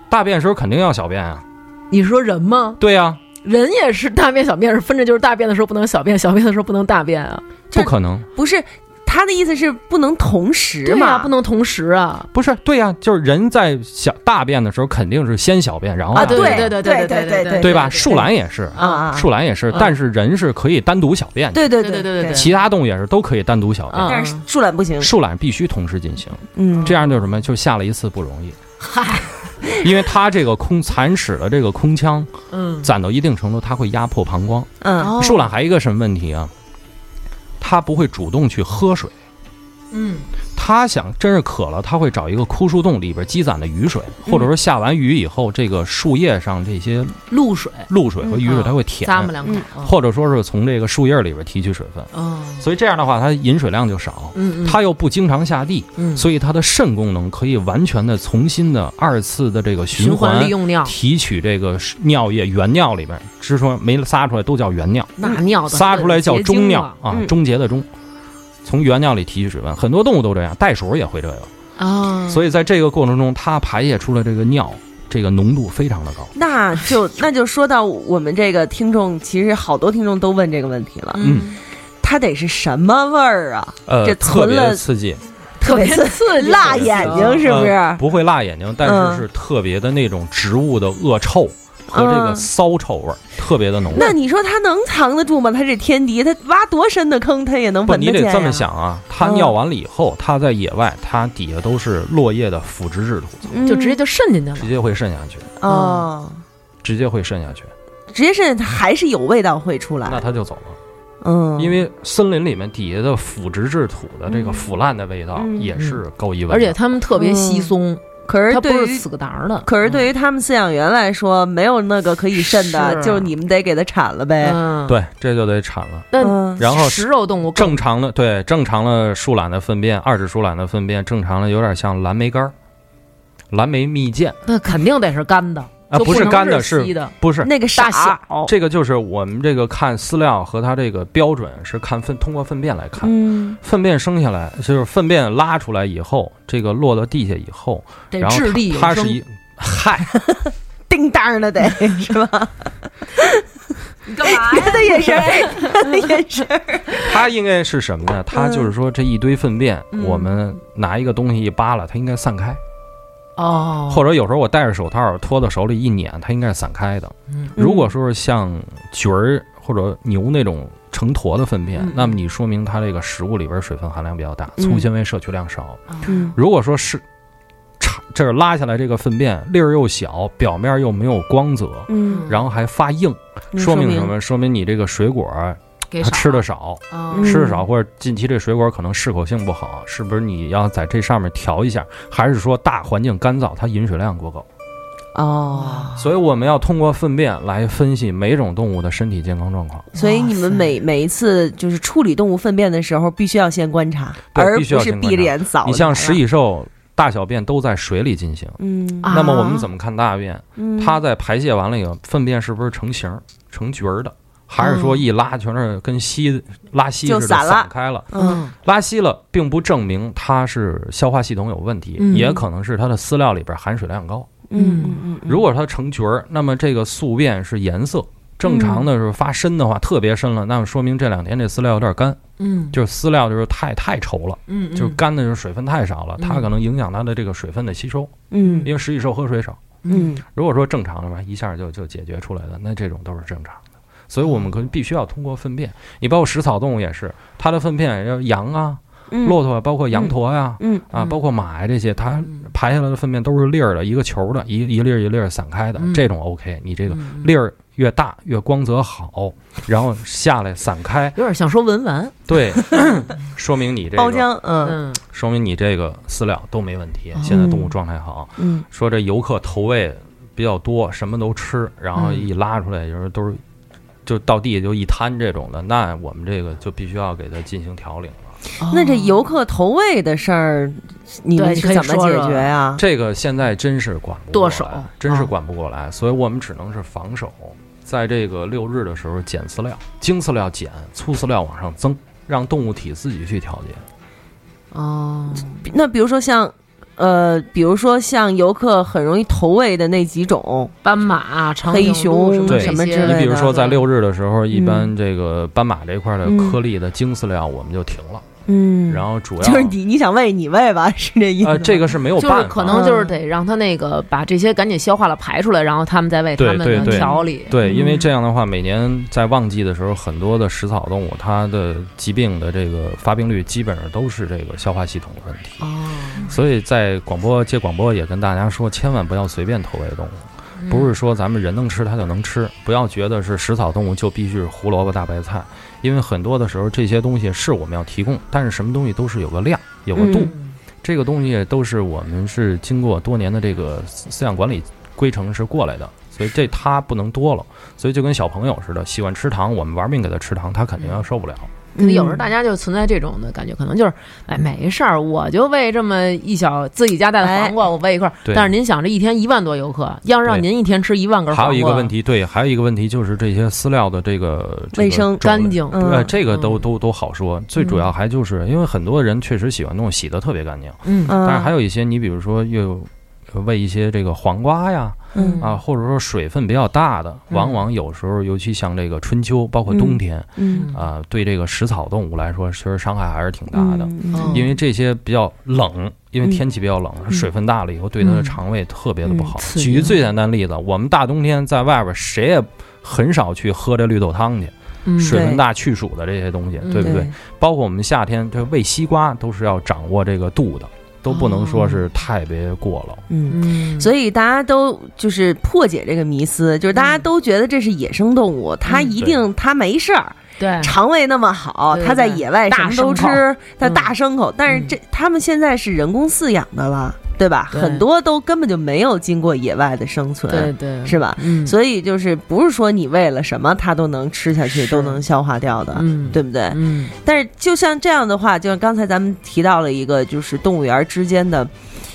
Speaker 5: 大便时候肯定要小便啊，
Speaker 2: 你说人吗？
Speaker 5: 对啊呀、
Speaker 2: 人也是大便小便是分着，就是大便的时候不能小便，小便的时候不能大便啊。
Speaker 5: 不可能。
Speaker 1: 不是他的意思是不能同时
Speaker 2: 对呀、
Speaker 1: 嘛？
Speaker 2: 不能同时啊。
Speaker 5: 不是，对呀、就是人在小大便的时候肯定是先小便，然后
Speaker 2: 啊，
Speaker 5: 大便
Speaker 1: 对
Speaker 2: 对对
Speaker 1: 对
Speaker 2: 对
Speaker 1: 对
Speaker 2: 对
Speaker 1: 对对
Speaker 5: 对吧？树懒也是，
Speaker 1: 啊啊，
Speaker 5: 树懒也是
Speaker 2: 嗯，
Speaker 5: 但是人是可以单独小便的，
Speaker 1: 对对
Speaker 2: 对对
Speaker 1: 对
Speaker 2: 对
Speaker 5: 其他动物也是都可以单独小
Speaker 2: 嗯
Speaker 1: 但
Speaker 5: 便。
Speaker 1: 是树懒不行。
Speaker 5: 树懒必须同时进行，
Speaker 1: 嗯，
Speaker 5: 这样就是什么？就下了一次不容易，
Speaker 2: 嗨，
Speaker 5: 因为它这个空蚕屎的这个空腔
Speaker 2: 嗯，
Speaker 5: 攒到一定程度，它会压迫膀胱。
Speaker 2: 哦
Speaker 1: 嗯，
Speaker 5: 树懒还有一个什么问题啊？它不会主动去喝水，
Speaker 2: 嗯，
Speaker 5: 它想真是渴了，它会找一个枯树洞里边积攒的雨水，
Speaker 2: 嗯
Speaker 5: 或者说下完雨以后，这个树叶上这些
Speaker 2: 露水
Speaker 5: 露水和雨水它会舔，
Speaker 2: 咂摸两口，嗯
Speaker 5: 或者说是从这个树叶里边提取水分，
Speaker 2: 哦，
Speaker 5: 所以这样的话，它饮水量就少。
Speaker 2: 嗯嗯，
Speaker 5: 它又不经常下地，
Speaker 2: 嗯
Speaker 5: 所以它的肾功能可以完全的重新的二次的这个
Speaker 2: 循
Speaker 5: 环
Speaker 2: 利用尿，
Speaker 5: 提取这个尿液原尿里边，只是说没撒出来都叫原尿，
Speaker 2: 那尿的
Speaker 5: 撒出来叫
Speaker 2: 结晶
Speaker 5: 中尿
Speaker 2: 了
Speaker 5: 啊，
Speaker 1: 嗯
Speaker 5: 终结的终，从原尿里提取水分，很多动物都这样，袋鼠也会这个，
Speaker 2: 啊，
Speaker 5: 所以在这个过程中，它排泄出来这个尿，这个浓度非常的高。
Speaker 1: 那 就那就说到我们这个听众，其实好多听众都问这个问题了，
Speaker 5: 嗯，
Speaker 1: 它得是什么味儿啊？
Speaker 5: 呃
Speaker 1: 这，
Speaker 5: 特
Speaker 1: 存了嗯
Speaker 5: 别刺激，
Speaker 1: 特别刺
Speaker 2: 刺激
Speaker 1: 辣眼
Speaker 2: 啊
Speaker 1: 睛是不是？
Speaker 5: 呃不会辣眼睛，但
Speaker 1: 嗯
Speaker 5: 是是特别的那种植物的恶臭和这个
Speaker 1: 嗯
Speaker 5: 骚臭味儿，特别的浓。
Speaker 1: 那你说他能藏得住吗？他这天敌，他挖多深的坑，他也能
Speaker 5: 不，
Speaker 1: 闻
Speaker 5: 你
Speaker 1: 得
Speaker 5: 得
Speaker 1: 见、
Speaker 5: 这么，想啊，它
Speaker 1: 嗯
Speaker 5: 尿完了以后，它在野外，它底下都是落叶的腐殖质土层，
Speaker 1: 嗯
Speaker 2: 就直接嗯就渗进去
Speaker 5: 直
Speaker 2: 了。
Speaker 5: 接会渗下去，
Speaker 1: 啊、哦，
Speaker 5: 直接会渗下去，
Speaker 1: 直接是还是有味道会出
Speaker 5: 那
Speaker 1: 来。
Speaker 5: 它就走了。
Speaker 1: 嗯，
Speaker 5: 因为森林里面底下的腐殖质土的这个腐烂的味道
Speaker 1: 嗯
Speaker 5: 也是够一闻的，
Speaker 2: 而且它们特别稀松，
Speaker 1: 可是
Speaker 2: 它
Speaker 1: 嗯
Speaker 2: 不
Speaker 1: 对
Speaker 2: 是
Speaker 1: 于
Speaker 2: 死个达的。
Speaker 1: 可是
Speaker 5: 嗯
Speaker 1: 对于他们饲养员来说，没有那个可以渗的，
Speaker 2: 是
Speaker 1: 就你们得给它铲了呗。
Speaker 2: 嗯，，
Speaker 5: 哎对，这就得铲了。
Speaker 2: 但
Speaker 1: 嗯，
Speaker 5: 然后
Speaker 2: 食肉动物更
Speaker 5: 正常的对正常的树懒的粪便，二指树懒的粪便，正常的有点像蓝莓干儿、蓝莓蜜饯
Speaker 2: 那肯定得是干的
Speaker 5: 啊，
Speaker 2: 就不
Speaker 5: 不是
Speaker 2: 能
Speaker 5: 干的，
Speaker 2: 稀
Speaker 5: 是
Speaker 2: 的，
Speaker 5: 不是？
Speaker 1: 那个傻
Speaker 2: 大小。
Speaker 5: 这个就是我们这个看饲料和它这个标准是看粪，通过粪便来看。
Speaker 1: 嗯，
Speaker 5: 粪便生下来就是粪便拉出来以后，这个落到地下以后，
Speaker 2: 得
Speaker 5: 然后
Speaker 2: 智力有
Speaker 5: 它它
Speaker 2: 生
Speaker 5: 是一嗨，
Speaker 1: 叮当的 得是吧？
Speaker 2: 你干嘛哎 呀？
Speaker 1: 的眼神儿，眼神儿，
Speaker 5: 它应该是什么
Speaker 2: 嗯
Speaker 5: 呢？它就是说这一堆粪便，
Speaker 1: 嗯
Speaker 5: 我们拿一个东西一扒拉，它应该散开，
Speaker 2: 哦，
Speaker 5: 或者有时候我戴着手套托到手里一捻，它应该是散开的。如
Speaker 1: 嗯
Speaker 5: 果说是像菊儿或者牛那种成坨的粪便
Speaker 2: 嗯，
Speaker 5: 那么你说明它这个食物里边水分含量比较大，
Speaker 1: 嗯
Speaker 5: 粗纤维摄取量少。
Speaker 1: 嗯
Speaker 5: 如果说是叉这儿拉下来这个粪便粒儿又小，表面又没有光泽，
Speaker 1: 嗯，
Speaker 5: 然后还发硬，
Speaker 1: 嗯
Speaker 5: 说明什？么？说明你这个水果儿
Speaker 2: 给
Speaker 5: 它吃的少，
Speaker 2: 啊
Speaker 1: 嗯
Speaker 5: 吃的少，或者近期这水果可能适口性不好，是不是你要在这上面调一下？还是说大环境干燥，它饮水量过高？
Speaker 1: 哦，
Speaker 5: 所以我们要通过粪便来分析每种动物的身体健康状况。
Speaker 1: 所以你们每每一次就是处理动物粪便的时候，必须要先观察，
Speaker 5: 对
Speaker 1: 而
Speaker 5: 必须要
Speaker 1: 不是
Speaker 5: 先观察
Speaker 1: 闭着眼扫。
Speaker 5: 你像食，蚁兽，大小便都在水里进行。
Speaker 1: 嗯，
Speaker 2: 啊
Speaker 5: 那么我们怎么看大便？
Speaker 1: 嗯
Speaker 5: 它在排泄完了以后，粪便是不是成型儿、成局儿的？还是说一拉全是跟稀拉稀
Speaker 1: 嗯
Speaker 5: 似
Speaker 1: 就
Speaker 5: 的
Speaker 1: 散了
Speaker 5: 散开了？
Speaker 1: 嗯
Speaker 5: 拉稀了，并不证明它是消化系统有问题，
Speaker 2: 嗯
Speaker 5: 也可能是它的饲料里边含水量高。
Speaker 1: 嗯嗯嗯，
Speaker 5: 如果它成角儿，那么这个宿便是颜色。正常
Speaker 1: 嗯
Speaker 5: 的是发深的话，特别深了，那么说明这两天这饲料有点干，
Speaker 2: 嗯
Speaker 5: 就是饲料就是太太稠了，
Speaker 2: 嗯，
Speaker 5: 就是干的就是水分太少了，它
Speaker 2: 嗯
Speaker 5: 可能影响它的这个水分的吸收，
Speaker 1: 嗯
Speaker 5: 因为食蚁兽喝水少。
Speaker 1: 嗯
Speaker 5: 如果说正常的话，一下就就解决出来的，那这种都是正常的。所以我们
Speaker 2: 哦
Speaker 5: 可以必须要通过粪便，你包括食草动物也是，它的粪便，要羊啊、
Speaker 1: 嗯
Speaker 5: 骆驼啊，包括羊驼呀、
Speaker 1: 嗯
Speaker 5: 啊，包括马呀这些，它
Speaker 2: 嗯
Speaker 5: 排下来的粪便都是粒儿的，一个球的，一一粒儿一粒儿散开的，
Speaker 2: 嗯
Speaker 5: 这种 OK。你这个
Speaker 2: 嗯
Speaker 5: 粒儿越大越光泽好，然后下来散开，
Speaker 2: 有点像说文玩，
Speaker 5: 对，说明你这
Speaker 1: 包
Speaker 5: 个
Speaker 1: 浆，嗯
Speaker 2: 嗯
Speaker 5: 说明你这个饲料都没问
Speaker 1: 哦
Speaker 5: 题，现在动物状态好。
Speaker 1: 嗯
Speaker 5: 说这游客投喂比较多，什么都吃，然后一拉出来有时候都是就到地就一摊这种的，那我们这个就必须要给它进行调理了。
Speaker 1: 那这游客投喂的事儿，你们
Speaker 2: 哦对
Speaker 1: 是
Speaker 2: 你可以
Speaker 1: 怎么
Speaker 2: 说
Speaker 1: 解
Speaker 2: 说
Speaker 1: 决啊呀？
Speaker 5: 这个现在真是管不过
Speaker 2: 剁
Speaker 5: 来
Speaker 2: 手
Speaker 5: 真是
Speaker 2: 啊
Speaker 5: 管不过
Speaker 1: 嗯
Speaker 5: 来，所以我们只能是防守，在这个六日的时候减饲料，精饲料减，粗饲料往上增，让动物体自己去调节。
Speaker 2: 哦，
Speaker 1: 那比如说像，呃，比如说像游客很容易投喂的那几种，
Speaker 2: 斑马、啊长
Speaker 1: 黑
Speaker 2: 颈
Speaker 1: 熊
Speaker 2: 鹿什么
Speaker 5: 什
Speaker 1: 么
Speaker 2: 这些
Speaker 1: 之类
Speaker 5: 你
Speaker 1: 的
Speaker 5: 比如说在六日的时候，一
Speaker 1: 嗯
Speaker 5: 般这个斑马这块的
Speaker 1: 嗯
Speaker 5: 颗粒的精饲料我们就停了，
Speaker 1: 嗯
Speaker 5: 然后主要
Speaker 1: 就是你你想喂你喂吧，是这意思吗？
Speaker 5: 呃这个是没有
Speaker 2: 就
Speaker 5: 办法
Speaker 2: 是
Speaker 5: 的，
Speaker 2: 可能就是得让它那个把这些赶紧消化了排出来，然后他们再为他
Speaker 5: 对
Speaker 2: 们
Speaker 5: 对
Speaker 2: 的
Speaker 5: 对
Speaker 2: 调理。
Speaker 5: 对，因为这样的话，每年在旺季的时候，很多的食草动物，它的疾病的这个发病率基本上都是这个消化系统的问题。
Speaker 2: 哦，
Speaker 5: 所以在广播接广播也跟大家说，千万不要随便投喂动物，
Speaker 2: 嗯
Speaker 5: 不是说咱们人能吃它就能吃，不要觉得是食草动物就必须是胡萝卜大白菜，因为很多的时候这些东西是我们要提供，但是什么东西都是有个量，有个度，
Speaker 2: 嗯
Speaker 5: 这个东西都是我们是经过多年的这个饲养管理规程是过来的，所以这它不能多了，所以就跟小朋友似的，喜欢吃糖，我们玩命给他吃糖，他肯定要受不了。
Speaker 2: 可能有时
Speaker 1: 嗯
Speaker 2: 候大家就存在这种的感觉，可能就是哎没事儿，我就喂这么一小自己家带的
Speaker 1: 哎
Speaker 2: 黄瓜，我喂一块儿。
Speaker 5: 对
Speaker 2: 但是您想，这一天一万多游客，要让
Speaker 5: 对
Speaker 2: 您一天吃一万根
Speaker 5: 还
Speaker 2: 嗯黄瓜，
Speaker 5: 有一个问题，对，还有一个问题就是这些饲料的这个这个
Speaker 1: 卫生
Speaker 5: 种类
Speaker 2: 干净
Speaker 1: 嗯
Speaker 5: 呃，这个都都都好说。最主要还就是因为很多人确实喜欢弄洗的特别干净，
Speaker 2: 嗯
Speaker 1: 嗯，
Speaker 5: 但是还有一些你比如说又喂一些这个黄瓜呀，
Speaker 1: 嗯
Speaker 5: 啊，或者说水分比较大的，
Speaker 2: 嗯
Speaker 5: 往往有时候，尤其像这个春秋，包括冬天
Speaker 1: 嗯
Speaker 5: 啊、对这个食草动物来说，其实伤害还是挺大
Speaker 1: 嗯
Speaker 5: 的。
Speaker 2: 嗯
Speaker 5: 因为这些比较冷，因为
Speaker 1: 嗯
Speaker 5: 天气比较冷，水分大了以后，对它的肠胃特别的不好
Speaker 2: 嗯。刺激
Speaker 5: 举一最简单例子，我们大冬天在外边，谁也很少去喝这绿豆汤去，
Speaker 2: 嗯
Speaker 5: 水
Speaker 1: 对
Speaker 5: 分大去暑的这些东西，
Speaker 2: 嗯
Speaker 5: 对不对？包括我们夏天这喂西瓜都是要掌握这个度的，都不能说是太别过了。
Speaker 1: 哦嗯。
Speaker 2: 嗯，
Speaker 1: 所以大家都就是破解这个迷思，就是大家都觉得这是野生动
Speaker 2: 嗯
Speaker 1: 物，它一定它没事儿，
Speaker 2: 对，
Speaker 1: 肠胃那么好，
Speaker 2: 嗯对
Speaker 1: 它在野外什么都
Speaker 2: 大
Speaker 1: 吃，它
Speaker 2: 嗯
Speaker 1: 大牲口。但是这他们现在是人工饲养的了，对吧？
Speaker 2: 对
Speaker 1: 很多都根本就没有经过野外的生
Speaker 2: 对
Speaker 1: 存，
Speaker 2: 对，
Speaker 1: 是吧？
Speaker 2: 嗯，
Speaker 1: 所以就是不是说你喂了什么它都能吃下去，
Speaker 2: 是
Speaker 1: 都能消化掉的，
Speaker 2: 嗯，
Speaker 1: 对不对？
Speaker 2: 嗯，
Speaker 1: 但是就像这样的话，就像刚才咱们提到了一个，就是动物园之间的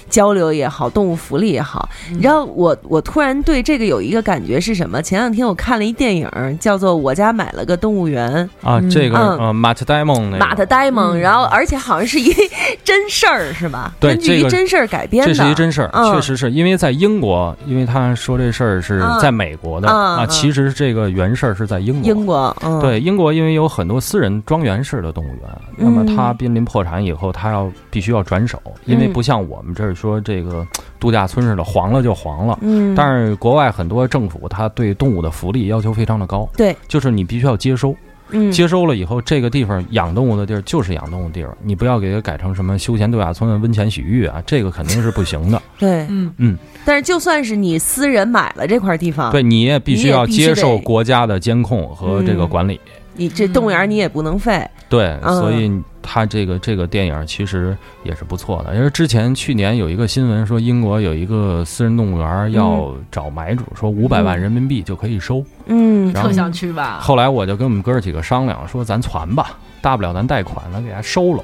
Speaker 1: 交流也好，动物福利也好。
Speaker 5: 嗯
Speaker 1: 你知道我我突然对这个有一个感觉是什么？前两天我看了一电影，叫做《我家买了个动物园
Speaker 5: 啊，
Speaker 2: 嗯
Speaker 5: 这个
Speaker 1: 嗯
Speaker 5: 呃，马特戴蒙那》，
Speaker 1: 马特
Speaker 5: 个，
Speaker 1: 呆萌，
Speaker 2: 嗯
Speaker 1: 然后而且好像是一 真事儿，是吧？
Speaker 5: 对
Speaker 1: 根据
Speaker 5: 这
Speaker 1: 一
Speaker 5: 个
Speaker 1: 真事儿改编的。
Speaker 5: 这是一真事儿，
Speaker 1: 嗯
Speaker 5: 确实是因为在英国，因为他说这事儿是
Speaker 1: 嗯
Speaker 5: 在美国的
Speaker 1: 嗯
Speaker 5: 啊，
Speaker 1: 嗯
Speaker 5: 其实这个原事儿是在英国。
Speaker 1: 英国，嗯，
Speaker 5: 对英国，因为有很多私人庄园式的动物园，那么它濒临破产以后，它要必须要转手，因为
Speaker 1: 嗯
Speaker 5: 不像我们这儿说这个度假村似的，黄了就黄了。
Speaker 1: 嗯，
Speaker 5: 但是国外很多政府它对动物的福利要求非常的高，
Speaker 1: 对，
Speaker 5: 就是你必须要接收，
Speaker 1: 嗯，
Speaker 5: 接收了以后，这个地方养动物的地儿就是养动物地儿，你不要给它改成什么休闲度假村、温泉洗浴啊，这个肯定是不行的。
Speaker 1: 对，
Speaker 2: 嗯
Speaker 5: 嗯，
Speaker 1: 但是就算是你私人买了这块地方，
Speaker 5: 对，你也必须要
Speaker 1: 啊你也必须
Speaker 5: 接
Speaker 1: 得
Speaker 5: 受国家的监控和这个
Speaker 1: 嗯
Speaker 5: 管理。
Speaker 1: 你这动物
Speaker 5: 嗯
Speaker 1: 园你也不能废，
Speaker 5: 对，
Speaker 1: 嗯
Speaker 5: 所以他这个这个电影其实也是不错的。因为之前去年有一个新闻说，英国有一个私人动物
Speaker 1: 嗯
Speaker 5: 园要找买主，说五百万人民币就可以收。
Speaker 1: 嗯，
Speaker 5: 然后
Speaker 2: 去吧，
Speaker 5: 后来我就跟我们哥儿几个商量，说咱攒吧，大不了咱贷款了，给它收了。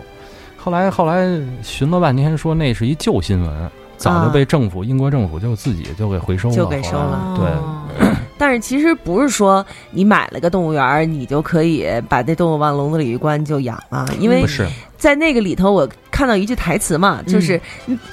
Speaker 5: 后来后来寻了半天，说那是一旧新闻，早就被政府、英国政府就自己就给回收了，
Speaker 1: 啊就给收
Speaker 5: 后来
Speaker 1: 了哦
Speaker 2: 对，
Speaker 1: 但是其实不是说你买了个动物园儿，你就可以把这动物往笼子里一关就养了，因
Speaker 5: 对，
Speaker 1: 为
Speaker 5: 不是
Speaker 1: 在那个里头，我看到一句台词嘛，就是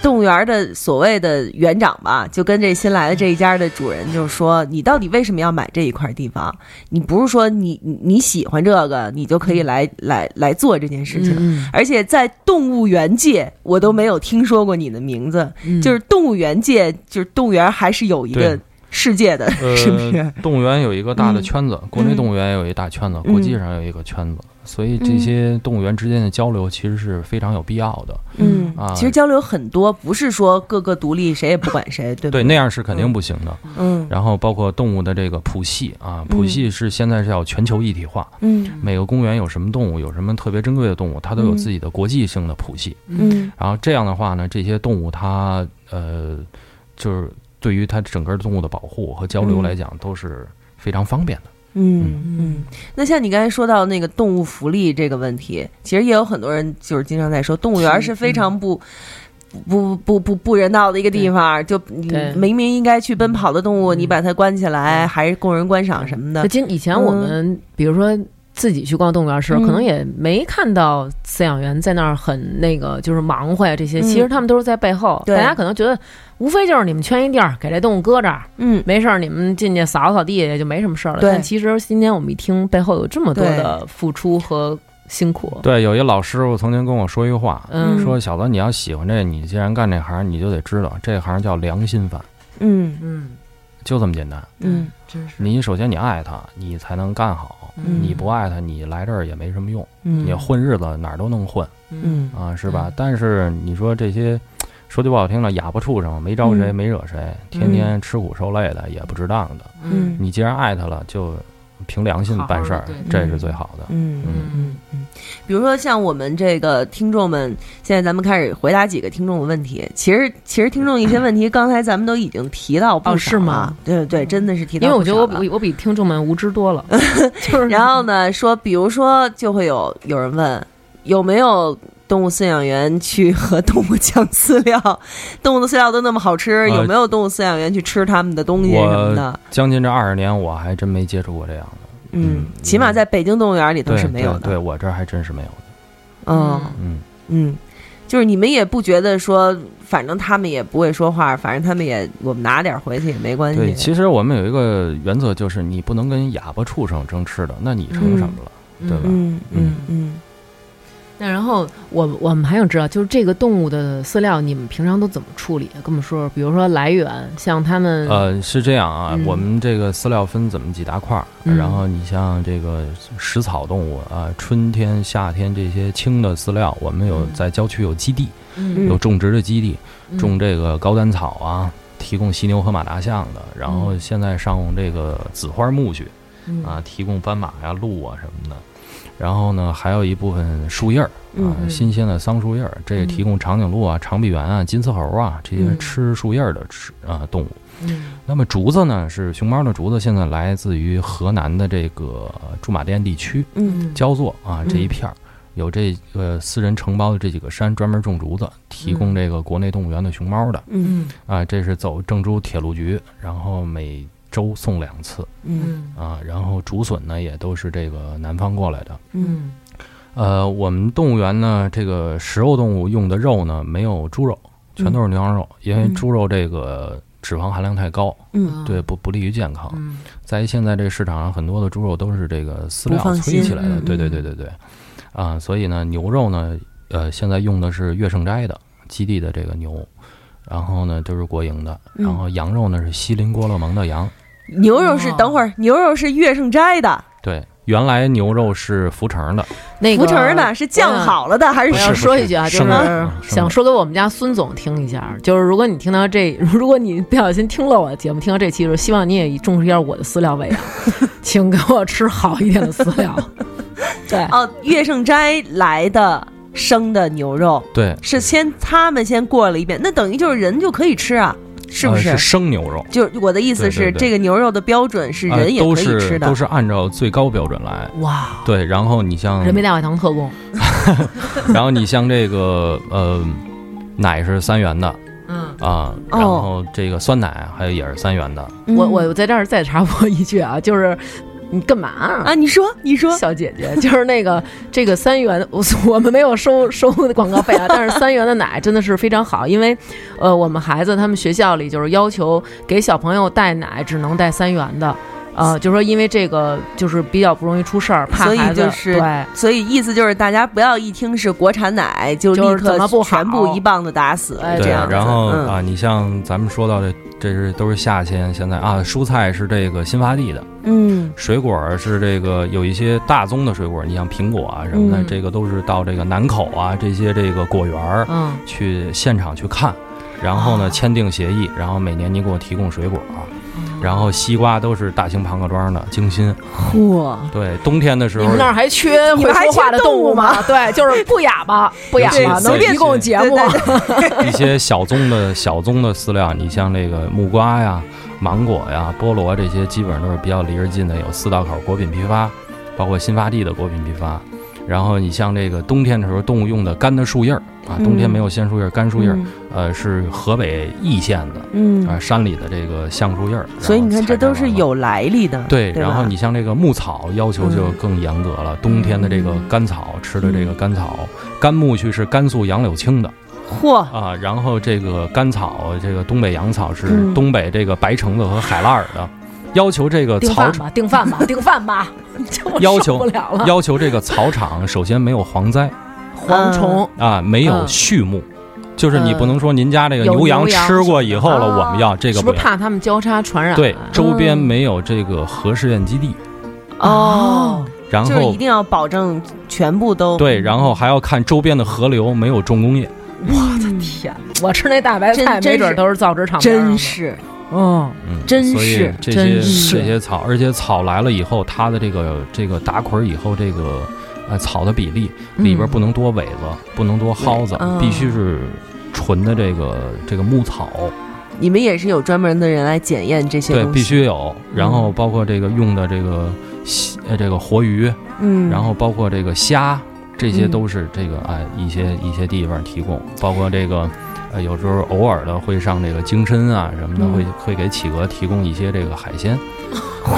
Speaker 1: 动物园儿的所谓的园长吧，就跟这新来的这一家的主人就说：“你到底为什么要买这一块地方？你不是说你你你喜欢这个，你就可以来来来做这件事情。
Speaker 2: 嗯
Speaker 1: 而且在动物园界，我都没有听说过你的名字。
Speaker 2: 嗯
Speaker 1: 就是动物园界，就是动物园还是有一个
Speaker 5: 对
Speaker 1: 世界的，是不是？
Speaker 5: 呃，动物园有一个大的圈子，国内动物园也有一大圈子，
Speaker 1: 嗯
Speaker 5: 国际上有一个圈子，所以这些动物园之间的交流其实是非常有必要的。
Speaker 1: 嗯
Speaker 5: 啊，
Speaker 1: 其实交流很多，不是说各个独立，谁也不管谁，对不
Speaker 5: 对，那样是肯定不行的。
Speaker 1: 嗯
Speaker 5: 然后包括动物的这个谱系啊，谱系是现在是要全球一体化，
Speaker 1: 嗯
Speaker 5: 每个公园有什么动物，有什么特别珍贵的动物，它都有
Speaker 1: 嗯
Speaker 5: 自己的国际性的谱系。
Speaker 1: 嗯
Speaker 5: 然后这样的话呢，这些动物它呃，就是对于它整个动物的保护和交流
Speaker 1: 嗯
Speaker 5: 来讲都是非常方便的。
Speaker 1: 嗯嗯。那像你刚才说到那个动物福利这个问题，其实也有很多人就是经常在说，动物园是非常不。不不不不人道的一个地方，就你
Speaker 2: 对
Speaker 1: 明明应该去奔跑的动物，你把它关起来，还是供人观赏什么的
Speaker 2: 那。今以前我们比如说。自己去逛动物园的时候，
Speaker 1: 嗯
Speaker 2: 可能也没看到饲养员在那儿很那个，就是忙活呀这些。
Speaker 1: 嗯
Speaker 2: 其实他们都是在背后，
Speaker 1: 对
Speaker 2: 大家可能觉得无非就是你们圈一地儿给这动物搁这儿，
Speaker 1: 嗯，
Speaker 2: 没事儿，你们进去扫扫地也就没什么事儿了。
Speaker 1: 对
Speaker 2: 但其实今天我们一听，背后有这么多
Speaker 1: 对
Speaker 2: 的付出和辛苦。
Speaker 5: 对，有一老师傅曾经跟我说一句话，
Speaker 2: 嗯，
Speaker 5: 说小子，你要喜欢这，你既然干这行，你就得知道这行叫良心饭，
Speaker 1: 嗯
Speaker 2: 嗯
Speaker 5: 就这么简单。
Speaker 1: 嗯，
Speaker 2: 真是
Speaker 5: 你首先你爱它，你才能干好。
Speaker 1: 嗯
Speaker 5: 你不爱它，你来这儿也没什么用，
Speaker 1: 嗯
Speaker 5: 你混日子哪儿都能混
Speaker 1: 嗯
Speaker 5: 啊，是吧
Speaker 2: 嗯？
Speaker 5: 但是你说这些，说句不好听的，哑巴畜生没招谁，
Speaker 1: 嗯
Speaker 5: 没惹谁，天天吃苦受累的也不值当的。
Speaker 1: 嗯
Speaker 5: 你既然爱它了，就凭良心办事
Speaker 2: 好
Speaker 5: 儿
Speaker 2: 好地对，
Speaker 5: 这是最好的。
Speaker 1: 嗯
Speaker 5: 嗯
Speaker 1: 嗯嗯，比如说像我们这个听众们，现在咱们开始回答几个听众的问题。其实，其实听众一些问题，刚才咱们都已经提到不少
Speaker 2: 哦是吗
Speaker 1: 了？对对，真的是提到
Speaker 2: 因为我
Speaker 1: 不
Speaker 2: 觉
Speaker 1: 少了，
Speaker 2: 得我比我比听众们无知多了，
Speaker 1: 嗯
Speaker 2: 就是
Speaker 1: 然后呢，说比如说就会有有人问，有没有动物饲养员去和动物抢饲料？动物的饲料都那么好吃，有没有动物饲养员去吃他们的东西什么的？
Speaker 5: 将近这二十年，我还真没接触过这样的，
Speaker 1: 嗯
Speaker 5: 嗯，
Speaker 1: 起码在北京动物园里头
Speaker 5: 对
Speaker 1: 是没有
Speaker 5: 对，对
Speaker 1: 的。
Speaker 5: 我这儿还真是没有的。
Speaker 1: 嗯。
Speaker 5: 嗯，
Speaker 1: 嗯，就是你们也不觉得说，反正他们也不会说话，反正他们也我们拿点儿回去也没关
Speaker 5: 对，
Speaker 1: 系。
Speaker 5: 其实我们有一个原则，就是你不能
Speaker 1: 嗯
Speaker 5: 跟哑巴畜生争吃的，那你成什么了？对吧
Speaker 1: 嗯嗯嗯。
Speaker 2: 那然后我我们还想知道，就是这个动物的饲料，你们平常都怎么处理？跟我们说说，比如说来源，像他们，
Speaker 5: 呃，是这样啊，
Speaker 2: 嗯
Speaker 5: 我们这个饲料分怎么几大块儿，
Speaker 2: 嗯
Speaker 5: 然后你像这个食草动物啊、春天、夏天这些轻的饲料，我们有
Speaker 2: 嗯
Speaker 5: 在郊区有基地，
Speaker 2: 嗯
Speaker 5: 有种植的基地，
Speaker 2: 嗯
Speaker 5: 种这个高丹草啊，提供犀牛和马达象的，然后现在上这个紫花苜蓿
Speaker 2: 嗯
Speaker 5: 啊，提供斑马呀、鹿啊什么的。然后呢，还有一部分树叶儿啊
Speaker 1: 嗯，
Speaker 2: 嗯
Speaker 5: 新鲜的桑树叶儿，这也提供长颈鹿啊、长臂猿啊、金丝猴啊这些
Speaker 2: 嗯
Speaker 5: 吃树叶儿的吃啊动物。
Speaker 2: 嗯
Speaker 5: 那么竹子呢，是熊猫的竹子，现在来自于河南的这个呃驻马店地区
Speaker 2: 嗯
Speaker 5: 焦作啊这一
Speaker 2: 嗯
Speaker 5: 片儿，有这个私人承包的这几个山专门种竹子，提供这个国内动物园的熊猫的
Speaker 1: 嗯
Speaker 5: 啊，这是走郑州铁路局，然后每周送两次
Speaker 1: 嗯
Speaker 2: 嗯
Speaker 5: 啊，然后竹笋呢也都是这个南方过来的。
Speaker 1: 嗯
Speaker 2: 嗯
Speaker 5: 呃，我们动物园呢，这个食肉动物用的肉呢，没有猪肉，嗯全都是牛羊肉，因为
Speaker 1: 嗯
Speaker 5: 猪肉这个脂肪含量太高，
Speaker 1: 嗯，
Speaker 5: 对不不利于健康。
Speaker 2: 嗯
Speaker 5: 在于现在这个市场上，很多的猪肉都是这个饲
Speaker 1: 不
Speaker 5: 料
Speaker 1: 放
Speaker 5: 催
Speaker 1: 心
Speaker 5: 起来的，
Speaker 2: 嗯
Speaker 5: 对
Speaker 2: 嗯
Speaker 5: 对对对对，啊、所以呢，牛肉呢，呃，现在用的是月盛斋的基地的这个牛，然后呢都是国营的，
Speaker 1: 嗯
Speaker 5: 然后羊肉呢是锡林郭勒盟的羊，
Speaker 1: 牛肉是
Speaker 2: 哦
Speaker 1: 等会儿牛肉是月盛斋的，
Speaker 5: 对，原来牛肉是福成的，
Speaker 2: 那个
Speaker 1: 福成的是酱好了的还
Speaker 2: 我
Speaker 1: 是
Speaker 2: 要
Speaker 1: 什
Speaker 5: 不是
Speaker 2: 说一句啊，就
Speaker 5: 生的
Speaker 2: 是
Speaker 5: 嗯生的
Speaker 2: 想说给我们家孙总听一下，就是如果你听到这， 如果你不小心听了我的节目，听到这期的时候，希望你也重视一下我的饲料 喂养，请给我吃好一点的饲料。对，
Speaker 1: 哦，月盛斋来的生的牛肉
Speaker 5: 对，
Speaker 1: 是先他们先过了一遍，那等于就是人就可以吃啊，是不
Speaker 5: 呃
Speaker 1: 是？
Speaker 5: 是生牛肉。
Speaker 1: 就是我的意思
Speaker 5: 对
Speaker 1: 是，
Speaker 5: 对对
Speaker 1: 这个牛肉的标准是
Speaker 5: 呃
Speaker 1: 人也
Speaker 5: 都
Speaker 1: 可以
Speaker 5: 是
Speaker 1: 吃的，
Speaker 5: 都是按照最高标准来，
Speaker 2: 哇，
Speaker 5: 对。然后你像
Speaker 2: 人民大会堂特供，
Speaker 5: 然后你像这个呃，奶是三元的
Speaker 2: 嗯，
Speaker 5: 啊，然
Speaker 1: 哦
Speaker 5: 后这个酸奶还有也是三元的，
Speaker 1: 嗯
Speaker 2: 我我在这儿再插播一句啊，就是你干嘛啊
Speaker 1: 啊，你说你说，
Speaker 2: 小姐姐，就是那个这个三元，我我们没有收收广告费啊，但是三元的奶真的是非常好，因为，呃，我们孩子他们学校里就是要求给小朋友带奶只能带三元的，呃，就说因为这个就是比较不容易出事儿，怕
Speaker 1: 所以
Speaker 2: 孩子
Speaker 1: 就是
Speaker 2: 对。
Speaker 1: 所以意思就是大家不要一听是国产奶就立
Speaker 2: 就是怎
Speaker 1: 刻
Speaker 2: 么不好
Speaker 1: 全部一棒子打死，
Speaker 2: 哎
Speaker 1: 这
Speaker 5: 对
Speaker 1: 样。子。
Speaker 5: 然后、
Speaker 1: 嗯
Speaker 5: 啊，你像咱们说到的，这是都是夏天，现在啊，蔬菜是这个新发地的，
Speaker 1: 嗯
Speaker 5: 水果儿是这个有一些大宗的水果儿，你像苹果啊什么的，
Speaker 2: 嗯
Speaker 5: 这个都是到这个南口啊这些这个果园
Speaker 1: 哦
Speaker 5: 儿
Speaker 2: 嗯，
Speaker 5: 去现场去看。然后呢，
Speaker 2: 啊
Speaker 5: 签订协议，然后每年你给我提供水果儿，
Speaker 1: 嗯
Speaker 5: 然后西瓜都是大型庞各庄的精心。
Speaker 1: 嚯，
Speaker 5: 对，冬天的时候
Speaker 2: 你们那儿还缺
Speaker 1: 你
Speaker 2: 会
Speaker 1: 们还
Speaker 2: 说话的
Speaker 1: 缺
Speaker 2: 动
Speaker 1: 动
Speaker 2: 物
Speaker 1: 物
Speaker 2: 吗？对，就是不哑巴，不哑
Speaker 5: 尤其
Speaker 2: 巴
Speaker 5: 是
Speaker 2: 能
Speaker 5: 对
Speaker 2: 提供节
Speaker 1: 对
Speaker 2: 目。
Speaker 1: 对对
Speaker 5: 一些小宗的小宗的饲料，你像这个木瓜呀、芒果呀、菠萝这些，基本上都是比较离着近的，有四道口果品批发，包括新发地的果品批发。然后你像这个冬天的时候，动物用的干的树叶儿啊，
Speaker 1: 嗯
Speaker 5: 冬天没有鲜树叶儿，干树叶儿，
Speaker 1: 嗯
Speaker 5: 呃，是河北易县的啊，
Speaker 1: 嗯，
Speaker 5: 山里的这个橡树叶儿。
Speaker 1: 所以你看
Speaker 5: 然后
Speaker 1: 这都是
Speaker 5: 采摘完了
Speaker 1: 有来历的，
Speaker 5: 对，
Speaker 1: 对吧
Speaker 5: 然后你像这个牧草要求就更严格了，冬天的这个干草吃的这个干草，干苜蓿是甘肃杨柳青的。
Speaker 1: 嚯，
Speaker 5: 啊，然后这个甘草，这个东北洋草是
Speaker 1: 嗯
Speaker 5: 东北这个白橙子和海拉尔的，要求这个
Speaker 2: 订
Speaker 5: 草
Speaker 2: 饭
Speaker 5: 场
Speaker 2: 吧，订饭 吧，订饭吧， 这我
Speaker 5: 要
Speaker 2: 受
Speaker 5: 求
Speaker 2: 不了了。
Speaker 5: 要求这个草场首先没有蝗灾
Speaker 2: 蝗虫，
Speaker 5: 啊，没有
Speaker 2: 嗯
Speaker 5: 畜牧，就是你不能说您家这个
Speaker 2: 有
Speaker 5: 牛羊
Speaker 2: 牛羊
Speaker 5: 吃过以后
Speaker 2: 什么
Speaker 5: 了，
Speaker 2: 的
Speaker 5: 我们要这个
Speaker 2: 是不是
Speaker 5: 不要
Speaker 2: 怕他们交叉传染？啊
Speaker 5: 对，周
Speaker 1: 嗯
Speaker 5: 边没有这个核试验基地，
Speaker 1: 哦，
Speaker 5: 然
Speaker 1: 就是
Speaker 5: 后
Speaker 1: 一定要保证全部都
Speaker 5: 对，然后还要看周边的河流没有重工业，
Speaker 1: 我的
Speaker 2: 天，我吃那大白菜，
Speaker 1: 真真
Speaker 2: 没准
Speaker 1: 是
Speaker 2: 都是造纸厂边上
Speaker 1: 真
Speaker 2: 的，
Speaker 1: 是
Speaker 2: 嗯，
Speaker 5: 嗯，
Speaker 1: 真
Speaker 5: 所以
Speaker 1: 是
Speaker 5: 这些
Speaker 2: 真是
Speaker 5: 这些草，而且草来了以后，它的这个这个打捆儿以后，这个呃草的比例里边
Speaker 2: 嗯
Speaker 5: 不能多苇子，不能多蒿子，
Speaker 1: 嗯
Speaker 5: 必须是纯的这个这个牧草，
Speaker 1: 你们也是有专门的人来检验这些
Speaker 5: 对，
Speaker 1: 东西，嗯
Speaker 5: 必须有。然后包括这个用的这个西呃这个活鱼，
Speaker 1: 嗯，
Speaker 5: 然后包括这个虾，这些
Speaker 2: 嗯
Speaker 5: 都是这个啊、哎一些一些地方提供，包括这个。呃，有时候偶尔的会上这个鲸参啊什么的，
Speaker 2: 嗯
Speaker 5: 会会给企鹅提供一些这个海鲜。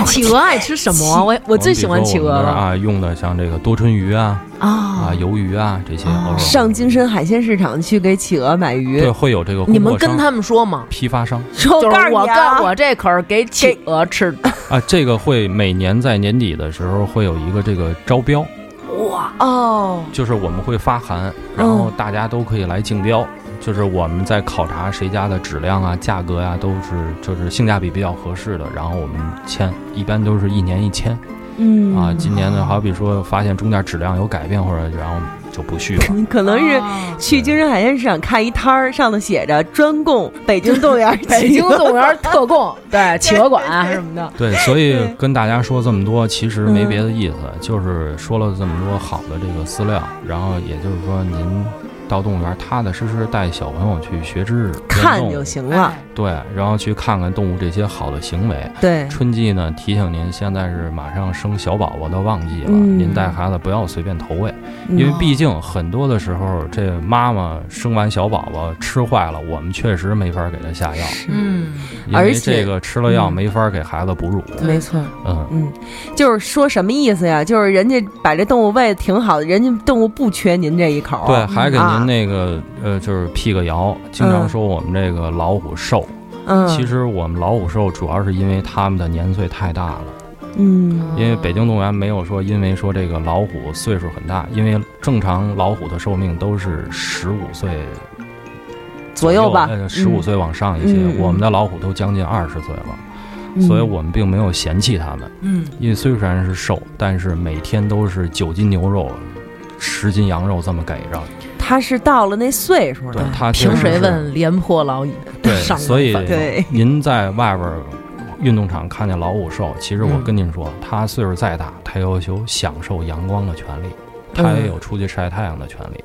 Speaker 2: 企鹅爱吃什 么？啊我我最喜欢企鹅
Speaker 5: 我
Speaker 2: 了
Speaker 5: 们比如说我们这儿啊，用的像这个多春鱼啊、啊
Speaker 2: 啊！
Speaker 5: 鱿鱼啊这些
Speaker 2: 啊，
Speaker 5: 偶尔
Speaker 1: 上京深海鲜市场去给企鹅买鱼
Speaker 5: 对，会有这个供货
Speaker 2: 你们跟
Speaker 5: 商
Speaker 2: 他们说吗？
Speaker 5: 批发商
Speaker 1: 说
Speaker 2: 就是
Speaker 1: 告诉
Speaker 2: 我
Speaker 1: 你啊
Speaker 2: 告我这可是给企鹅吃的，
Speaker 5: 啊，这个会每年在年底的时候会有一个这个招标，哇！
Speaker 1: 哦，
Speaker 5: 就是我们会发函，然
Speaker 2: 嗯
Speaker 5: 后大家都可以来竞标。就是我们在考察谁家的质量啊、价格呀、都是就是性价比比较合适的，然后我们签，一般都是一年一签
Speaker 1: 嗯
Speaker 5: 啊。今年
Speaker 2: 哦
Speaker 5: 呢，好比说发现中间质量有改变，或者然后就不续了。
Speaker 1: 可能是
Speaker 2: 哦
Speaker 1: 去京深海鲜市场看一摊儿，上头写着专供北京动物园儿企鹅，
Speaker 2: 北京动物园特供， 对企鹅馆啊什么的，
Speaker 5: 对，所以跟大家说这么多，其实没别的意思，就是说了这么多好的这个资料，然后也就是说，您到动物园踏踏实实带小朋友去学知识，
Speaker 1: 看
Speaker 5: 运动
Speaker 1: 就。行了。
Speaker 5: 对，然后去看看动物这些好的行为。
Speaker 1: 对，
Speaker 5: 春季呢，提醒您现在是马上生小宝宝的旺季了，
Speaker 1: 嗯
Speaker 5: 您带孩子不要随便投喂，
Speaker 1: 嗯
Speaker 5: 因为毕竟很多的时候，这妈妈生完小宝宝吃坏了，我们确实没法给他下药，
Speaker 2: 嗯，
Speaker 5: 因
Speaker 1: 而
Speaker 5: 为
Speaker 1: 且
Speaker 5: 这个吃了药
Speaker 1: 嗯
Speaker 5: 没法给孩子哺乳。
Speaker 1: 没错。
Speaker 5: 嗯，
Speaker 1: 嗯，就是说什么意思呀？就是人家把这动物喂的挺好的，人家动物不缺您这一口。
Speaker 5: 对，还给
Speaker 1: 啊
Speaker 5: 您那个、呃，就是辟个谣，经常说我们这个老虎瘦，
Speaker 1: 嗯，
Speaker 5: 其实我们老虎瘦主要是因为它们的年岁太大了，
Speaker 1: 嗯，
Speaker 5: 因为北京动物园没有说因为说这个老虎岁数很大，因为正常老虎的寿命都是十五岁
Speaker 1: 左右吧，
Speaker 5: 呃十五岁往上一些，
Speaker 1: 嗯嗯
Speaker 5: 我们的老虎都将近二十岁了，
Speaker 1: 嗯，
Speaker 5: 所以我们并没有嫌弃它们，
Speaker 2: 嗯，
Speaker 5: 因为虽然是瘦，但是每天都是九斤牛肉、十斤羊肉这么给着，
Speaker 1: 他是到了那岁数
Speaker 5: 对
Speaker 1: 了，
Speaker 5: 它确
Speaker 2: 凭
Speaker 5: 实
Speaker 2: 谁
Speaker 5: 是
Speaker 2: 问廉颇老矣？
Speaker 5: 对，
Speaker 2: 上
Speaker 5: 所以
Speaker 2: 过分
Speaker 1: 对
Speaker 5: 您在外边儿运动场看见老虎兽，其实我
Speaker 2: 嗯
Speaker 5: 跟您说，它岁数再大，它有有享受阳光的权利，它
Speaker 2: 嗯
Speaker 5: 也有出去晒太阳的权利。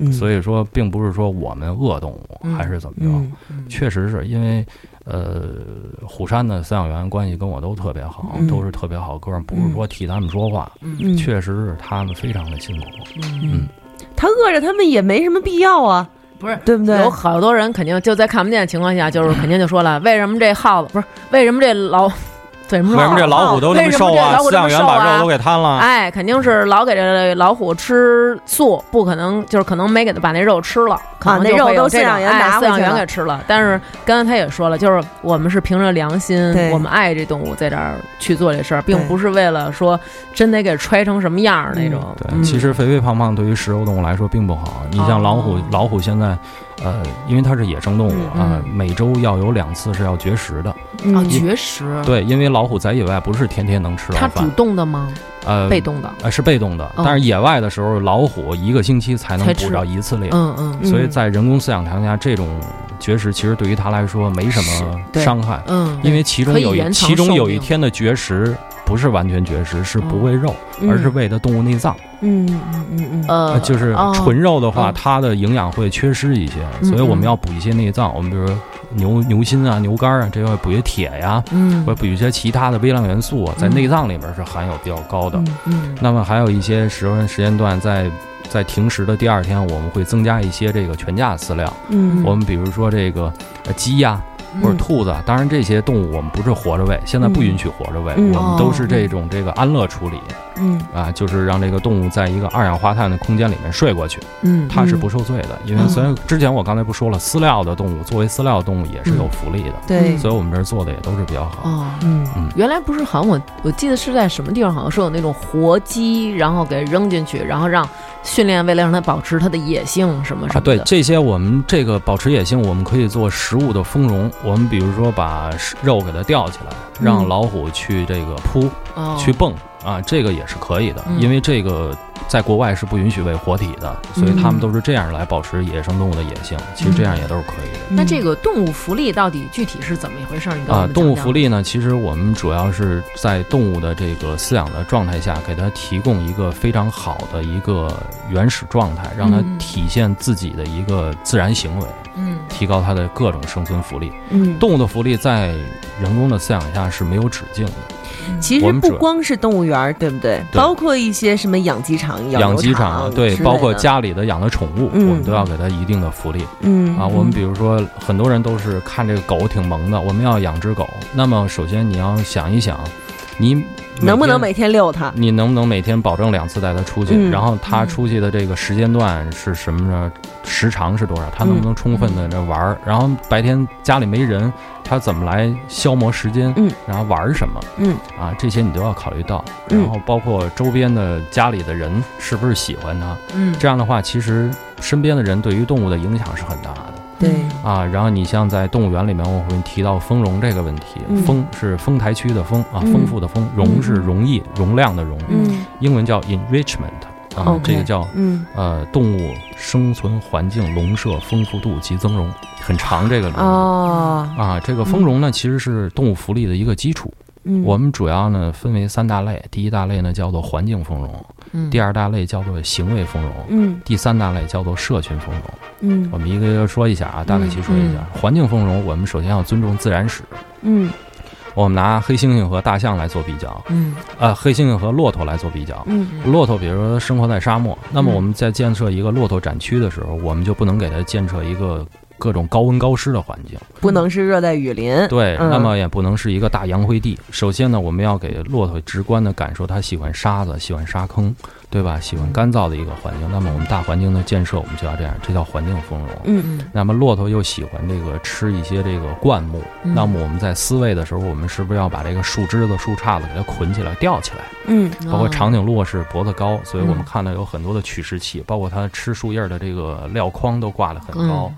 Speaker 1: 嗯，
Speaker 5: 所
Speaker 1: 以
Speaker 5: 以说，并不是说我们恶动物、
Speaker 2: 嗯
Speaker 5: 还是怎么着，
Speaker 1: 嗯
Speaker 5: 确实是因为。呃，虎山的饲养员关系跟我都特别好，
Speaker 1: 嗯
Speaker 5: 都是特别好哥们儿，不
Speaker 2: 嗯
Speaker 5: 是说替他们说话，
Speaker 1: 嗯，
Speaker 5: 确实嗯是他们非常的辛苦。
Speaker 2: 嗯
Speaker 1: 他饿着他们也没什么必要啊，
Speaker 2: 不是
Speaker 1: 对不对？
Speaker 2: 有好多人肯定就在看不见的情况下，就是肯定就说了，为什么这耗子不是？为什么这老？对，为
Speaker 5: 为什么这老虎都那么瘦啊？
Speaker 2: 为什么
Speaker 5: 饲养
Speaker 2: 这老虎
Speaker 5: 员
Speaker 2: 这么瘦
Speaker 5: 把
Speaker 2: 啊
Speaker 5: 肉都给摊了，
Speaker 2: 哎，肯定是老给这老虎吃素，不可能就是可能没给它把那肉吃了，可能
Speaker 1: 啊那
Speaker 2: 就
Speaker 1: 肉
Speaker 2: 会有
Speaker 1: 都
Speaker 2: 这
Speaker 1: 饲
Speaker 2: 种
Speaker 1: 养员
Speaker 2: 哎
Speaker 1: 拿回
Speaker 2: 饲养
Speaker 1: 去
Speaker 2: 员
Speaker 1: 了
Speaker 2: 给吃了。但是刚才他也说了，就是我们是凭着良心
Speaker 1: 对，
Speaker 2: 我们爱这动物，在这儿去做这事儿，并
Speaker 1: 对
Speaker 2: 不是为了说真得给揣成什么样儿那种。
Speaker 5: 对，
Speaker 2: 嗯哦
Speaker 5: 其实肥肥胖胖对于食肉动物来说并不好。啊你像老虎，老虎现在，呃，因为它是野生动物
Speaker 2: 嗯
Speaker 5: 啊，每周要有两次是要绝食的。
Speaker 2: 啊，
Speaker 1: 嗯
Speaker 2: 绝食，
Speaker 5: 对，因为老虎在野外不是天天能吃
Speaker 2: 它
Speaker 5: 到
Speaker 2: 主
Speaker 5: 饭，
Speaker 2: 动的吗？
Speaker 5: 呃，
Speaker 2: 被动的。
Speaker 5: 呃是被动的。
Speaker 2: 嗯
Speaker 5: 但是野外的时候，老虎一个星期才能
Speaker 2: 才
Speaker 5: 补
Speaker 2: 吃
Speaker 5: 着一次猎，
Speaker 2: 嗯嗯
Speaker 5: 所以在人工饲养条件下，这种绝食其实对于它来说没什么
Speaker 1: 对
Speaker 5: 伤害，
Speaker 2: 嗯，
Speaker 5: 因为其中
Speaker 2: 可以
Speaker 5: 有一
Speaker 2: 延长
Speaker 5: 其中
Speaker 2: 寿
Speaker 5: 有一
Speaker 2: 命
Speaker 5: 天的绝食不是完全绝食，是不喂肉，
Speaker 1: 嗯
Speaker 5: 而是喂的动物内脏。
Speaker 1: 嗯嗯嗯嗯，
Speaker 2: 呃
Speaker 5: 呃，就是
Speaker 2: 哦
Speaker 5: 纯肉的话，
Speaker 2: 嗯
Speaker 5: 它的营养会缺失一些，
Speaker 2: 嗯
Speaker 5: 所以我们
Speaker 2: 嗯
Speaker 5: 要补一些内脏，我们比如说牛牛心啊、牛肝啊，这要补一些铁呀，
Speaker 2: 嗯
Speaker 5: 或者补一些其他的微量元素啊，在
Speaker 2: 嗯
Speaker 5: 内脏里面是含有比较高的。
Speaker 2: 嗯
Speaker 5: 那么还有一些时间时间段在。在停食的第二天，我们会增加一些这个全价饲料。
Speaker 1: 嗯
Speaker 5: 我们比如说这个呃鸡呀、
Speaker 2: 嗯
Speaker 5: 或者兔子啊，当然这些动物我们不是活着喂，现在不
Speaker 1: 嗯
Speaker 5: 允许活着喂，
Speaker 1: 嗯
Speaker 5: 我们都是
Speaker 2: 哦
Speaker 5: 这种这个安乐处理
Speaker 1: 嗯
Speaker 5: 啊，就是让这个动物在一个二氧化碳的空间里面睡过去。
Speaker 2: 嗯
Speaker 5: 它是不受罪的，因为
Speaker 1: 嗯
Speaker 5: 虽然之前我刚才不说了，饲料的动物作为饲料动物也是有福利的，
Speaker 1: 对，
Speaker 5: 所以我们这儿做的也都是比较好。
Speaker 2: 嗯哦。
Speaker 1: 嗯
Speaker 2: 原来不是好像我我记得是在什么地方，好像说有那种活鸡，然后给扔进去，然后让训练为了让它保持它的野性什么什
Speaker 5: 啊，
Speaker 2: 么的。
Speaker 5: 对这些，我们这个保持野性，我们可以做食物的丰容。我们比如说把食肉给它吊起来，让老虎去这个扑、
Speaker 2: 哦，
Speaker 5: 去蹦啊，这个也是可以的，
Speaker 2: 嗯
Speaker 5: 因为这个在国外是不允许喂活体的，所
Speaker 2: 嗯
Speaker 5: 以他们都是这样来保持野生动物的野性。其实这样也都是可以的。
Speaker 2: 那这个动物福利到底具体是怎么一回事儿？你跟我
Speaker 5: 啊，
Speaker 2: 们讲讲
Speaker 5: 动物福利呢，其实我们主要是在动物的这个饲养的状态下，给它提供一个非常好的一个原始状态，让它
Speaker 2: 嗯
Speaker 5: 体现自己的一个自然行为，
Speaker 2: 嗯
Speaker 5: 提高它的各种生存福利。
Speaker 1: 嗯，
Speaker 5: 动物的福利在人工的饲养下是没有止境的，
Speaker 1: 其
Speaker 5: 我
Speaker 1: 实
Speaker 5: 们
Speaker 1: 不
Speaker 5: 主要
Speaker 1: 光是动物园儿，对不对？
Speaker 5: 对
Speaker 1: 包括一些什么养鸡场、
Speaker 5: 养
Speaker 1: 牛
Speaker 5: 鸡
Speaker 1: 场
Speaker 5: 场对
Speaker 1: 之，类
Speaker 5: 包括
Speaker 1: 的，
Speaker 5: 家里的养的宠物，
Speaker 1: 嗯
Speaker 5: 我们都要给它一定的福利。
Speaker 1: 嗯
Speaker 5: 啊，我们比如说，很多人都是看这个狗挺萌的，我们要养只狗。那么，首先你要想一想，你每
Speaker 1: 能不能
Speaker 5: 天
Speaker 1: 每天遛它？
Speaker 5: 你能不能每天保证两次带他出去？
Speaker 1: 嗯
Speaker 5: 然后他出去的这个时间段是什么呢？时长是多少？他能不能充分
Speaker 1: 嗯
Speaker 5: 的这玩儿？然后白天家里没人，他怎么来消磨时间？
Speaker 1: 嗯，
Speaker 5: 然后玩儿什么？
Speaker 1: 嗯，
Speaker 5: 啊，这些你都要考虑到。
Speaker 1: 嗯
Speaker 5: 然后包括周边的家里的人是不是喜欢他？
Speaker 2: 嗯，
Speaker 5: 这样的话，其实身边的人对于动物的影响是很大的。
Speaker 1: 对，
Speaker 5: 啊，然后你像在动物园里面，我会提到丰容这个问题。
Speaker 1: 嗯
Speaker 5: 丰是丰台区的丰啊，
Speaker 1: 嗯
Speaker 5: 丰富的丰；容是容易、容量的容。
Speaker 1: 嗯
Speaker 5: 英文叫 enrichment 啊
Speaker 1: OK
Speaker 5: 这个叫
Speaker 1: 嗯，
Speaker 5: 呃动物生存环境笼舍丰富度及增容，很长这个容。
Speaker 1: 哦，
Speaker 5: 啊，这个丰容呢，其实是动物福利的一个基础。
Speaker 1: 嗯
Speaker 5: 我们主要呢分为三大类，第一大类呢叫做环境丰容，
Speaker 2: 嗯
Speaker 5: 第二大类叫做行为丰容，
Speaker 1: 嗯
Speaker 5: 第三大类叫做社群丰容。
Speaker 1: 嗯
Speaker 5: 我们一个一个说一下啊，大概其说一下。环境丰容，我们首先要尊重自然史。
Speaker 1: 嗯
Speaker 5: 我们拿黑猩猩和大象来做比较，
Speaker 2: 嗯
Speaker 5: 呃，黑猩猩和骆驼来做比较。
Speaker 1: 嗯
Speaker 5: 骆驼，比如说生活在沙漠，那么
Speaker 2: 嗯
Speaker 5: 我们在建设一个骆驼展区的时候，我们就不能给它建设一个各种高温高湿的环境，
Speaker 1: 不能是热带雨林，
Speaker 5: 对，
Speaker 1: 嗯
Speaker 5: 那么也不能是一个大洋灰地。首先呢，我们要给骆驼直观的感受它喜欢沙子，喜欢沙坑，对吧？喜欢干燥的一个环境。那么我们大环境的建设，我们就要这样，这叫环境丰容。
Speaker 1: 嗯
Speaker 5: 那么骆驼又喜欢这个吃一些这个灌木，
Speaker 2: 嗯
Speaker 5: 那么我们在撕喂的时候，我们是不是要把这个树枝子、树杈子给它捆起来、吊起来？
Speaker 1: 嗯
Speaker 2: 哦
Speaker 5: 包括长颈鹿是脖子高，所以我们
Speaker 2: 嗯
Speaker 5: 看到有很多的取食器，包括它吃树叶儿的这个料筐都挂得很高
Speaker 2: 嗯，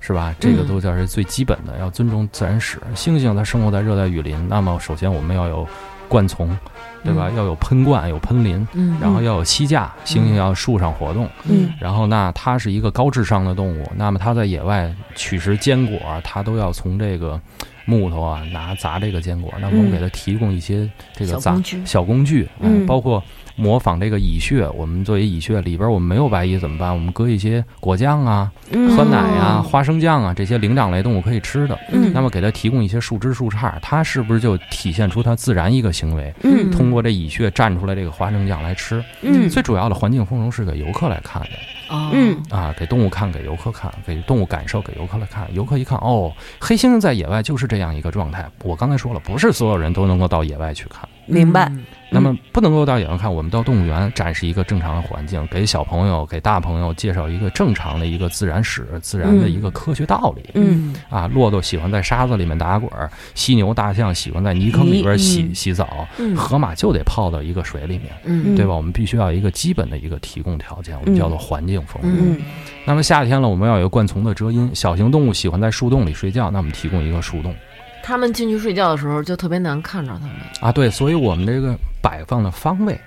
Speaker 5: 是吧？这个都叫是最基本的，要尊重自然史。猩猩它生活在热带雨林，那么首先我们要有灌丛，对吧？要有喷灌，有喷林，
Speaker 2: 嗯
Speaker 5: 然后要有栖架，猩猩要树上活动。
Speaker 1: 嗯
Speaker 5: 然后那它是一个高智商的动物，那么它在野外取食坚果，啊它都要从这个木头啊拿砸这个坚果。那么我们
Speaker 1: 嗯
Speaker 5: 给它提供一些这个
Speaker 2: 小
Speaker 5: 砸
Speaker 2: 工具
Speaker 5: 小工具，哎
Speaker 1: 嗯
Speaker 5: 包括模仿这个蚁穴。我们作为蚁穴里边我们没有白蚁怎么办？我们搁一些果酱啊、
Speaker 1: 嗯，
Speaker 5: 喝奶啊、花生酱啊这些灵长类动物可以吃的。
Speaker 1: 嗯
Speaker 5: 那么给它提供一些树枝树杈，它是不是就体现出它自然一个行为？
Speaker 1: 嗯
Speaker 5: 通过这蚁穴蘸出来这个花生酱来吃。
Speaker 1: 嗯
Speaker 5: 最主要的环境丰容是给游客来看的。
Speaker 2: 哦
Speaker 1: 嗯
Speaker 5: 啊，给动物看，给游客看，给动物感受，给游客来看。游客一看，哦，黑猩猩在野外就是这样一个状态。我刚才说了，不是所有人都能够到野外去看。
Speaker 1: 明白，
Speaker 5: 那
Speaker 1: 嗯
Speaker 5: 么不能够到野外看，我们到动物园展示一个正常的环境，给小朋友、给大朋友介绍一个正常的一个自然史、自然的一个科学道理。
Speaker 1: 嗯
Speaker 5: 啊，骆驼喜欢在沙子里面打滚儿，犀牛、大象喜欢在泥坑里边洗、
Speaker 1: 嗯
Speaker 5: 洗澡，
Speaker 2: 嗯
Speaker 5: 河马就得泡到一个水里面，
Speaker 2: 嗯
Speaker 5: 对吧？我们必须要有一个基本的一个提供条件，我们叫做环境丰容。
Speaker 1: 嗯
Speaker 5: 那么夏天了，我们要有灌丛的遮阴。小型动物喜欢在树洞里睡觉，那我们提供一个树洞
Speaker 2: 他们进去睡觉的时候就特别难看着他们。
Speaker 5: 啊。对，所以我们这个摆放的方位，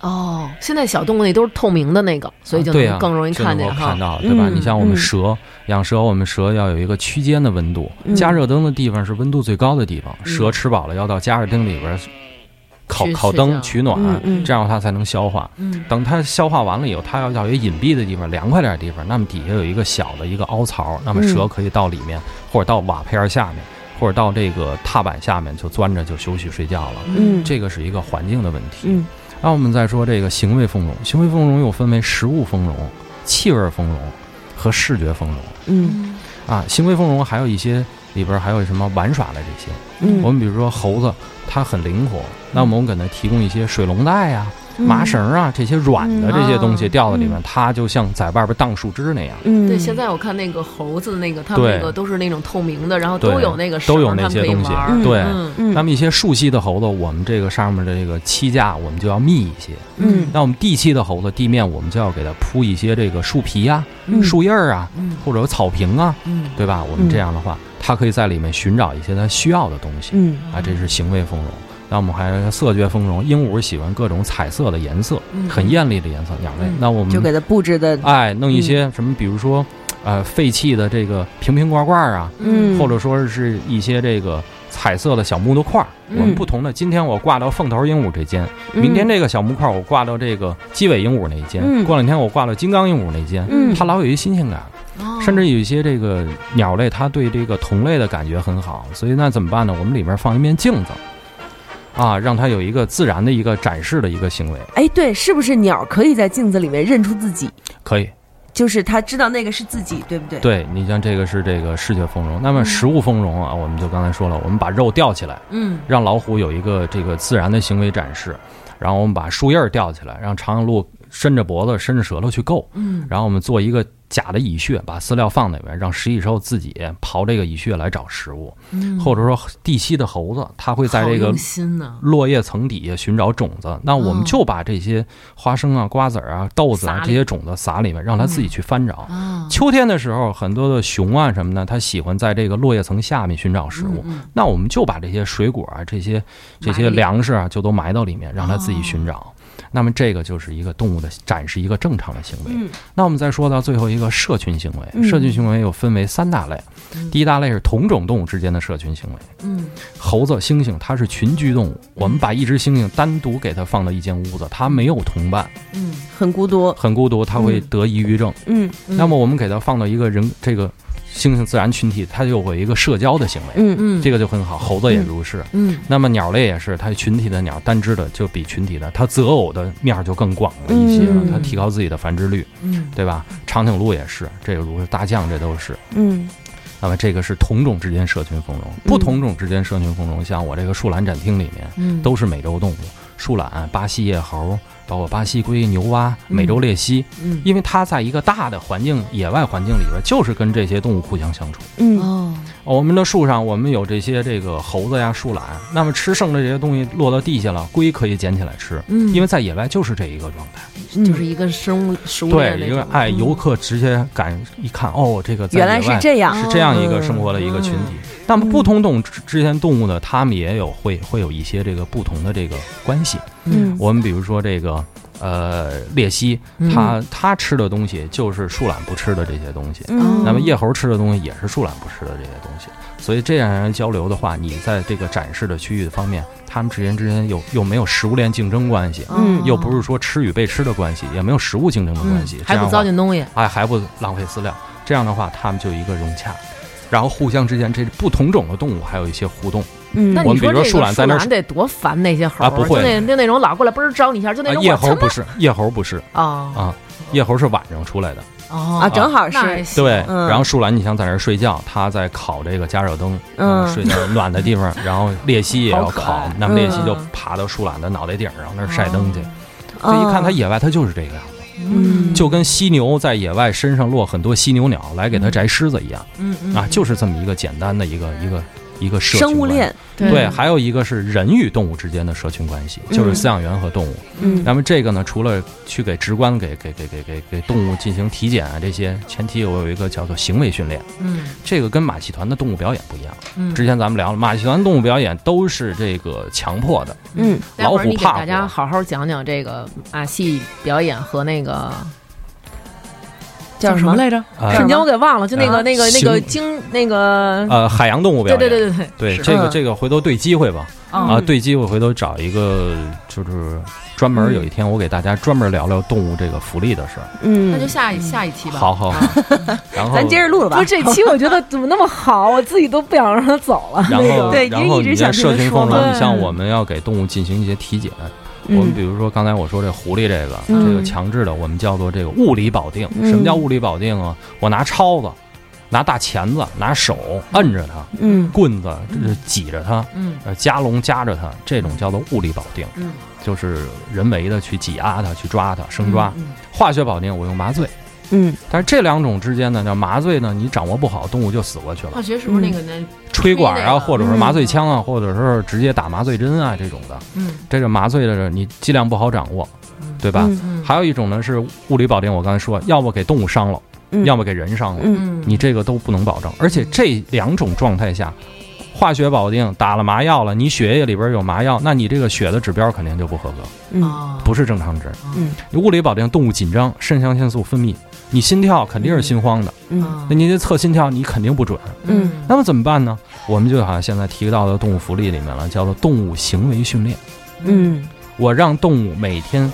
Speaker 2: 哦，现在小动物那都是透明的那个，所以就
Speaker 5: 啊对啊
Speaker 2: 能更容易
Speaker 5: 就能
Speaker 2: 看
Speaker 5: 够
Speaker 2: 见哈
Speaker 5: 看。到对吧？
Speaker 1: 嗯
Speaker 5: 你像我们
Speaker 1: 嗯
Speaker 5: 蛇养蛇，我们蛇要有一个区间的温度，
Speaker 1: 嗯
Speaker 5: 加热灯的地方是温度最高的地方，蛇吃饱了要到加热灯里边烤
Speaker 2: 嗯去
Speaker 5: 烤
Speaker 2: 睡
Speaker 5: 灯
Speaker 2: 觉
Speaker 5: 取暖，
Speaker 1: 嗯嗯
Speaker 5: 这样它才能消化。
Speaker 2: 嗯
Speaker 5: 等它消化完了以后，它要到一个隐蔽的地方、凉快点的地方，那么底下有一个小的一个凹槽，那么
Speaker 2: 嗯
Speaker 5: 蛇可以到里面，或者到瓦片下面，或者到这个踏板下面就钻着就休息睡觉了。
Speaker 1: 嗯
Speaker 5: 这个是一个环境的问题。
Speaker 1: 嗯
Speaker 5: 那我们再说这个行为丰容，行为丰容又分为食物丰容、气味丰容和视觉丰容
Speaker 1: 嗯
Speaker 5: 啊。行为丰容还有一些里边还有什么玩耍的这些。
Speaker 1: 嗯
Speaker 5: 我们比如说猴子，它很灵活，那我们给它提供一些水龙带啊、
Speaker 1: 嗯
Speaker 5: 麻绳啊这些软的这些东西
Speaker 2: 嗯
Speaker 5: 掉到里
Speaker 1: 哦
Speaker 5: 面，它就像在外边荡树枝那样。
Speaker 1: 嗯，
Speaker 2: 对，现在我看那个猴子那个，他们
Speaker 5: 对
Speaker 2: 那个都是那种透明的，然后都
Speaker 5: 对
Speaker 2: 有那个绳
Speaker 5: 都
Speaker 2: 儿
Speaker 5: 有那些东西
Speaker 2: 他们可以玩儿
Speaker 5: 对
Speaker 2: 嗯
Speaker 1: 嗯
Speaker 5: 那么一些树系的猴子，我们这个上面的这个栖架我们就要密一些；
Speaker 1: 嗯
Speaker 5: 那我们地栖的猴子，地面我们就要给它铺一些这个树皮啊、
Speaker 1: 嗯
Speaker 5: 树叶儿啊，
Speaker 2: 嗯
Speaker 5: 或者有草坪啊，
Speaker 2: 嗯
Speaker 5: 对吧？我们
Speaker 1: 嗯
Speaker 5: 这样的话，它可以在里面寻找一些它需要的东西。
Speaker 1: 嗯
Speaker 5: 啊，这是行为丰容。那我们还有色觉丰容，鹦鹉喜欢各种彩色的颜色，
Speaker 2: 嗯
Speaker 5: 很艳丽的颜色。鸟类，
Speaker 2: 嗯
Speaker 5: 那我
Speaker 1: 就
Speaker 5: 们
Speaker 1: 给嗯它布置的
Speaker 5: 哎弄一些什么，比如说，呃，废弃的这个瓶瓶罐罐啊，
Speaker 1: 嗯
Speaker 5: 或者说是一些这个彩色的小木头块儿。我们
Speaker 1: 嗯
Speaker 5: 不同的，今天我挂到凤头鹦鹉这间，明天这个小木块儿我挂到这个鸡尾鹦鹉那一间，
Speaker 1: 嗯
Speaker 5: 过两天我挂到金刚鹦鹉那一间，
Speaker 1: 嗯
Speaker 5: 它老有一新鲜感。
Speaker 2: 哦
Speaker 5: 嗯甚至有一些这个鸟类，它对这个同类的感觉很好，所以那怎么办呢？我们里面放一面镜子，啊，让它有一个自然的一个展示的一个行为，
Speaker 1: 哎对，是不是鸟可以在镜子里面认出自己？
Speaker 5: 可以。
Speaker 1: 就是他知道那个是自己，对不对？
Speaker 5: 对你像这个是这个视觉丰容，那么食物丰容啊，我们就刚才说了，我们把肉吊起来，
Speaker 2: 嗯，
Speaker 5: 让老虎有一个这个自然的行为展示，然后我们把树叶儿吊起来，让长颈鹿伸着脖子、伸着舌头去够，嗯，然后我们做一个假的蚁穴，把饲料放那边，让食蚁兽自己刨这个蚁穴来找食物，或者说地栖的猴子，它会在
Speaker 2: 嗯
Speaker 5: 这
Speaker 2: 好
Speaker 5: 个
Speaker 2: 用心呢，
Speaker 5: 落叶层底下寻找种子，那我们就把这些花生啊、瓜子儿啊、豆子啊
Speaker 2: 撒里嗯
Speaker 5: 这些种子撒里面，让它自己去翻找。
Speaker 2: 啊，
Speaker 5: 秋天的时候，很多的熊啊什么的，它喜欢在这个落叶层下面寻找食物。
Speaker 2: 嗯
Speaker 5: 那我们就把这些水果啊、这些这
Speaker 2: 埋
Speaker 5: 些
Speaker 2: 里哦
Speaker 5: 粮食啊，就都埋到里面，让它自己寻找。那么这个就是一个动物的展示一个正常的行为。
Speaker 1: 嗯
Speaker 5: 那我们再说到最后一个社群行为，
Speaker 1: 嗯
Speaker 5: 社群行为又分为三大类，第一大类是同种动物之间的社群行为。
Speaker 2: 嗯
Speaker 5: 猴子、猩猩它是群居动物，我们把一只猩猩单独给它放到一间屋子，它没有同伴，
Speaker 2: 嗯
Speaker 1: 很孤独。
Speaker 5: 很孤独，它会得抑郁症。
Speaker 1: 嗯
Speaker 2: 嗯
Speaker 5: 那么我们给它放到一个人这个猩猩自然群体，它就会有一个社交的行为，
Speaker 1: 嗯
Speaker 2: 嗯
Speaker 5: 这个就很好。猴子也如是。
Speaker 2: 嗯
Speaker 5: 那么鸟类也是，它群体的鸟单只的就比群体的，它择偶的面儿就更广了一些了
Speaker 2: 嗯，
Speaker 5: 它提高自己的繁殖率，
Speaker 2: 嗯
Speaker 5: 对吧？长颈鹿也是，这个如是大象这都是。
Speaker 1: 嗯
Speaker 5: 那么这个是同种之间社群丰容，不同种之间社群丰容，像我这个树懒展厅里面。
Speaker 2: 嗯，
Speaker 5: 都是美洲动物，树懒、巴西夜猴，包括巴西龟、牛蛙、
Speaker 2: 嗯
Speaker 5: 美洲鬣蜥，
Speaker 2: 嗯
Speaker 5: 因为它在一个大的环境、野外环境里边，就是跟这些动物互相相处。
Speaker 1: 嗯
Speaker 2: 哦，
Speaker 5: 我们的树上，我们有这些这个猴子呀、树懒，那么吃剩的这些东西落到地下了，龟可以捡起来吃，
Speaker 2: 嗯
Speaker 5: 因为在野外就是这一个状态。
Speaker 1: 嗯，
Speaker 2: 就是一个生物熟
Speaker 5: 对
Speaker 2: 练，那
Speaker 5: 一个
Speaker 2: 种
Speaker 5: 哎，游客直接感一看，哦，这个在
Speaker 1: 原来
Speaker 5: 野
Speaker 1: 是
Speaker 5: 外
Speaker 1: 这样。哦
Speaker 5: 是这样一个生活的一个群体。那么不同动物之之间动物呢，它们也有会会有一些这个不同的这个关系。
Speaker 1: 嗯
Speaker 5: 我们比如说这个呃鬣蜥，
Speaker 2: 嗯
Speaker 5: 它它吃的东西就是树懒不吃的这些东西。
Speaker 1: 嗯，
Speaker 5: 那么夜猴吃的东西也是树懒不吃的这些东西，所以这样人交流的话，你在这个展示的区域方面，它们之间之间又又没有食物链竞争关系，
Speaker 2: 哦
Speaker 1: 嗯
Speaker 5: 又不是说吃与被吃的关系，也没有食物竞争的关系，这
Speaker 2: 嗯还
Speaker 5: 样
Speaker 2: 不
Speaker 5: 的
Speaker 2: 糟
Speaker 5: 话
Speaker 2: 践东西，
Speaker 5: 哎，还不浪费饲料。这样的话，它们就有一个融洽，然后互相之间这不同种的动物还有一些互动。
Speaker 1: 嗯
Speaker 2: 那
Speaker 5: 我
Speaker 2: 你
Speaker 5: 们比
Speaker 2: 说
Speaker 5: 如
Speaker 2: 这个
Speaker 5: 说树懒在那儿
Speaker 2: 得多烦那些猴儿，
Speaker 5: 啊不会
Speaker 2: 就那就那种老过来嘣儿招你一下，就那
Speaker 5: 啊，
Speaker 2: 种
Speaker 5: 夜
Speaker 2: 我
Speaker 5: 猴
Speaker 2: 操
Speaker 5: 不是，夜猴不是
Speaker 2: 啊
Speaker 5: 啊，夜猴是晚上出来的。
Speaker 2: 哦
Speaker 1: 啊，正好是
Speaker 2: 那还行
Speaker 5: 对，
Speaker 1: 嗯
Speaker 5: 然后树懒你像在那儿睡觉，它在烤这个加热灯，
Speaker 1: 嗯
Speaker 5: 然后睡在暖的地方，然后鬣蜥也要
Speaker 2: 好可
Speaker 5: 烤
Speaker 2: 爱，哦
Speaker 5: 那么鬣蜥
Speaker 1: 嗯
Speaker 5: 就爬到树懒的脑袋顶上那儿晒灯去。这
Speaker 1: 啊
Speaker 5: 一看，它野外它就是这个样子，
Speaker 1: 嗯
Speaker 5: 就跟犀牛在野外身上落很多犀牛鸟来给它摘狮子一样
Speaker 2: 嗯嗯
Speaker 5: 啊，就是这么一个简单的一个一个一个社群
Speaker 1: 生物
Speaker 5: 关系
Speaker 1: 链，
Speaker 2: 嗯
Speaker 5: 对，啊还有一个是人与动物之间的社群关系，就是饲养员和动物。
Speaker 1: 嗯
Speaker 5: 那么这个呢，除了去给直观给给给给给给动物进行体检啊这些，前提我有一个叫做行为训练，
Speaker 2: 嗯
Speaker 5: 这个跟马戏团的动物表演不一样。
Speaker 2: 嗯
Speaker 5: 之前咱们聊了，马戏团动物表演都是这个强迫的，
Speaker 1: 嗯，
Speaker 2: 待会
Speaker 5: 老
Speaker 2: 儿
Speaker 5: 虎
Speaker 2: 你给
Speaker 5: 怕
Speaker 2: 大家
Speaker 5: 虎
Speaker 2: 好好讲讲这个马戏表演和那个
Speaker 1: 叫什
Speaker 2: 什
Speaker 1: 么
Speaker 2: 么？来着？
Speaker 5: 呃
Speaker 2: 瞬间我给忘了，就那个那个那个
Speaker 5: 行
Speaker 2: 鲸那个，
Speaker 5: 呃，海洋动物表
Speaker 2: 对
Speaker 5: 演。
Speaker 2: 对对对
Speaker 5: 对
Speaker 2: 是
Speaker 5: 这个
Speaker 1: 嗯
Speaker 5: 这个回头对机会吧，啊，
Speaker 2: 啊
Speaker 5: 对机会回头找一个就是专门有一天我给大家专门聊聊动物这个福利的事儿。
Speaker 1: 嗯，
Speaker 2: 那就下一下一期吧。
Speaker 5: 好好好， 然后
Speaker 1: 啊咱接着录了吧
Speaker 2: 不是。这期我觉得怎么那么好，我自己都不想让他走了。
Speaker 5: 然后，
Speaker 1: 对
Speaker 5: 然
Speaker 1: 您
Speaker 5: 后
Speaker 1: 一直
Speaker 5: 你
Speaker 1: 想
Speaker 5: 在
Speaker 1: 听
Speaker 5: 社
Speaker 1: 他
Speaker 5: 群
Speaker 1: 说
Speaker 5: 风中，
Speaker 1: 嘛
Speaker 5: 你像我们要给动物进行一些体检。
Speaker 1: 嗯
Speaker 5: 我们比如说刚才我说这狐狸这个，
Speaker 1: 嗯
Speaker 5: 这个强制的，我们叫做这个物理保定。
Speaker 1: 嗯
Speaker 5: 什么叫物理保定啊？我拿抄子，拿大钳子，拿手摁着它，
Speaker 1: 嗯
Speaker 5: 棍子就是挤着它，
Speaker 2: 嗯
Speaker 5: 呃，夹笼夹着它，这种叫做物理保定。
Speaker 2: 嗯，
Speaker 5: 就是人为的去挤压它，去抓它，生抓。
Speaker 2: 嗯
Speaker 5: 化学保定我用麻醉，
Speaker 1: 嗯
Speaker 5: 但是这两种之间呢，叫麻醉呢，你掌握不好，动物就死过去了
Speaker 2: 化。学是不是那个那
Speaker 5: 吹管
Speaker 2: 啊吹那
Speaker 5: 啊，
Speaker 2: 个
Speaker 5: 或者是麻醉枪啊，或者是直接打麻醉针啊这种的，
Speaker 2: 嗯
Speaker 5: 这个麻醉的你剂量不好掌握，对吧？
Speaker 1: 嗯
Speaker 2: 嗯
Speaker 5: 还有一种呢是物理保定，我刚才说，要么给动物伤了，
Speaker 1: 嗯
Speaker 5: 要么给人伤了，
Speaker 1: 嗯
Speaker 2: 嗯
Speaker 5: 你这个都不能保证。而且这两种状态下，化学保定打了麻药了，你血液里边有麻药，那你这个血的指标肯定就不合格，
Speaker 1: 嗯
Speaker 2: 啊
Speaker 5: 不是正常值。
Speaker 1: 嗯，
Speaker 5: 物理保定动物紧张，肾上腺素分泌，你心跳肯定是心慌的，
Speaker 1: 嗯
Speaker 2: 啊
Speaker 5: 那你这测心跳你肯定不准。
Speaker 2: 嗯
Speaker 5: 那么怎么办呢？我们就好像现在提到的动物福利里面了，叫做动物行为训练。
Speaker 1: 嗯
Speaker 5: 我让动物每天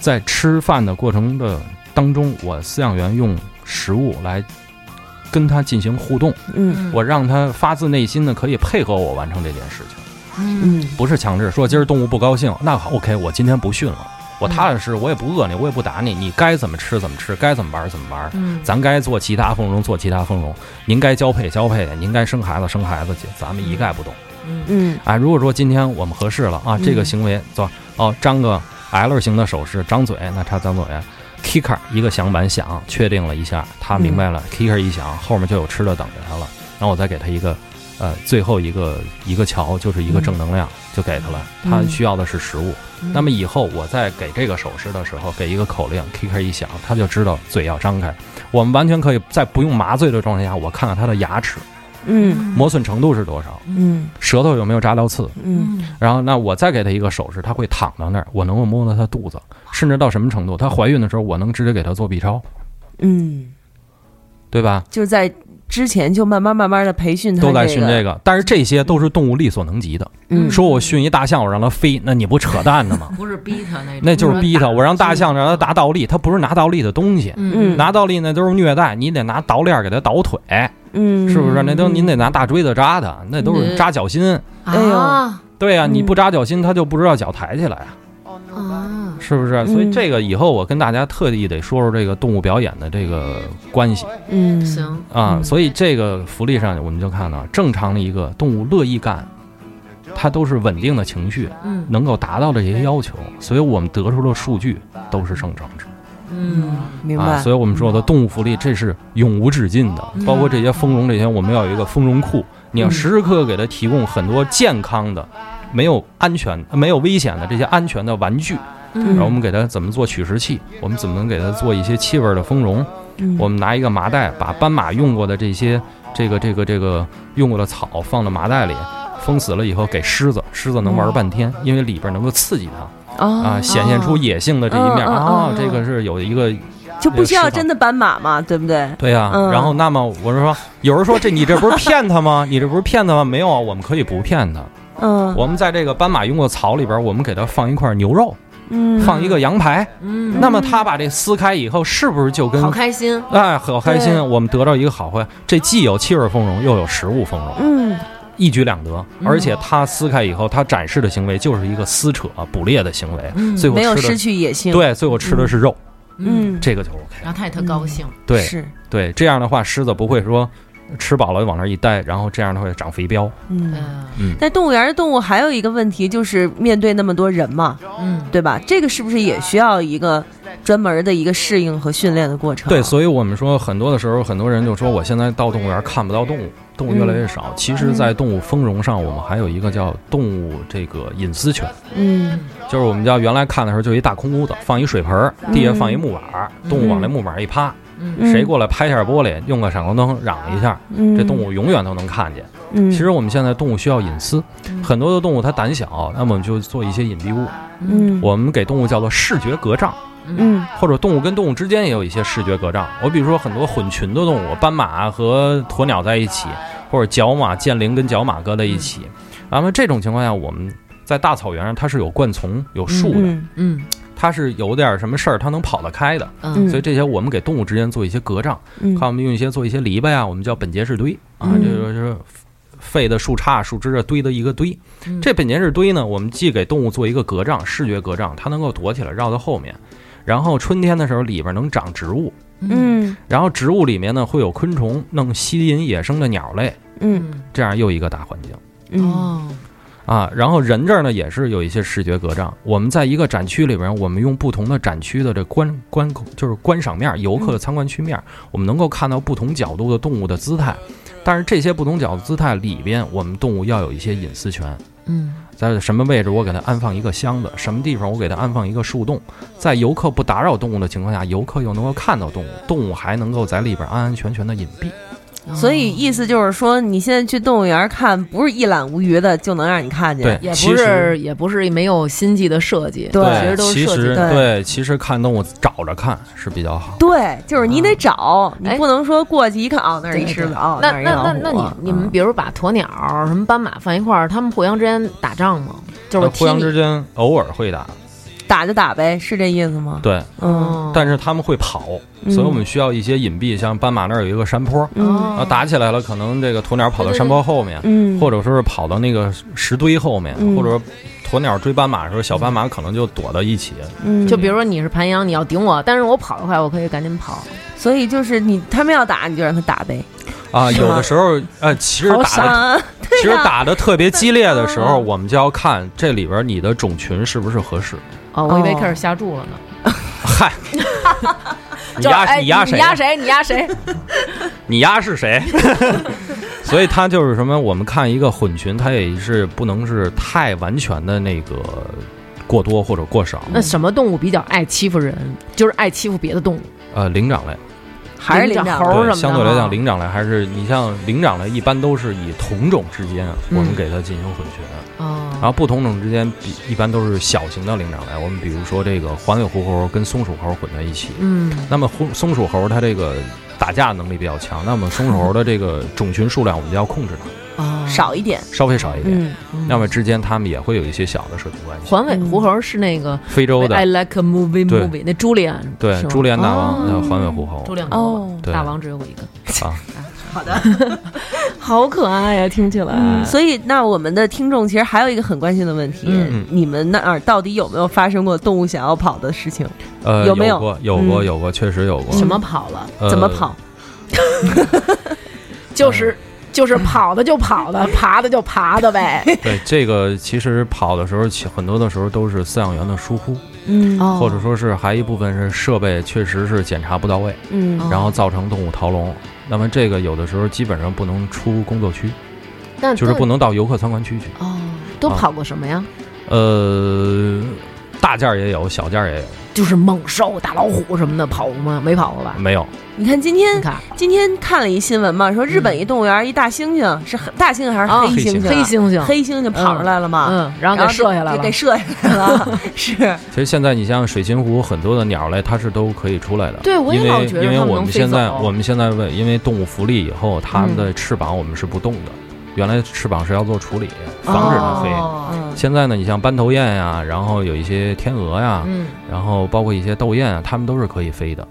Speaker 5: 在吃饭的过程的当中，我饲养员用食物来跟它进行互动，
Speaker 1: 嗯
Speaker 5: 我让它发自内心的可以配合我完成这件事情，
Speaker 2: 嗯
Speaker 1: 嗯
Speaker 5: 不是强制说今儿动物不高兴，那好 OK，我今天不训了。我踏踏实实，我也不饿你，我也不打你，你该怎么吃怎么吃，该怎么玩儿怎么玩儿，
Speaker 2: 嗯？
Speaker 5: 咱该做其他丰容做其他丰容，您该交配交配去，您该生孩子生孩子去，咱们一概不动。
Speaker 1: 嗯
Speaker 5: 啊，如果说今天我们合适了啊，这个行为做哦，张个 L 型的手势，张嘴，那插张嘴。Kicker 一个响板响，确定了一下，他
Speaker 1: 嗯
Speaker 5: 明白了。Kicker 一响，后面就有吃的等着他了。然后我再给他一个，呃，最后一个一个桥，就是一个
Speaker 1: 嗯
Speaker 5: 正能量，就给他了。他需要的是食物。那么以后我在给这个手势的时候，给一个口令，Kicker 一响，他就知道嘴要张开。我们完全可以在不用麻醉的状态下，我看看他的牙齿
Speaker 1: 嗯
Speaker 5: 磨损程度是多少，
Speaker 1: 嗯
Speaker 5: 舌头有没有扎到刺。
Speaker 1: 嗯
Speaker 5: 然后，那我再给她一个手势，她会躺到那儿，我能够摸到她肚子，甚至到什么程度？她怀孕的时候，我能直接给她做 B 超，
Speaker 1: 嗯，
Speaker 5: 对吧？
Speaker 1: 就是在之前就慢慢慢慢的培训他
Speaker 5: 都在训
Speaker 1: 这
Speaker 5: 这
Speaker 1: 个，
Speaker 5: 个，但是这些都是动物力所能及的。
Speaker 1: 嗯
Speaker 5: 说我训一大象，我让它飞，那你不扯淡 呢吗
Speaker 2: 不是逼他那种，
Speaker 5: 那就是逼它，我让大
Speaker 2: 就是
Speaker 5: 象让它打倒立，它不是拿倒立的东西，
Speaker 2: 嗯
Speaker 5: 拿倒立那都是虐待，你得拿倒链儿给它倒腿，
Speaker 1: 嗯，
Speaker 5: 是不是？那都您得拿大锥子扎它，那都是
Speaker 2: 嗯
Speaker 5: 扎脚心。
Speaker 2: 哎
Speaker 1: 哎呦
Speaker 2: 啊
Speaker 5: 对呀、你
Speaker 1: 嗯
Speaker 5: 不扎脚心，它就不知道脚抬起来啊。
Speaker 2: 啊
Speaker 5: 是不是？
Speaker 1: 嗯
Speaker 5: 所以这个以后我跟大家特地得说说这个动物表演的这个关系
Speaker 1: 嗯
Speaker 2: 行，
Speaker 5: 啊。所以这个福利上我们就看到，正常的一个动物乐意干，它都是稳定的情绪，
Speaker 2: 嗯
Speaker 5: 能够达到这些要求。所以我们得出的数据都是正常值
Speaker 2: 嗯
Speaker 1: 明
Speaker 5: 啊。
Speaker 1: 白嗯
Speaker 5: 所以我们说的动物福利，这是永无止境的，包括这些丰容这些，我们要有一个丰容库，你
Speaker 1: 嗯
Speaker 5: 要时时刻刻给它提供很多健康的。没有安全、没有危险的这些安全的玩具，
Speaker 1: 嗯
Speaker 5: 然后我们给它怎么做取食器，我们怎么给它做一些气味的丰容，
Speaker 1: 嗯
Speaker 5: 我们拿一个麻袋把斑马用过的这些这个这个这个用过的草放到麻袋里，封死了以后给狮子，狮子能玩半
Speaker 1: 哦
Speaker 5: 天，因为里边能够刺激它啊，
Speaker 1: 啊
Speaker 5: 显现出野性的这一面
Speaker 1: 嗯嗯
Speaker 5: 啊
Speaker 1: 嗯嗯，
Speaker 5: 这个是有一个
Speaker 1: 就不需
Speaker 5: 这
Speaker 1: 要
Speaker 5: 个释放
Speaker 1: 真的斑马嘛，对不对？
Speaker 5: 对呀、
Speaker 1: 嗯
Speaker 5: 然后那么我是说，有人说这你这不是骗 他吗？你这不是骗他吗？没有啊，我们可以不骗他，
Speaker 1: 嗯
Speaker 5: 我们在这个斑马用过的草里边，我们给它放一块牛肉，
Speaker 1: 嗯
Speaker 5: 放一个羊排。
Speaker 2: 嗯，
Speaker 5: 那么他把这撕开以后，是不是就跟
Speaker 2: 好开心，
Speaker 5: 哎，好开
Speaker 1: 对
Speaker 5: 心！我们得到一个好坏，这既有气味丰容，又有食物丰容，
Speaker 1: 嗯
Speaker 5: 一举两得。嗯而且它撕开以后，它展示的行为就是一个撕扯、捕猎的行为，嗯最后
Speaker 1: 没有
Speaker 5: 吃
Speaker 1: 失
Speaker 5: 的
Speaker 1: 去野性，
Speaker 5: 对，最后吃的是肉，
Speaker 1: 嗯
Speaker 5: 这个就 OK
Speaker 2: 然。后他也特高兴，
Speaker 5: 对
Speaker 1: 是
Speaker 5: 对，这样的话，狮子不会说吃饱了往那儿一待，然后这样它会长肥膘。
Speaker 1: 嗯。
Speaker 2: 嗯
Speaker 1: 在动物园的动物还有一个问题就是面对那么多人嘛，
Speaker 2: 嗯
Speaker 1: 对吧？这个是不是也需要一个专门的一个适应和训练的过程？啊
Speaker 5: 对，所以我们说，很多的时候，很多人就说，我现在到动物园看不到动物，动物越来越
Speaker 1: 嗯
Speaker 5: 少。其实，在动物丰容上，我们还有一个叫动物这个隐私权。
Speaker 1: 嗯
Speaker 5: 就是我们家原来看的时候，就一大空屋子，放一水盆儿，地下放一木板儿，动物往那木板儿一趴，
Speaker 2: 嗯
Speaker 1: 嗯
Speaker 5: 谁过来拍一下玻璃，用个闪光灯嚷一下，
Speaker 1: 嗯，
Speaker 5: 这动物永远都能看见。
Speaker 1: 嗯，
Speaker 5: 其实我们现在动物需要隐私，
Speaker 2: 嗯
Speaker 5: 很多的动物它胆小，那么我们就做一些隐蔽物，
Speaker 1: 嗯
Speaker 5: 我们给动物叫做视觉隔障，
Speaker 1: 嗯
Speaker 5: 或者动物跟动物之间也有一些视觉隔障。我比如说很多混群的动物，斑马和鸵鸟在一起，或者角马、剑羚跟角马搁在一起，那么这种情况下，我们在大草原上它是有灌丛、有树的。
Speaker 1: 嗯
Speaker 2: 嗯
Speaker 5: 它是有点什么事儿，它能跑得开的，
Speaker 2: 嗯
Speaker 5: 所以这些我们给动物之间做一些隔障，
Speaker 1: 嗯
Speaker 5: 看我们用一些做一些篱笆啊，我们叫本节式堆啊，
Speaker 1: 嗯
Speaker 5: 这就是废的树杈、树枝啊堆的一个堆
Speaker 2: 嗯。
Speaker 5: 这本节式堆呢，我们既给动物做一个隔障，视觉隔障，它能够躲起来绕到后面。然后春天的时候，里边能长植物，
Speaker 1: 嗯
Speaker 5: 然后植物里面呢会有昆虫，能吸引野生的鸟类，
Speaker 1: 嗯
Speaker 5: 这样又一个大环境。
Speaker 1: 嗯
Speaker 2: 哦
Speaker 5: 啊，然后人这儿呢也是有一些视觉隔障。我们在一个展区里边，我们用不同的展区的这观观就是观赏面儿、游
Speaker 2: 嗯
Speaker 5: 客的参观区面儿，我们能够看到不同角度的动物的姿态。但是这些不同角度姿态里边，我们动物要有一些隐私权。
Speaker 2: 嗯
Speaker 5: 在什么位置我给它安放一个箱子，什么地方我给它安放一个树洞，在游客不打扰动物的情况下，游客又能够看到动物，动物还能够在里边安安全全的隐蔽。
Speaker 2: 哦
Speaker 1: 所以意思就是说，你现在去动物园看，不是一览无余的就能让你看见。
Speaker 5: 对，
Speaker 2: 也
Speaker 5: 其
Speaker 2: 不
Speaker 5: 实
Speaker 2: 是也不是没有心计的设计，
Speaker 1: 对
Speaker 2: 其实都是
Speaker 5: 其
Speaker 2: 设计
Speaker 5: 实
Speaker 2: 的。
Speaker 1: 的
Speaker 5: 对，其实看动物找着看是比较好。
Speaker 1: 对就是你得找，你
Speaker 2: 哎
Speaker 1: 不能说过去一看啊，那儿一
Speaker 2: 对
Speaker 1: 狮
Speaker 2: 对
Speaker 1: 子啊，
Speaker 2: 那
Speaker 1: 儿一
Speaker 2: 那
Speaker 1: 老
Speaker 2: 那
Speaker 1: 虎
Speaker 2: 那你
Speaker 1: 啊
Speaker 2: 你们比如把鸵鸟什么斑马放一块儿，他们互相之间打仗吗？就是我
Speaker 5: 啊那互
Speaker 2: 踢
Speaker 5: 相之
Speaker 2: 你
Speaker 5: 间偶尔会打，
Speaker 1: 打就打呗，是这意思吗？
Speaker 5: 对，
Speaker 1: 嗯
Speaker 2: 哦
Speaker 5: 但是他们会跑，所以我们需要一些隐蔽，像斑马那儿有一个山坡，
Speaker 2: 哦
Speaker 1: 嗯
Speaker 5: 然后啊打起来了，可能这个鸵鸟跑到山坡后面，
Speaker 1: 嗯，
Speaker 5: 或者说是跑到那个石堆后面，
Speaker 1: 嗯
Speaker 5: 或者说鸵鸟追斑马的时候，小斑马可能就躲到一起。
Speaker 1: 嗯
Speaker 2: 就比如说你是盘羊，你要顶我，但是我跑得快，我可以赶紧跑。
Speaker 1: 所以就是你他们要打你就让他打呗，
Speaker 5: 啊，
Speaker 1: 是
Speaker 5: 有
Speaker 1: 吗
Speaker 5: 的时候，呃，其实
Speaker 1: 好啊
Speaker 5: 打的
Speaker 1: 傻，
Speaker 5: 其实
Speaker 1: 对呀
Speaker 5: 打的特别激烈的时
Speaker 1: 啊
Speaker 5: 候，我们就要看这里边你的种群是不是合适。
Speaker 2: 哦，我以为
Speaker 1: 哦
Speaker 2: 开始吓住了呢。
Speaker 5: 嗨，你
Speaker 2: 就
Speaker 5: 压
Speaker 2: 哎
Speaker 5: 你压谁
Speaker 2: 你
Speaker 5: 呀
Speaker 2: 压？谁？你压谁？
Speaker 5: 你压是谁？所以他就是什么？我们看一个混群，他也是不能是太完全的那个过多或者过少。
Speaker 2: 那什么动物比较爱欺负人？就是爱欺负别的动物，
Speaker 5: 呃，灵长类
Speaker 1: 还是领
Speaker 2: 领
Speaker 1: 导
Speaker 2: 导猴儿什么的
Speaker 5: 对，相对来
Speaker 2: 哈
Speaker 5: 讲，灵长类还是你像灵长类一般都是以同种之间我
Speaker 2: 嗯
Speaker 5: 们给它进行混群，然
Speaker 2: 哦，
Speaker 5: 后不同种之间比一般都是小型的灵长类。我们比如说这个黄尾狐猴跟松鼠猴混在一起，
Speaker 2: 嗯，
Speaker 5: 那么松松鼠猴它这个打架能力比较强，那么松鼠猴的这个种群数量我们就要控制它，
Speaker 2: 哦，
Speaker 1: 少一点，
Speaker 5: 稍微少一点。
Speaker 1: 嗯，
Speaker 2: 嗯
Speaker 5: 那么之间他们也会有一些小的社群关系。
Speaker 2: 环尾狐猴是那个
Speaker 5: 非洲的
Speaker 2: I like a movie
Speaker 5: 对
Speaker 2: movie 那朱莉安
Speaker 5: 对
Speaker 2: 是吗
Speaker 5: 朱利安大王
Speaker 2: 哦
Speaker 5: 的环尾狐猴，
Speaker 2: 朱莉安
Speaker 1: 哦
Speaker 5: 对
Speaker 2: 大王只有我一个，
Speaker 5: 啊，
Speaker 1: 好的，
Speaker 2: 好可爱呀，听起来
Speaker 1: 嗯，所以那我们的听众其实还有一个很关心的问题，
Speaker 5: 嗯嗯
Speaker 1: 你们那儿到底有没有发生过动物想要跑的事情？
Speaker 5: 呃，
Speaker 1: 有
Speaker 5: 有
Speaker 1: 没有
Speaker 5: 过有过
Speaker 1: 嗯
Speaker 5: 有过，确实有过。
Speaker 2: 什么跑了，
Speaker 5: 呃
Speaker 1: 怎么跑？？
Speaker 5: 嗯
Speaker 2: 就是就是跑的就跑 的，爬的就爬的呗。
Speaker 5: 对，这个其实跑的时候，其很多的时候都是饲养员的疏忽，
Speaker 1: 嗯
Speaker 2: 哦
Speaker 5: 或者说是还一部分是设备确实是检查不到位，
Speaker 1: 嗯
Speaker 2: 哦
Speaker 5: 然后造成动物逃笼。那么这个有的时候基本上不能出工作区，
Speaker 2: 但
Speaker 5: 就是不
Speaker 2: 但
Speaker 5: 能到游客参观区去。
Speaker 2: 哦，都
Speaker 5: 啊
Speaker 2: 跑过什么呀？
Speaker 5: 呃，大件儿也有，小件儿也有，
Speaker 2: 就是猛兽、大老虎什么的跑过吗？没跑过吧？
Speaker 5: 没有。
Speaker 1: 你看今
Speaker 2: 你
Speaker 1: 天
Speaker 2: 看
Speaker 1: 今天看了一新闻嘛，说日本一动物园一大猩猩是很大猩猩还
Speaker 2: 啊
Speaker 1: 是黑猩猩啊？
Speaker 2: 黑猩猩，
Speaker 1: 黑猩猩跑出来了嘛？
Speaker 2: 嗯，然
Speaker 1: 然
Speaker 2: 后给
Speaker 1: 后
Speaker 2: 射下来
Speaker 1: 就
Speaker 2: 了
Speaker 1: 给。射下来 了，是，
Speaker 5: 其实现在你像水禽湖很多的鸟类，它是都可以出来的。
Speaker 2: 对我也
Speaker 5: 因为
Speaker 2: 老觉得
Speaker 5: 因为
Speaker 2: 它们
Speaker 5: 我
Speaker 2: 能
Speaker 5: 们
Speaker 2: 飞
Speaker 5: 现在
Speaker 2: 走
Speaker 5: 我们现在为因为动物福利以后，它们的翅膀我们是不动的，原来翅膀是要做处理，防止它飞。
Speaker 2: 嗯哦
Speaker 1: 嗯
Speaker 5: 现在呢，你像斑头雁呀、然后有一些天鹅呀、
Speaker 2: 嗯，
Speaker 5: 然后包括一些斗雁啊，它们都是可以飞的。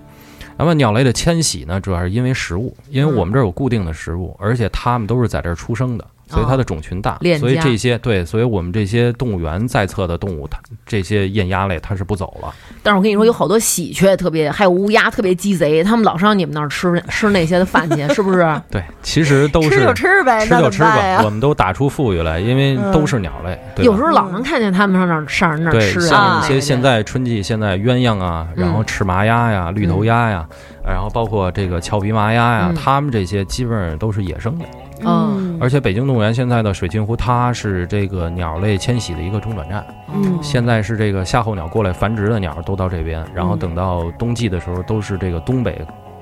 Speaker 5: 那么鸟类的迁徙呢，主要是因为食物，因为我们这儿有固定的食物，而且它们都是在这儿出生的，所以它的种群大，
Speaker 2: 链
Speaker 5: 所以
Speaker 2: 家
Speaker 5: 这些对，所以我们这些动物园在册的动物，它这些雁鸭类它是不走了。
Speaker 2: 但是我跟你说，有好多喜鹊特别，还有乌鸦特别鸡贼，他们老上你们那儿吃吃那些的饭去，是不是？
Speaker 5: 对，其实都是
Speaker 1: 嗯吃就吃呗，
Speaker 5: 吃
Speaker 1: 那
Speaker 5: 就
Speaker 1: 怎
Speaker 5: 吃
Speaker 1: 么办
Speaker 5: 吧，
Speaker 1: 呀
Speaker 5: 我？们都打出富裕来，因为都是鸟类，对吧
Speaker 2: 有时候老能看见他们上那儿上人那儿
Speaker 5: 对
Speaker 2: 吃
Speaker 5: 像
Speaker 2: 啊
Speaker 5: 一些现在春季现在鸳鸯啊，然后赤麻鸭呀、绿头鸭呀，然后包括这个翘鼻麻鸭呀
Speaker 2: 嗯，
Speaker 5: 它们这些基本上都是野生的。
Speaker 2: 嗯，
Speaker 5: 而且北京动物园现在的水镜湖，它是这个鸟类迁徙的一个中转站。
Speaker 2: 嗯
Speaker 5: 现在是这个夏候鸟过来繁殖的鸟都到这边，然后等到冬季的时候都是这个东北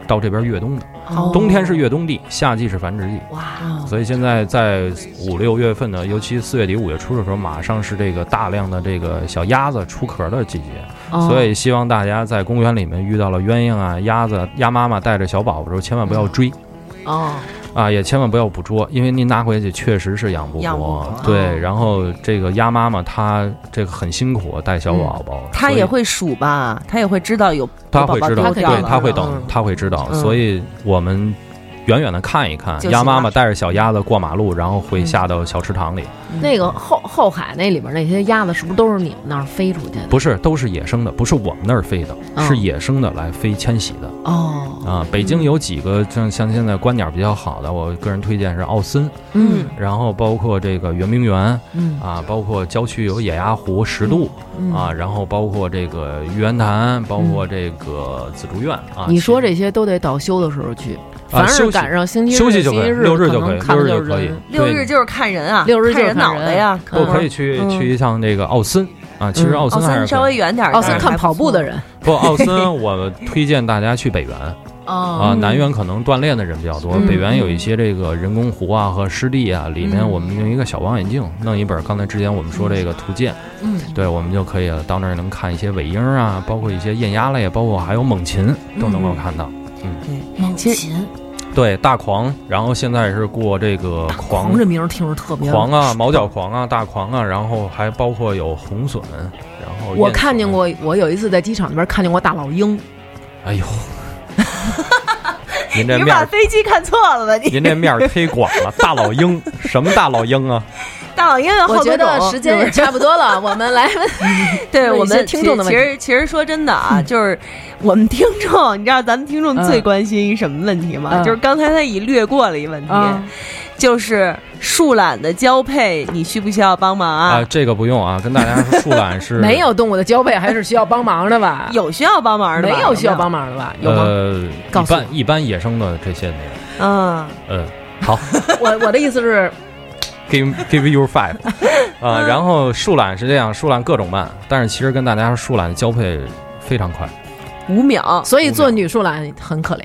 Speaker 5: 到这边越冬的，
Speaker 2: 哦
Speaker 5: 冬天是越冬地，夏季是繁殖季。
Speaker 2: 哇，哦
Speaker 5: 所以现在在五六月份呢，尤其四月底五月初的时候，马上是这个大量的这个小鸭子出壳的季节，
Speaker 2: 哦
Speaker 5: 所以希望大家在公园里面遇到了鸳鸯啊、鸭子、鸭妈妈带着小宝宝的时候，千万不要追。
Speaker 2: 哦，
Speaker 5: 啊，也千万不要捕捉，因为您拿回去确实是养不
Speaker 1: 养不
Speaker 5: 活
Speaker 1: 活。哦
Speaker 5: 对，然后这个鸭妈妈她这个很辛苦带小宝宝，
Speaker 1: 它
Speaker 5: 所以
Speaker 1: 嗯也会数吧，它也会知道有
Speaker 5: 她会知
Speaker 1: 有宝
Speaker 5: 道，
Speaker 1: 宝
Speaker 5: 对
Speaker 1: 掉了，
Speaker 5: 她会
Speaker 1: 嗯
Speaker 5: 等，她会知道。
Speaker 1: 嗯
Speaker 5: 所以我们远远的看一看
Speaker 1: 就，
Speaker 5: 鸭
Speaker 1: 行
Speaker 5: 妈
Speaker 1: 了
Speaker 5: 妈带着小鸭子过马路，然后
Speaker 1: 嗯
Speaker 5: 会下到小池塘里。
Speaker 2: 那个后后海那里边那些鸭子是不是都是你们那儿飞出去的？
Speaker 5: 不是，都是野生的，不是我们那儿飞的，
Speaker 2: 嗯
Speaker 5: 是野生的来飞迁徙的
Speaker 2: 哦，
Speaker 5: 啊。北
Speaker 1: 嗯
Speaker 5: 京有几个像像现在观鸟比较好的，我个人推荐是奥森，
Speaker 2: 嗯
Speaker 5: 然后包括这个圆明园，
Speaker 2: 嗯
Speaker 5: 啊，包括郊区有野鸭湖、十渡、啊，然后包括这个玉渊潭，包括这个紫竹院啊。
Speaker 2: 你说
Speaker 5: 其
Speaker 2: 这些都得到休的时候去，
Speaker 5: 啊
Speaker 2: 凡是
Speaker 5: 休息
Speaker 2: 赶上星期日、
Speaker 5: 休息就
Speaker 2: 星期
Speaker 5: 可以，
Speaker 2: 日，
Speaker 5: 六日
Speaker 2: 可
Speaker 5: 就
Speaker 2: 能
Speaker 5: 可以，
Speaker 2: 看
Speaker 5: 六
Speaker 2: 不
Speaker 5: 日
Speaker 2: 见
Speaker 5: 就可以
Speaker 2: 人。
Speaker 1: 六
Speaker 5: 对
Speaker 1: 日就是看人啊，
Speaker 2: 六日就是
Speaker 1: 看人
Speaker 2: 看
Speaker 1: 脑
Speaker 2: 人
Speaker 1: 袋呀，
Speaker 5: 不
Speaker 1: 能
Speaker 5: 可以去
Speaker 1: 嗯
Speaker 5: 去一趟这个奥森啊，其实
Speaker 2: 嗯
Speaker 5: 奥
Speaker 1: 奥
Speaker 5: 森还
Speaker 1: 森
Speaker 5: 是
Speaker 1: 稍
Speaker 5: 可
Speaker 1: 微
Speaker 5: 以
Speaker 1: 远点儿，
Speaker 2: 奥
Speaker 1: 但
Speaker 5: 哎
Speaker 2: 森
Speaker 1: 是
Speaker 2: 哦看
Speaker 1: 还
Speaker 2: 跑
Speaker 1: 不
Speaker 2: 步的
Speaker 1: 错，
Speaker 2: 人
Speaker 5: 不奥森，我推荐大家去北园啊，
Speaker 2: 哦
Speaker 5: 南园可能锻炼的人比较多，
Speaker 2: 嗯
Speaker 5: 北园有一些这个人工湖啊和湿地啊，里面我们用一个小望远镜弄一本刚才之前我们说这个图鉴，
Speaker 2: 嗯，
Speaker 5: 对，我们就可以了到那儿能看一些尾鹰啊，
Speaker 1: 嗯
Speaker 5: 包括一些雁鸭类，包括还有猛禽都能够看到。
Speaker 2: 猛
Speaker 1: 其
Speaker 2: 禽
Speaker 5: 对大狂，然后现在是过这个狂
Speaker 2: 狂这名儿听着特别
Speaker 5: 狂啊，毛脚狂啊，大狂啊，然后还包括有红隼，然后
Speaker 2: 我
Speaker 5: 燕隼
Speaker 2: 看见，过，我有一次在机场那边看见过大老鹰，
Speaker 5: 哎呦，您这
Speaker 1: 你
Speaker 5: 面
Speaker 1: 把
Speaker 5: 儿
Speaker 1: 飞机看错了吧？你
Speaker 5: 您这面儿忒广 了，大老鹰什么大老鹰啊？
Speaker 1: 大老鹰有
Speaker 2: 我
Speaker 1: 好多
Speaker 2: 觉得
Speaker 1: 种
Speaker 2: 时间
Speaker 1: 是
Speaker 2: 也
Speaker 1: 不是
Speaker 2: 差不多 了，我们来问
Speaker 1: 对
Speaker 2: 问一
Speaker 1: 我
Speaker 2: 些
Speaker 1: 们
Speaker 2: 听众的问
Speaker 1: 其
Speaker 2: 题
Speaker 1: 其实其实说真的啊，就是我们听众，你知道咱们听众最
Speaker 2: 嗯
Speaker 1: 关心什么问题吗？
Speaker 2: 嗯
Speaker 1: 就是刚才他已略过了一问题，
Speaker 2: 啊，
Speaker 1: 就是树懒的交配，你需不需要帮忙
Speaker 5: 啊，
Speaker 1: 啊？
Speaker 5: 这个不用啊，跟大家说，树懒是
Speaker 2: 没有动物的交配还是需要帮忙的
Speaker 5: 啊
Speaker 2: 吧？
Speaker 1: 有需要帮忙的
Speaker 2: 没
Speaker 1: 吧？
Speaker 2: 有需要帮忙的吧？有吗？
Speaker 5: 呃，
Speaker 2: 告
Speaker 5: 一
Speaker 2: 诉
Speaker 5: 般一般野生的这些那个，
Speaker 1: 有没有？嗯，
Speaker 5: 呃， 好
Speaker 2: 我我的意思是，
Speaker 5: ，give give you five 啊、然后树懒是这样，树懒各种慢，但是其实跟大家说，树懒交配非常快。
Speaker 1: 五秒，
Speaker 2: 所以做女树懒很可怜。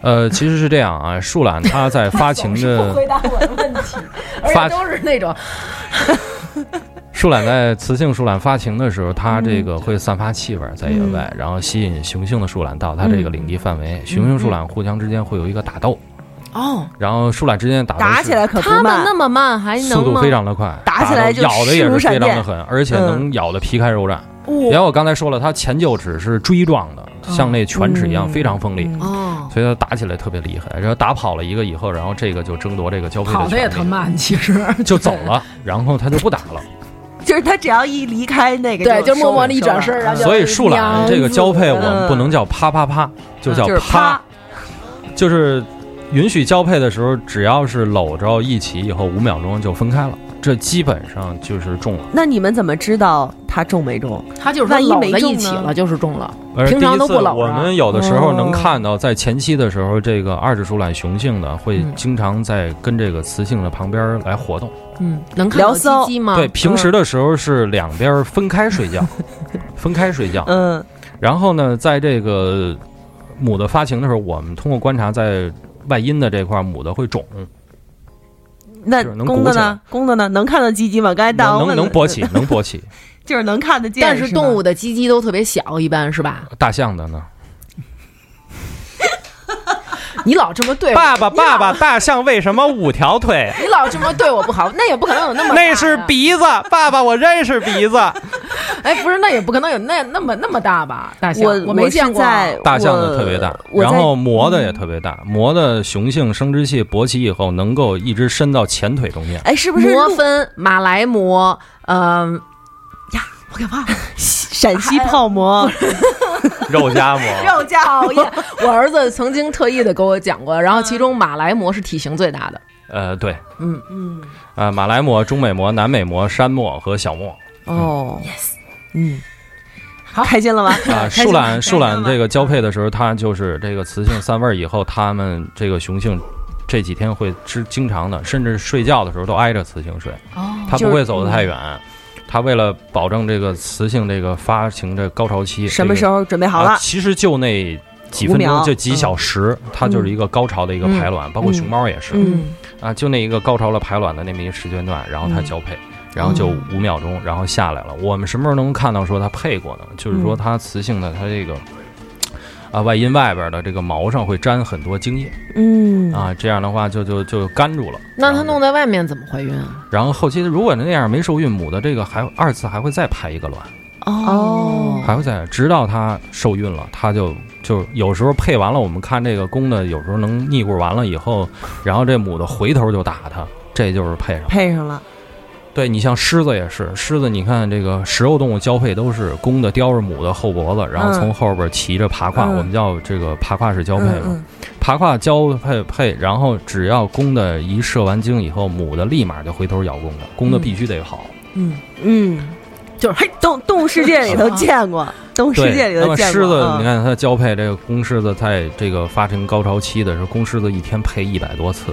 Speaker 5: 呃，其实是这样啊，树懒它在发情 的
Speaker 2: 答我的问 题，而
Speaker 5: 发
Speaker 2: 且都是那种
Speaker 5: 树懒在雌性树懒发情的时候，它这
Speaker 2: 嗯
Speaker 5: 个会散发气味儿在野外，然后吸引雄性的树懒到它这个领地
Speaker 2: 嗯
Speaker 5: 范围。雄性树懒互相之间会有一个打斗，
Speaker 2: 哦，
Speaker 5: 然后树懒之间的打斗
Speaker 1: 打
Speaker 5: 是
Speaker 1: 起来可不
Speaker 2: 他们
Speaker 1: 慢
Speaker 2: 那。么慢还
Speaker 5: 速
Speaker 2: 能
Speaker 5: 度
Speaker 2: 吗
Speaker 5: 非？常的快，
Speaker 1: 打起来就
Speaker 5: 咬的
Speaker 1: 势
Speaker 5: 也是
Speaker 1: 如闪
Speaker 5: 非常的
Speaker 1: 电
Speaker 5: 狠，而
Speaker 2: 嗯
Speaker 5: 且能咬得皮开肉绽。
Speaker 2: 哦
Speaker 5: 然后我刚才说了，它前臼齿是锥状的，
Speaker 2: 嗯
Speaker 5: 像那犬齿一样，非常锋利。
Speaker 2: 哦，
Speaker 5: 所以它打起来特别厉害，然后打跑了一个以后，然后这个就争夺这个交配
Speaker 2: 跑
Speaker 5: 的
Speaker 2: 的也特
Speaker 5: 权利，
Speaker 2: 慢，其 实
Speaker 5: 就走了，然后它就不打了。
Speaker 1: 就是他只要一离开那个，
Speaker 2: 对，就默默
Speaker 1: 的
Speaker 2: 的一转身，然后就
Speaker 5: 所以树懒这个交配，我
Speaker 1: 嗯
Speaker 5: 们不能叫啪啪啪，就叫
Speaker 1: 就是
Speaker 5: 啪
Speaker 1: 啪，，
Speaker 5: 就是允许交配的时候，只要是搂着一起以后，五秒钟就分开了，这基本上就是中了。
Speaker 1: 那你们怎么知道它中没中？
Speaker 2: 他就是
Speaker 1: 万一
Speaker 2: 搂
Speaker 1: 没
Speaker 2: 在一
Speaker 1: 中
Speaker 2: 起
Speaker 1: 呢
Speaker 2: 了，就是中了。
Speaker 5: 而
Speaker 2: 平常
Speaker 5: 第一
Speaker 2: 都
Speaker 5: 次
Speaker 2: 不搂着
Speaker 5: 我们有的时候能
Speaker 1: 哦
Speaker 5: 看到，在前期的时候，这个二指树懒雄性的会
Speaker 2: 嗯
Speaker 5: 经常在跟这个雌性的旁边来活动。
Speaker 2: 嗯，能看到
Speaker 1: 聊骚
Speaker 2: 鸡鸡吗？
Speaker 5: 对，平时的时候是两边分开 睡觉，分开睡觉。
Speaker 1: 嗯，
Speaker 5: 然后呢，在这个母的发情的时候，我们通过观察，在外阴的这块儿，母的会肿，
Speaker 1: 那
Speaker 5: 就是能
Speaker 1: 公
Speaker 5: 鼓
Speaker 1: 的
Speaker 5: 起来
Speaker 1: 呢？公的呢？能看到鸡鸡吗？刚才大王
Speaker 5: 能
Speaker 1: 问
Speaker 5: 能
Speaker 1: 了
Speaker 5: 勃起，能勃起。
Speaker 1: 就是能看得见。
Speaker 2: 但是动
Speaker 1: 物
Speaker 2: 物的鸡鸡都特别小，一般是吧？
Speaker 5: 大象的呢？
Speaker 2: 你老这么对我，
Speaker 5: 爸爸，
Speaker 2: 你老
Speaker 5: 爸爸，，大象为什么五条腿？
Speaker 2: 你老这么对我不好，那也不可能有那么大
Speaker 5: 那
Speaker 2: 呀
Speaker 5: 是鼻子，爸爸，我认识鼻子。
Speaker 2: 哎，不是，那也不可能有那那么那么大吧？大象，
Speaker 1: 我
Speaker 2: 我没见过。
Speaker 1: 是在
Speaker 5: 大象的特别大，
Speaker 1: 我
Speaker 5: 然
Speaker 1: 在
Speaker 5: 后魔的也特别大。魔的雄性生殖器勃起以后，能够一直伸到前腿中 间。
Speaker 1: 哎，是不是
Speaker 2: 魔
Speaker 1: 鹿
Speaker 2: 分马来貘，嗯、
Speaker 1: 我给忘了， 陕西泡馍，
Speaker 5: 肉夹馍，
Speaker 1: 肉夹
Speaker 2: 讨厌！我儿子曾经特意的给我讲过，然后其中马来貘是体型最大的，
Speaker 5: 呃，对，
Speaker 2: 嗯
Speaker 5: 嗯，啊，马来貘、中美貘、南美貘、山貘和小貘。
Speaker 1: 哦，yes，嗯，好， 开心了吧？
Speaker 5: 啊，
Speaker 1: 开心
Speaker 5: 树
Speaker 1: 了
Speaker 5: 懒
Speaker 1: 开心
Speaker 5: 树懒
Speaker 1: 了吧
Speaker 5: 这个交配的时候，它就是这个雌性散味儿以后，它们这个雄性这几天会之经常的，甚至睡觉的时候都挨着雌性睡，它
Speaker 1: 就
Speaker 5: 不
Speaker 1: 是
Speaker 5: 会走得太远。它为了保证这个雌性这个发情的高潮期，
Speaker 1: 什么时
Speaker 5: 候
Speaker 1: 候准备好了？
Speaker 5: 其实就那几分
Speaker 1: 五秒
Speaker 5: 钟，就几小时，它就是一个高潮的一个排卵，包括熊猫也是、
Speaker 1: 嗯，
Speaker 5: 啊，就那一个高潮了排卵的那么一个时间段，然后
Speaker 2: 嗯
Speaker 5: 它交配。然后就五秒钟，然后下来了。我们什么时候能看到说它配过呢？就是
Speaker 2: 嗯
Speaker 5: 说它雌性的它这个啊外阴外边的这个毛上会沾很多精液
Speaker 1: 嗯，
Speaker 5: 啊，这样的话就就就干住了。
Speaker 2: 那
Speaker 5: 然
Speaker 2: 他
Speaker 5: 后
Speaker 2: 弄在外面怎么怀孕啊？
Speaker 5: 然后后期如果那样没受孕，母的这个还二次还会再排一个卵，
Speaker 1: 哦，
Speaker 5: 还会再直到它受孕了，它就就有时候配完了，我们看这个公的有时候能腻咕完了以后，然后这母的回头就打它，这就是配上了。
Speaker 1: 配上了，
Speaker 5: 对你像狮子也是，狮子你看这个食肉动物交配都是公的叼着母的后脖子，然
Speaker 1: 嗯
Speaker 5: 后从后边骑着爬胯，
Speaker 1: 嗯
Speaker 5: 我们叫这个爬胯式交配嘛。
Speaker 1: 嗯
Speaker 5: 爬胯交配配，然后只要公的一射完精以后，母的立马就回头咬公的，公的必须得跑。
Speaker 1: 嗯嗯，就是嘿，动动物世界里 头见过，动物 世界里
Speaker 5: 对，那
Speaker 1: 头
Speaker 5: 么
Speaker 1: 见过。
Speaker 5: 狮子，
Speaker 1: 嗯
Speaker 5: 你看它交配这个公狮子，在这个发情高潮期的时候，公狮子一天配一百多次，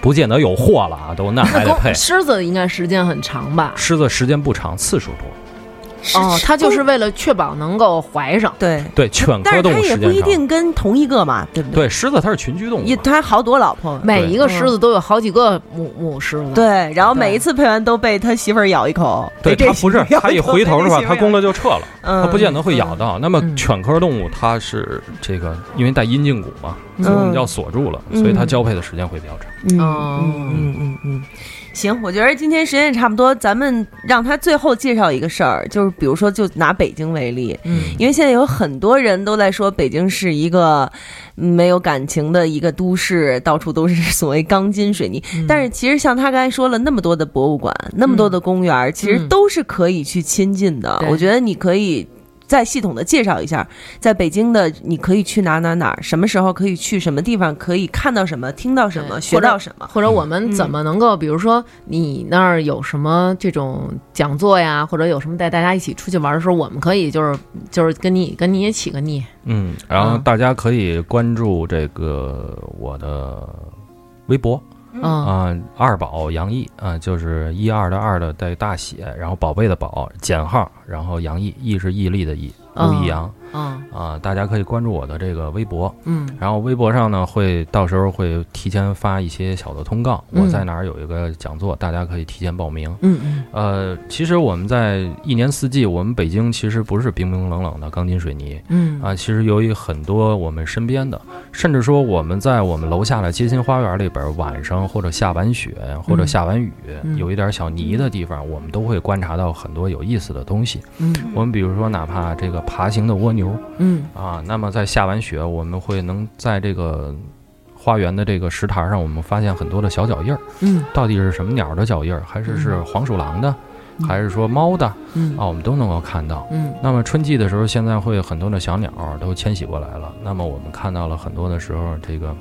Speaker 5: 不见得有货了啊，都那还得
Speaker 2: 公
Speaker 5: 配。
Speaker 2: 狮子应该时间很长吧？
Speaker 5: 狮子时间不长，次数多。
Speaker 1: 是
Speaker 2: 哦，他就是为了确保能够怀上。
Speaker 1: 对，
Speaker 5: 对，犬
Speaker 1: 但
Speaker 5: 科
Speaker 1: 是
Speaker 5: 动
Speaker 1: 他
Speaker 5: 物
Speaker 1: 也
Speaker 5: 时
Speaker 1: 不
Speaker 5: 间
Speaker 1: 一
Speaker 5: 长。
Speaker 1: 定跟同一个嘛，对不对？
Speaker 5: 对，狮子它是群居动物
Speaker 1: 也
Speaker 5: 嘛，
Speaker 1: 他好多老婆，
Speaker 2: 每一个
Speaker 1: 对
Speaker 2: 狮子都有好几个母母狮子。，
Speaker 1: 对，然后
Speaker 2: 嗯对
Speaker 1: 每一次配完都被他媳妇儿咬一口，
Speaker 5: 对
Speaker 1: 哎被这
Speaker 5: 它不是
Speaker 1: 媳妇 儿咬口
Speaker 5: 它一回头的话，它
Speaker 1: 啊
Speaker 5: 公，的就撤了，它
Speaker 1: 他
Speaker 5: 不见得会咬。到。那么
Speaker 2: 嗯
Speaker 5: 犬科动物它是这个，因为带阴茎骨嘛，所以我们叫锁住了，所以它交配的时间会比较长。
Speaker 1: 嗯
Speaker 2: 哦
Speaker 1: 嗯嗯嗯嗯，行，我觉得今天时间也差不多，咱们让他最后介绍一个事儿，就是比如说，就拿北京为例，
Speaker 2: 嗯，
Speaker 1: 因为现在有很多人都在说北京是一个没有感情的一个都市，到处都是所谓钢筋水泥。
Speaker 2: 嗯
Speaker 1: 但是其实像他刚才说了，那么多的博物馆，那么多的公园儿，其实都是可以去亲近的。
Speaker 2: 嗯对
Speaker 1: 我觉得你可以。再系统的介绍一下，在北京的你可以去哪哪哪儿，什么时候可以去什么地方，可以看到什么，听到什么，
Speaker 2: 对
Speaker 1: 学到什么。
Speaker 2: 或者我们怎么能够，比如说你那儿有什么这种讲座呀，或者有什么带大家一起出去玩的时候，我们可以就是就是跟你跟你也起个腻。
Speaker 5: 嗯，然后
Speaker 2: 嗯
Speaker 5: 大家可以关注这个我的微博
Speaker 2: 嗯
Speaker 5: 啊、二宝杨毅啊、就是一二的二的带大写，然后宝贝的宝减号，然后杨毅，毅是毅力的毅，陆
Speaker 2: 嗯
Speaker 5: 毅阳
Speaker 2: 嗯
Speaker 5: 啊、大家可以关注我的这个微博，
Speaker 2: 嗯
Speaker 5: 然后微博上呢会到时候会提前发一些小的通告，
Speaker 2: 嗯
Speaker 5: 我在哪儿有一个讲座，大家可以提前报名。
Speaker 2: 嗯嗯
Speaker 5: 呃，其实我们在一年四季，我们北京其实不是冰冰冷冷的钢筋水泥，
Speaker 2: 嗯
Speaker 5: 啊，其实由于很多我们身边的，甚至说我们在我们楼下的街心花园里边儿，晚上或者下完雪或者
Speaker 2: 嗯
Speaker 5: 下完雨，
Speaker 2: 嗯
Speaker 5: 有一点小泥的地方，我们都会观察到很多有意思的东西。
Speaker 2: 嗯
Speaker 5: 我们比如说，哪怕这个爬行的蜗牛
Speaker 2: 嗯
Speaker 5: 啊，那么在下完雪，我们会能在这个花园的这个石台上，我们发现很多的小脚印儿，
Speaker 2: 嗯
Speaker 5: 到底是什么鸟的脚印儿，还是是黄鼠狼的，还是说猫的
Speaker 2: 嗯
Speaker 5: 啊，我们都能够看到。
Speaker 2: 嗯
Speaker 5: 那么春季的时候，现在会有很多的小鸟儿都迁徙过来了。那么我们看到了很多的时候，这个，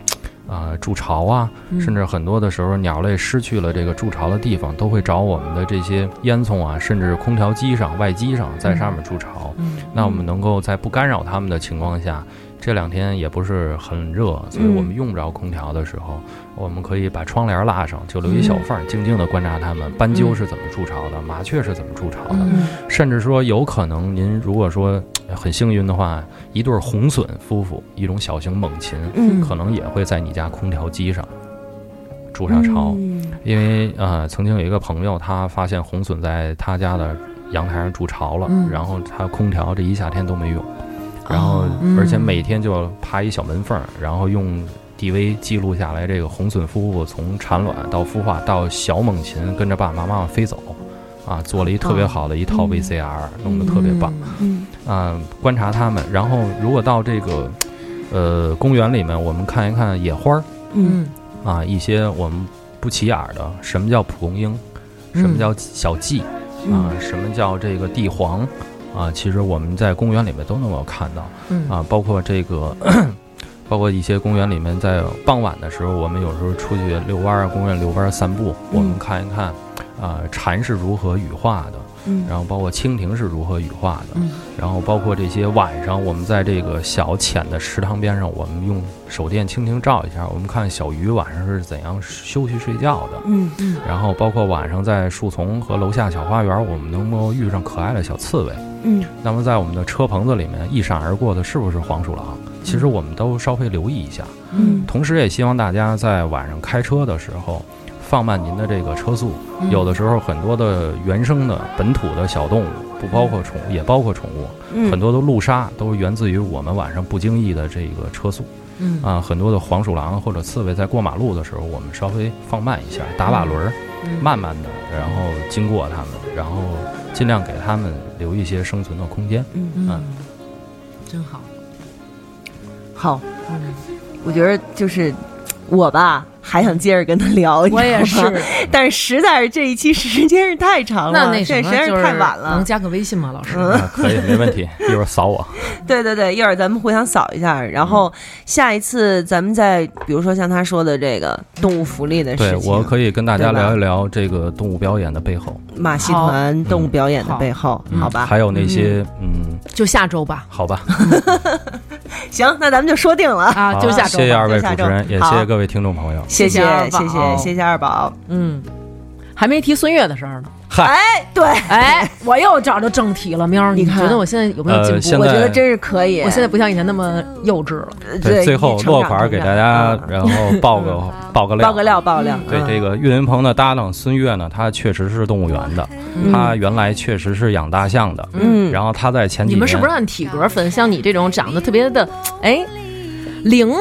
Speaker 5: 啊筑巢啊，
Speaker 2: 嗯
Speaker 5: 甚至很多的时候，鸟类失去了这个筑巢的地方，都会找我们的这些烟囱啊，甚至空调机上、外机上，在上面筑巢。
Speaker 2: 嗯
Speaker 5: 那我们能够在不干扰它们的情况下，这两天也不是很热，所
Speaker 2: 嗯
Speaker 5: 以我们用不着空调的时候，我们可以把窗帘拉上，就留一小缝儿，静静地观察它们。斑鸠是怎么筑巢的，麻雀是怎么筑巢的，
Speaker 2: 嗯
Speaker 5: 甚至说有可能您如果说呃很幸运的话，一对红隼夫妇，一种小型猛禽，
Speaker 2: 嗯
Speaker 5: 可能也会在你家空调机上筑上巢，
Speaker 2: 嗯
Speaker 5: 因为呃，曾经有一个朋友他发现红隼在他家的阳台上筑巢了，
Speaker 2: 嗯哦
Speaker 5: 然后他空调这一夏天都没用，然后、
Speaker 2: 嗯
Speaker 5: 而且每天就爬一小门缝儿，然后用。DV 记录下来这个红隼夫妇从产卵到孵化到小猛禽跟着爸爸妈妈飞走，啊，做了一特别
Speaker 2: 哦
Speaker 5: 好的一套 VCR，、弄得特别棒。
Speaker 1: 嗯
Speaker 5: 啊、观察它们，然后如果到这个呃公园里面，我们看一看野花儿
Speaker 2: 嗯
Speaker 5: 啊，一些我们不起眼儿的，什么叫蒲公英，什么叫小蓟、
Speaker 2: 嗯
Speaker 1: 嗯
Speaker 5: 啊，什么叫这个地黄啊，其实我们在公园里面都能够看到。
Speaker 2: 嗯
Speaker 5: 啊，包括这个， 包括一些公园里面，在傍晚的时候，我们有时候出去遛弯儿，公园遛弯儿散步，我
Speaker 2: 嗯
Speaker 5: 们看一看，啊、蝉是如何羽化的，
Speaker 1: 嗯
Speaker 5: 然后包括蜻蜓是如何羽化的，
Speaker 2: 嗯
Speaker 5: 然后包括这些晚上，我们在这个小浅的池塘边上，我们用手电蜻蜓照一下，我们看小鱼晚上是怎样休息睡觉的。
Speaker 1: 嗯
Speaker 2: 嗯
Speaker 5: 然后包括晚上在树丛和楼下小花园，我们能够遇上可爱的小刺猬。
Speaker 1: 嗯，
Speaker 5: 那么在我们的车棚子里面一闪而过的是不是黄鼠狼？其实我们都稍微留意一下。
Speaker 1: 嗯
Speaker 5: 同时也希望大家在晚上开车的时候。放慢您的这个车速，
Speaker 2: 嗯
Speaker 5: 有的时候很多的原生的本土的小动物，不包括宠，也包括宠物，
Speaker 1: 嗯
Speaker 5: 很多的路杀都是源自于我们晚上不经意的这个车速
Speaker 2: 嗯
Speaker 5: 啊，很多的黄鼠狼或者刺猬在过马路的时候，我们稍微放慢一下，打把轮儿，
Speaker 2: 嗯
Speaker 5: 慢慢的，然后经过它们，然后尽量给它们留一些生存的空间。
Speaker 2: 嗯，真好。
Speaker 1: 好，
Speaker 2: 嗯，
Speaker 1: 我觉得就是我吧，还想接着跟他聊，
Speaker 2: 我也
Speaker 1: 你知
Speaker 2: 是
Speaker 1: 道吗。但是实在是这一期时间是太长了，
Speaker 2: 那那什
Speaker 1: 这
Speaker 2: 么，
Speaker 1: 实在是
Speaker 2: 就是
Speaker 1: 太晚了
Speaker 2: 能。加个微信吗，老师？
Speaker 5: 啊，可以，没问 题，一会儿扫我。
Speaker 1: 对对对，一会儿咱们互相扫一下，然
Speaker 2: 嗯
Speaker 1: 后下一次咱们再比如说像他说的这个
Speaker 2: 嗯
Speaker 1: 动物福利的事
Speaker 5: 对
Speaker 1: 情，
Speaker 5: 我可以跟大家
Speaker 1: 对吧
Speaker 5: 聊一聊这个动物表演的背后，
Speaker 1: 马戏团动物表演的背后，
Speaker 5: 嗯
Speaker 1: 好吧？
Speaker 5: 还有那些，嗯，
Speaker 2: 就下周吧。
Speaker 5: 好吧，
Speaker 1: 行，那咱们就说定了，
Speaker 2: 啊，
Speaker 5: 好
Speaker 2: 就下周吧。
Speaker 5: 谢谢二位
Speaker 1: 就
Speaker 5: 主
Speaker 1: 下
Speaker 5: 持
Speaker 1: 周
Speaker 5: 人，也谢
Speaker 1: 好
Speaker 5: 谢各位听众朋友。
Speaker 1: 谢
Speaker 2: 谢谢二宝
Speaker 1: 谢谢谢谢二宝，
Speaker 2: 嗯，还没提孙悦的事儿呢。
Speaker 5: 嗨，
Speaker 1: 哎，对，
Speaker 2: 哎， 我又找着正题了，喵儿，你
Speaker 1: 你看
Speaker 2: 觉得我现在有没有进
Speaker 5: 呃
Speaker 2: 步？
Speaker 5: 现
Speaker 1: 我
Speaker 5: 在
Speaker 1: 觉得真是可以。
Speaker 2: 我现在不像以前那么幼稚了。
Speaker 5: 对，最后
Speaker 1: 你成
Speaker 5: 落
Speaker 1: 长
Speaker 5: 款儿
Speaker 1: 成
Speaker 5: 给
Speaker 1: 长嗯
Speaker 5: 大家，然后爆个爆个料，
Speaker 1: 爆嗯个料，爆个料。
Speaker 5: 对
Speaker 1: 嗯
Speaker 5: 这个岳云鹏的搭档孙越呢，他确实是动物园的，他原来确实是养大象的。
Speaker 1: 嗯
Speaker 5: 然后他在前几
Speaker 2: 你
Speaker 5: 年，
Speaker 2: 们是不是按体格分？像你这种长得特别的，哎，伶俐，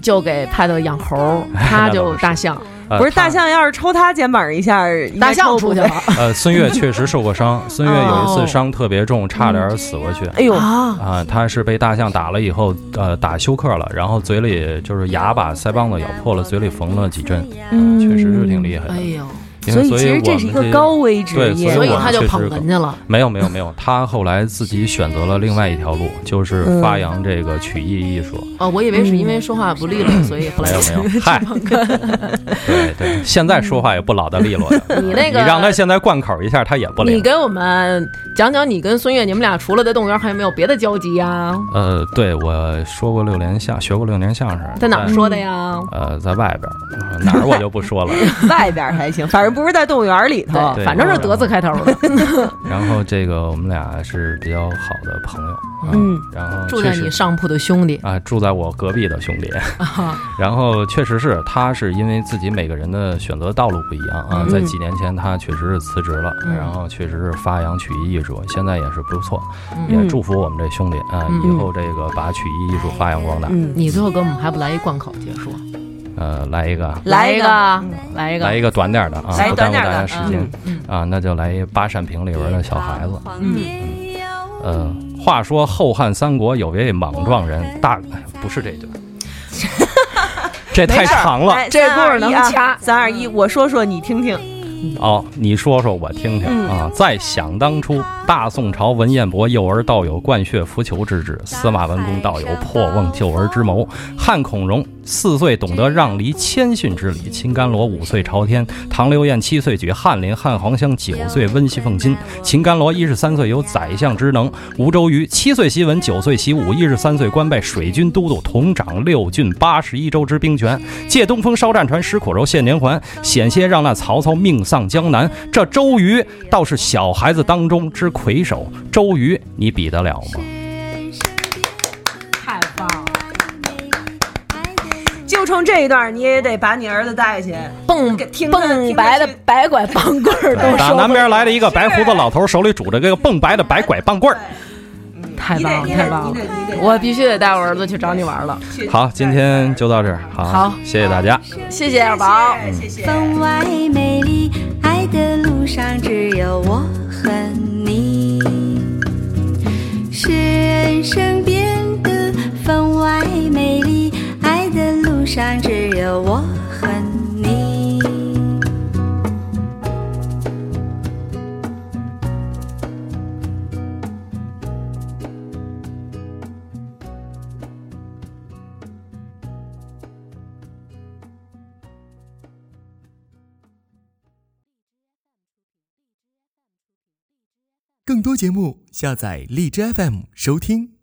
Speaker 2: 就给派到养猴，他 就大象，
Speaker 5: 呃
Speaker 1: 不是
Speaker 5: 他
Speaker 1: 大象，要是抽他肩膀一下，应
Speaker 2: 大
Speaker 1: 该
Speaker 2: 象
Speaker 1: 抽
Speaker 2: 出
Speaker 1: 不
Speaker 2: 去
Speaker 1: 回。
Speaker 2: 了。
Speaker 5: 呃，孙越确实受过伤，孙越有一
Speaker 2: 哦
Speaker 5: 次伤特别重，差点儿死过去。
Speaker 1: 哎 呦，
Speaker 2: 啊，
Speaker 5: 啊、他是被大象打了以后，呃，打休克了，然后嘴里就是牙把腮帮子咬破了，嘴里缝了几针，嗯，确实是挺厉害的。
Speaker 2: 哎呦，
Speaker 5: 因
Speaker 1: 所
Speaker 5: 为
Speaker 1: 以
Speaker 5: 所
Speaker 1: 其
Speaker 5: 以
Speaker 1: 实
Speaker 5: 我
Speaker 1: 这
Speaker 5: 们
Speaker 1: 是一个高危职
Speaker 5: 对
Speaker 1: 业，
Speaker 2: 所
Speaker 5: 所
Speaker 2: 以
Speaker 5: 以我
Speaker 2: 他
Speaker 5: 们
Speaker 2: 就
Speaker 5: 确实
Speaker 2: 捧人家了。
Speaker 5: 没有没有没有，他后来自己选择了另外一条路，就是
Speaker 1: 嗯
Speaker 5: 发扬这个曲艺艺术。
Speaker 2: 哦，我以为是因为说话不利落，所以后来
Speaker 5: 没有没有，嗨，对对，现在说话也不老的利落的。
Speaker 2: 你那个
Speaker 5: 你让他现在贯口一下，他也不
Speaker 2: 你
Speaker 5: 灵。
Speaker 2: 给我们讲讲你跟孙越，你们俩除了在动物园，还有没有别的交集呀？
Speaker 5: 呃，对我说过六年相，学过六年相声，
Speaker 2: 在哪儿？说的呀？
Speaker 5: 呃，在外边儿，呃哪儿我就不 说了。
Speaker 1: 外边儿还行，反正不是在动物园里头。
Speaker 5: 对
Speaker 2: 反正是德字开头的。
Speaker 5: 然后这个我们俩是比较好的朋友，啊
Speaker 1: 嗯，
Speaker 5: 然后
Speaker 2: 住
Speaker 5: 确
Speaker 2: 在
Speaker 5: 实
Speaker 2: 你上铺的兄啊弟，
Speaker 5: 啊、住在我隔壁的兄弟，然后确实是他是因为自己每个人的选择道路不一样
Speaker 2: 嗯
Speaker 5: 啊，在几年前他确实是辞职了，然后确实是发扬曲艺艺术，现在也是不错，也祝福我们这兄弟啊、
Speaker 2: 嗯
Speaker 5: 以后这个把曲艺艺术发扬光大。
Speaker 1: 嗯，
Speaker 2: 你最后给我们还不来一贯口结束？嗯
Speaker 5: 呃，来一个啊，
Speaker 1: 来一
Speaker 2: 一
Speaker 1: 个
Speaker 2: 个啊，来一
Speaker 5: 来一
Speaker 2: 个，
Speaker 5: 个短点儿的啊，
Speaker 1: 来一
Speaker 5: 不
Speaker 1: 短
Speaker 5: 耽
Speaker 1: 点
Speaker 5: 误大
Speaker 1: 儿的
Speaker 5: 家时间
Speaker 1: 嗯、
Speaker 5: 啊，那就来一八扇屏里边的小孩子。
Speaker 2: 嗯，
Speaker 5: 呃，话说后汉三国有位莽撞人，大哎不 是这段，这太长了
Speaker 1: 来
Speaker 2: 这故事能掐
Speaker 1: 哎
Speaker 2: 嗯
Speaker 1: 三二一，我说说你听听。
Speaker 5: 哦。你说说我听听、啊。在想当初，大宋朝文彦博幼儿道有灌血扶裘之旨，司马文公道有破瓮救儿之谋。汉孔融四岁懂得让梨谦逊之礼，秦甘罗五岁朝天，唐刘晏七岁举翰林，汉黄香九岁温习奉金，秦甘罗一十三岁有宰相之能，吴周瑜七岁习文，九岁习武，一十三岁官拜水军都督，同掌六郡八十一州之兵权，借东风烧战船，食苦肉，献年还，险些让那曹操命丧江南。这周瑜倒是小孩子当中之魁首，周瑜你比得了吗？
Speaker 2: 太棒了！
Speaker 1: 就冲这一段，你也得把你儿子带去。
Speaker 2: 蹦
Speaker 1: 给听着
Speaker 2: 蹦白的
Speaker 1: 听着去
Speaker 2: 白拐棒棍儿都
Speaker 5: 打
Speaker 2: 收
Speaker 5: 南边来了一个白胡子老头，手里拄着这个蹦白的白拐棒棍儿。
Speaker 2: 太棒了，
Speaker 1: 你得
Speaker 2: 太棒
Speaker 1: 你得
Speaker 2: 了！
Speaker 1: 你得
Speaker 2: 我必须得带我儿子去找你玩了，
Speaker 1: 去
Speaker 5: 好，今天就到这儿，好，
Speaker 2: 好
Speaker 5: 谢谢大家。
Speaker 2: 谢谢二宝。
Speaker 1: 谢谢。
Speaker 5: 嗯
Speaker 6: 分外美丽，爱的路上只有我和你，使人生变得分外美丽，爱的路上只有我和你。
Speaker 7: 更多节目，下载荔枝 FM 收听。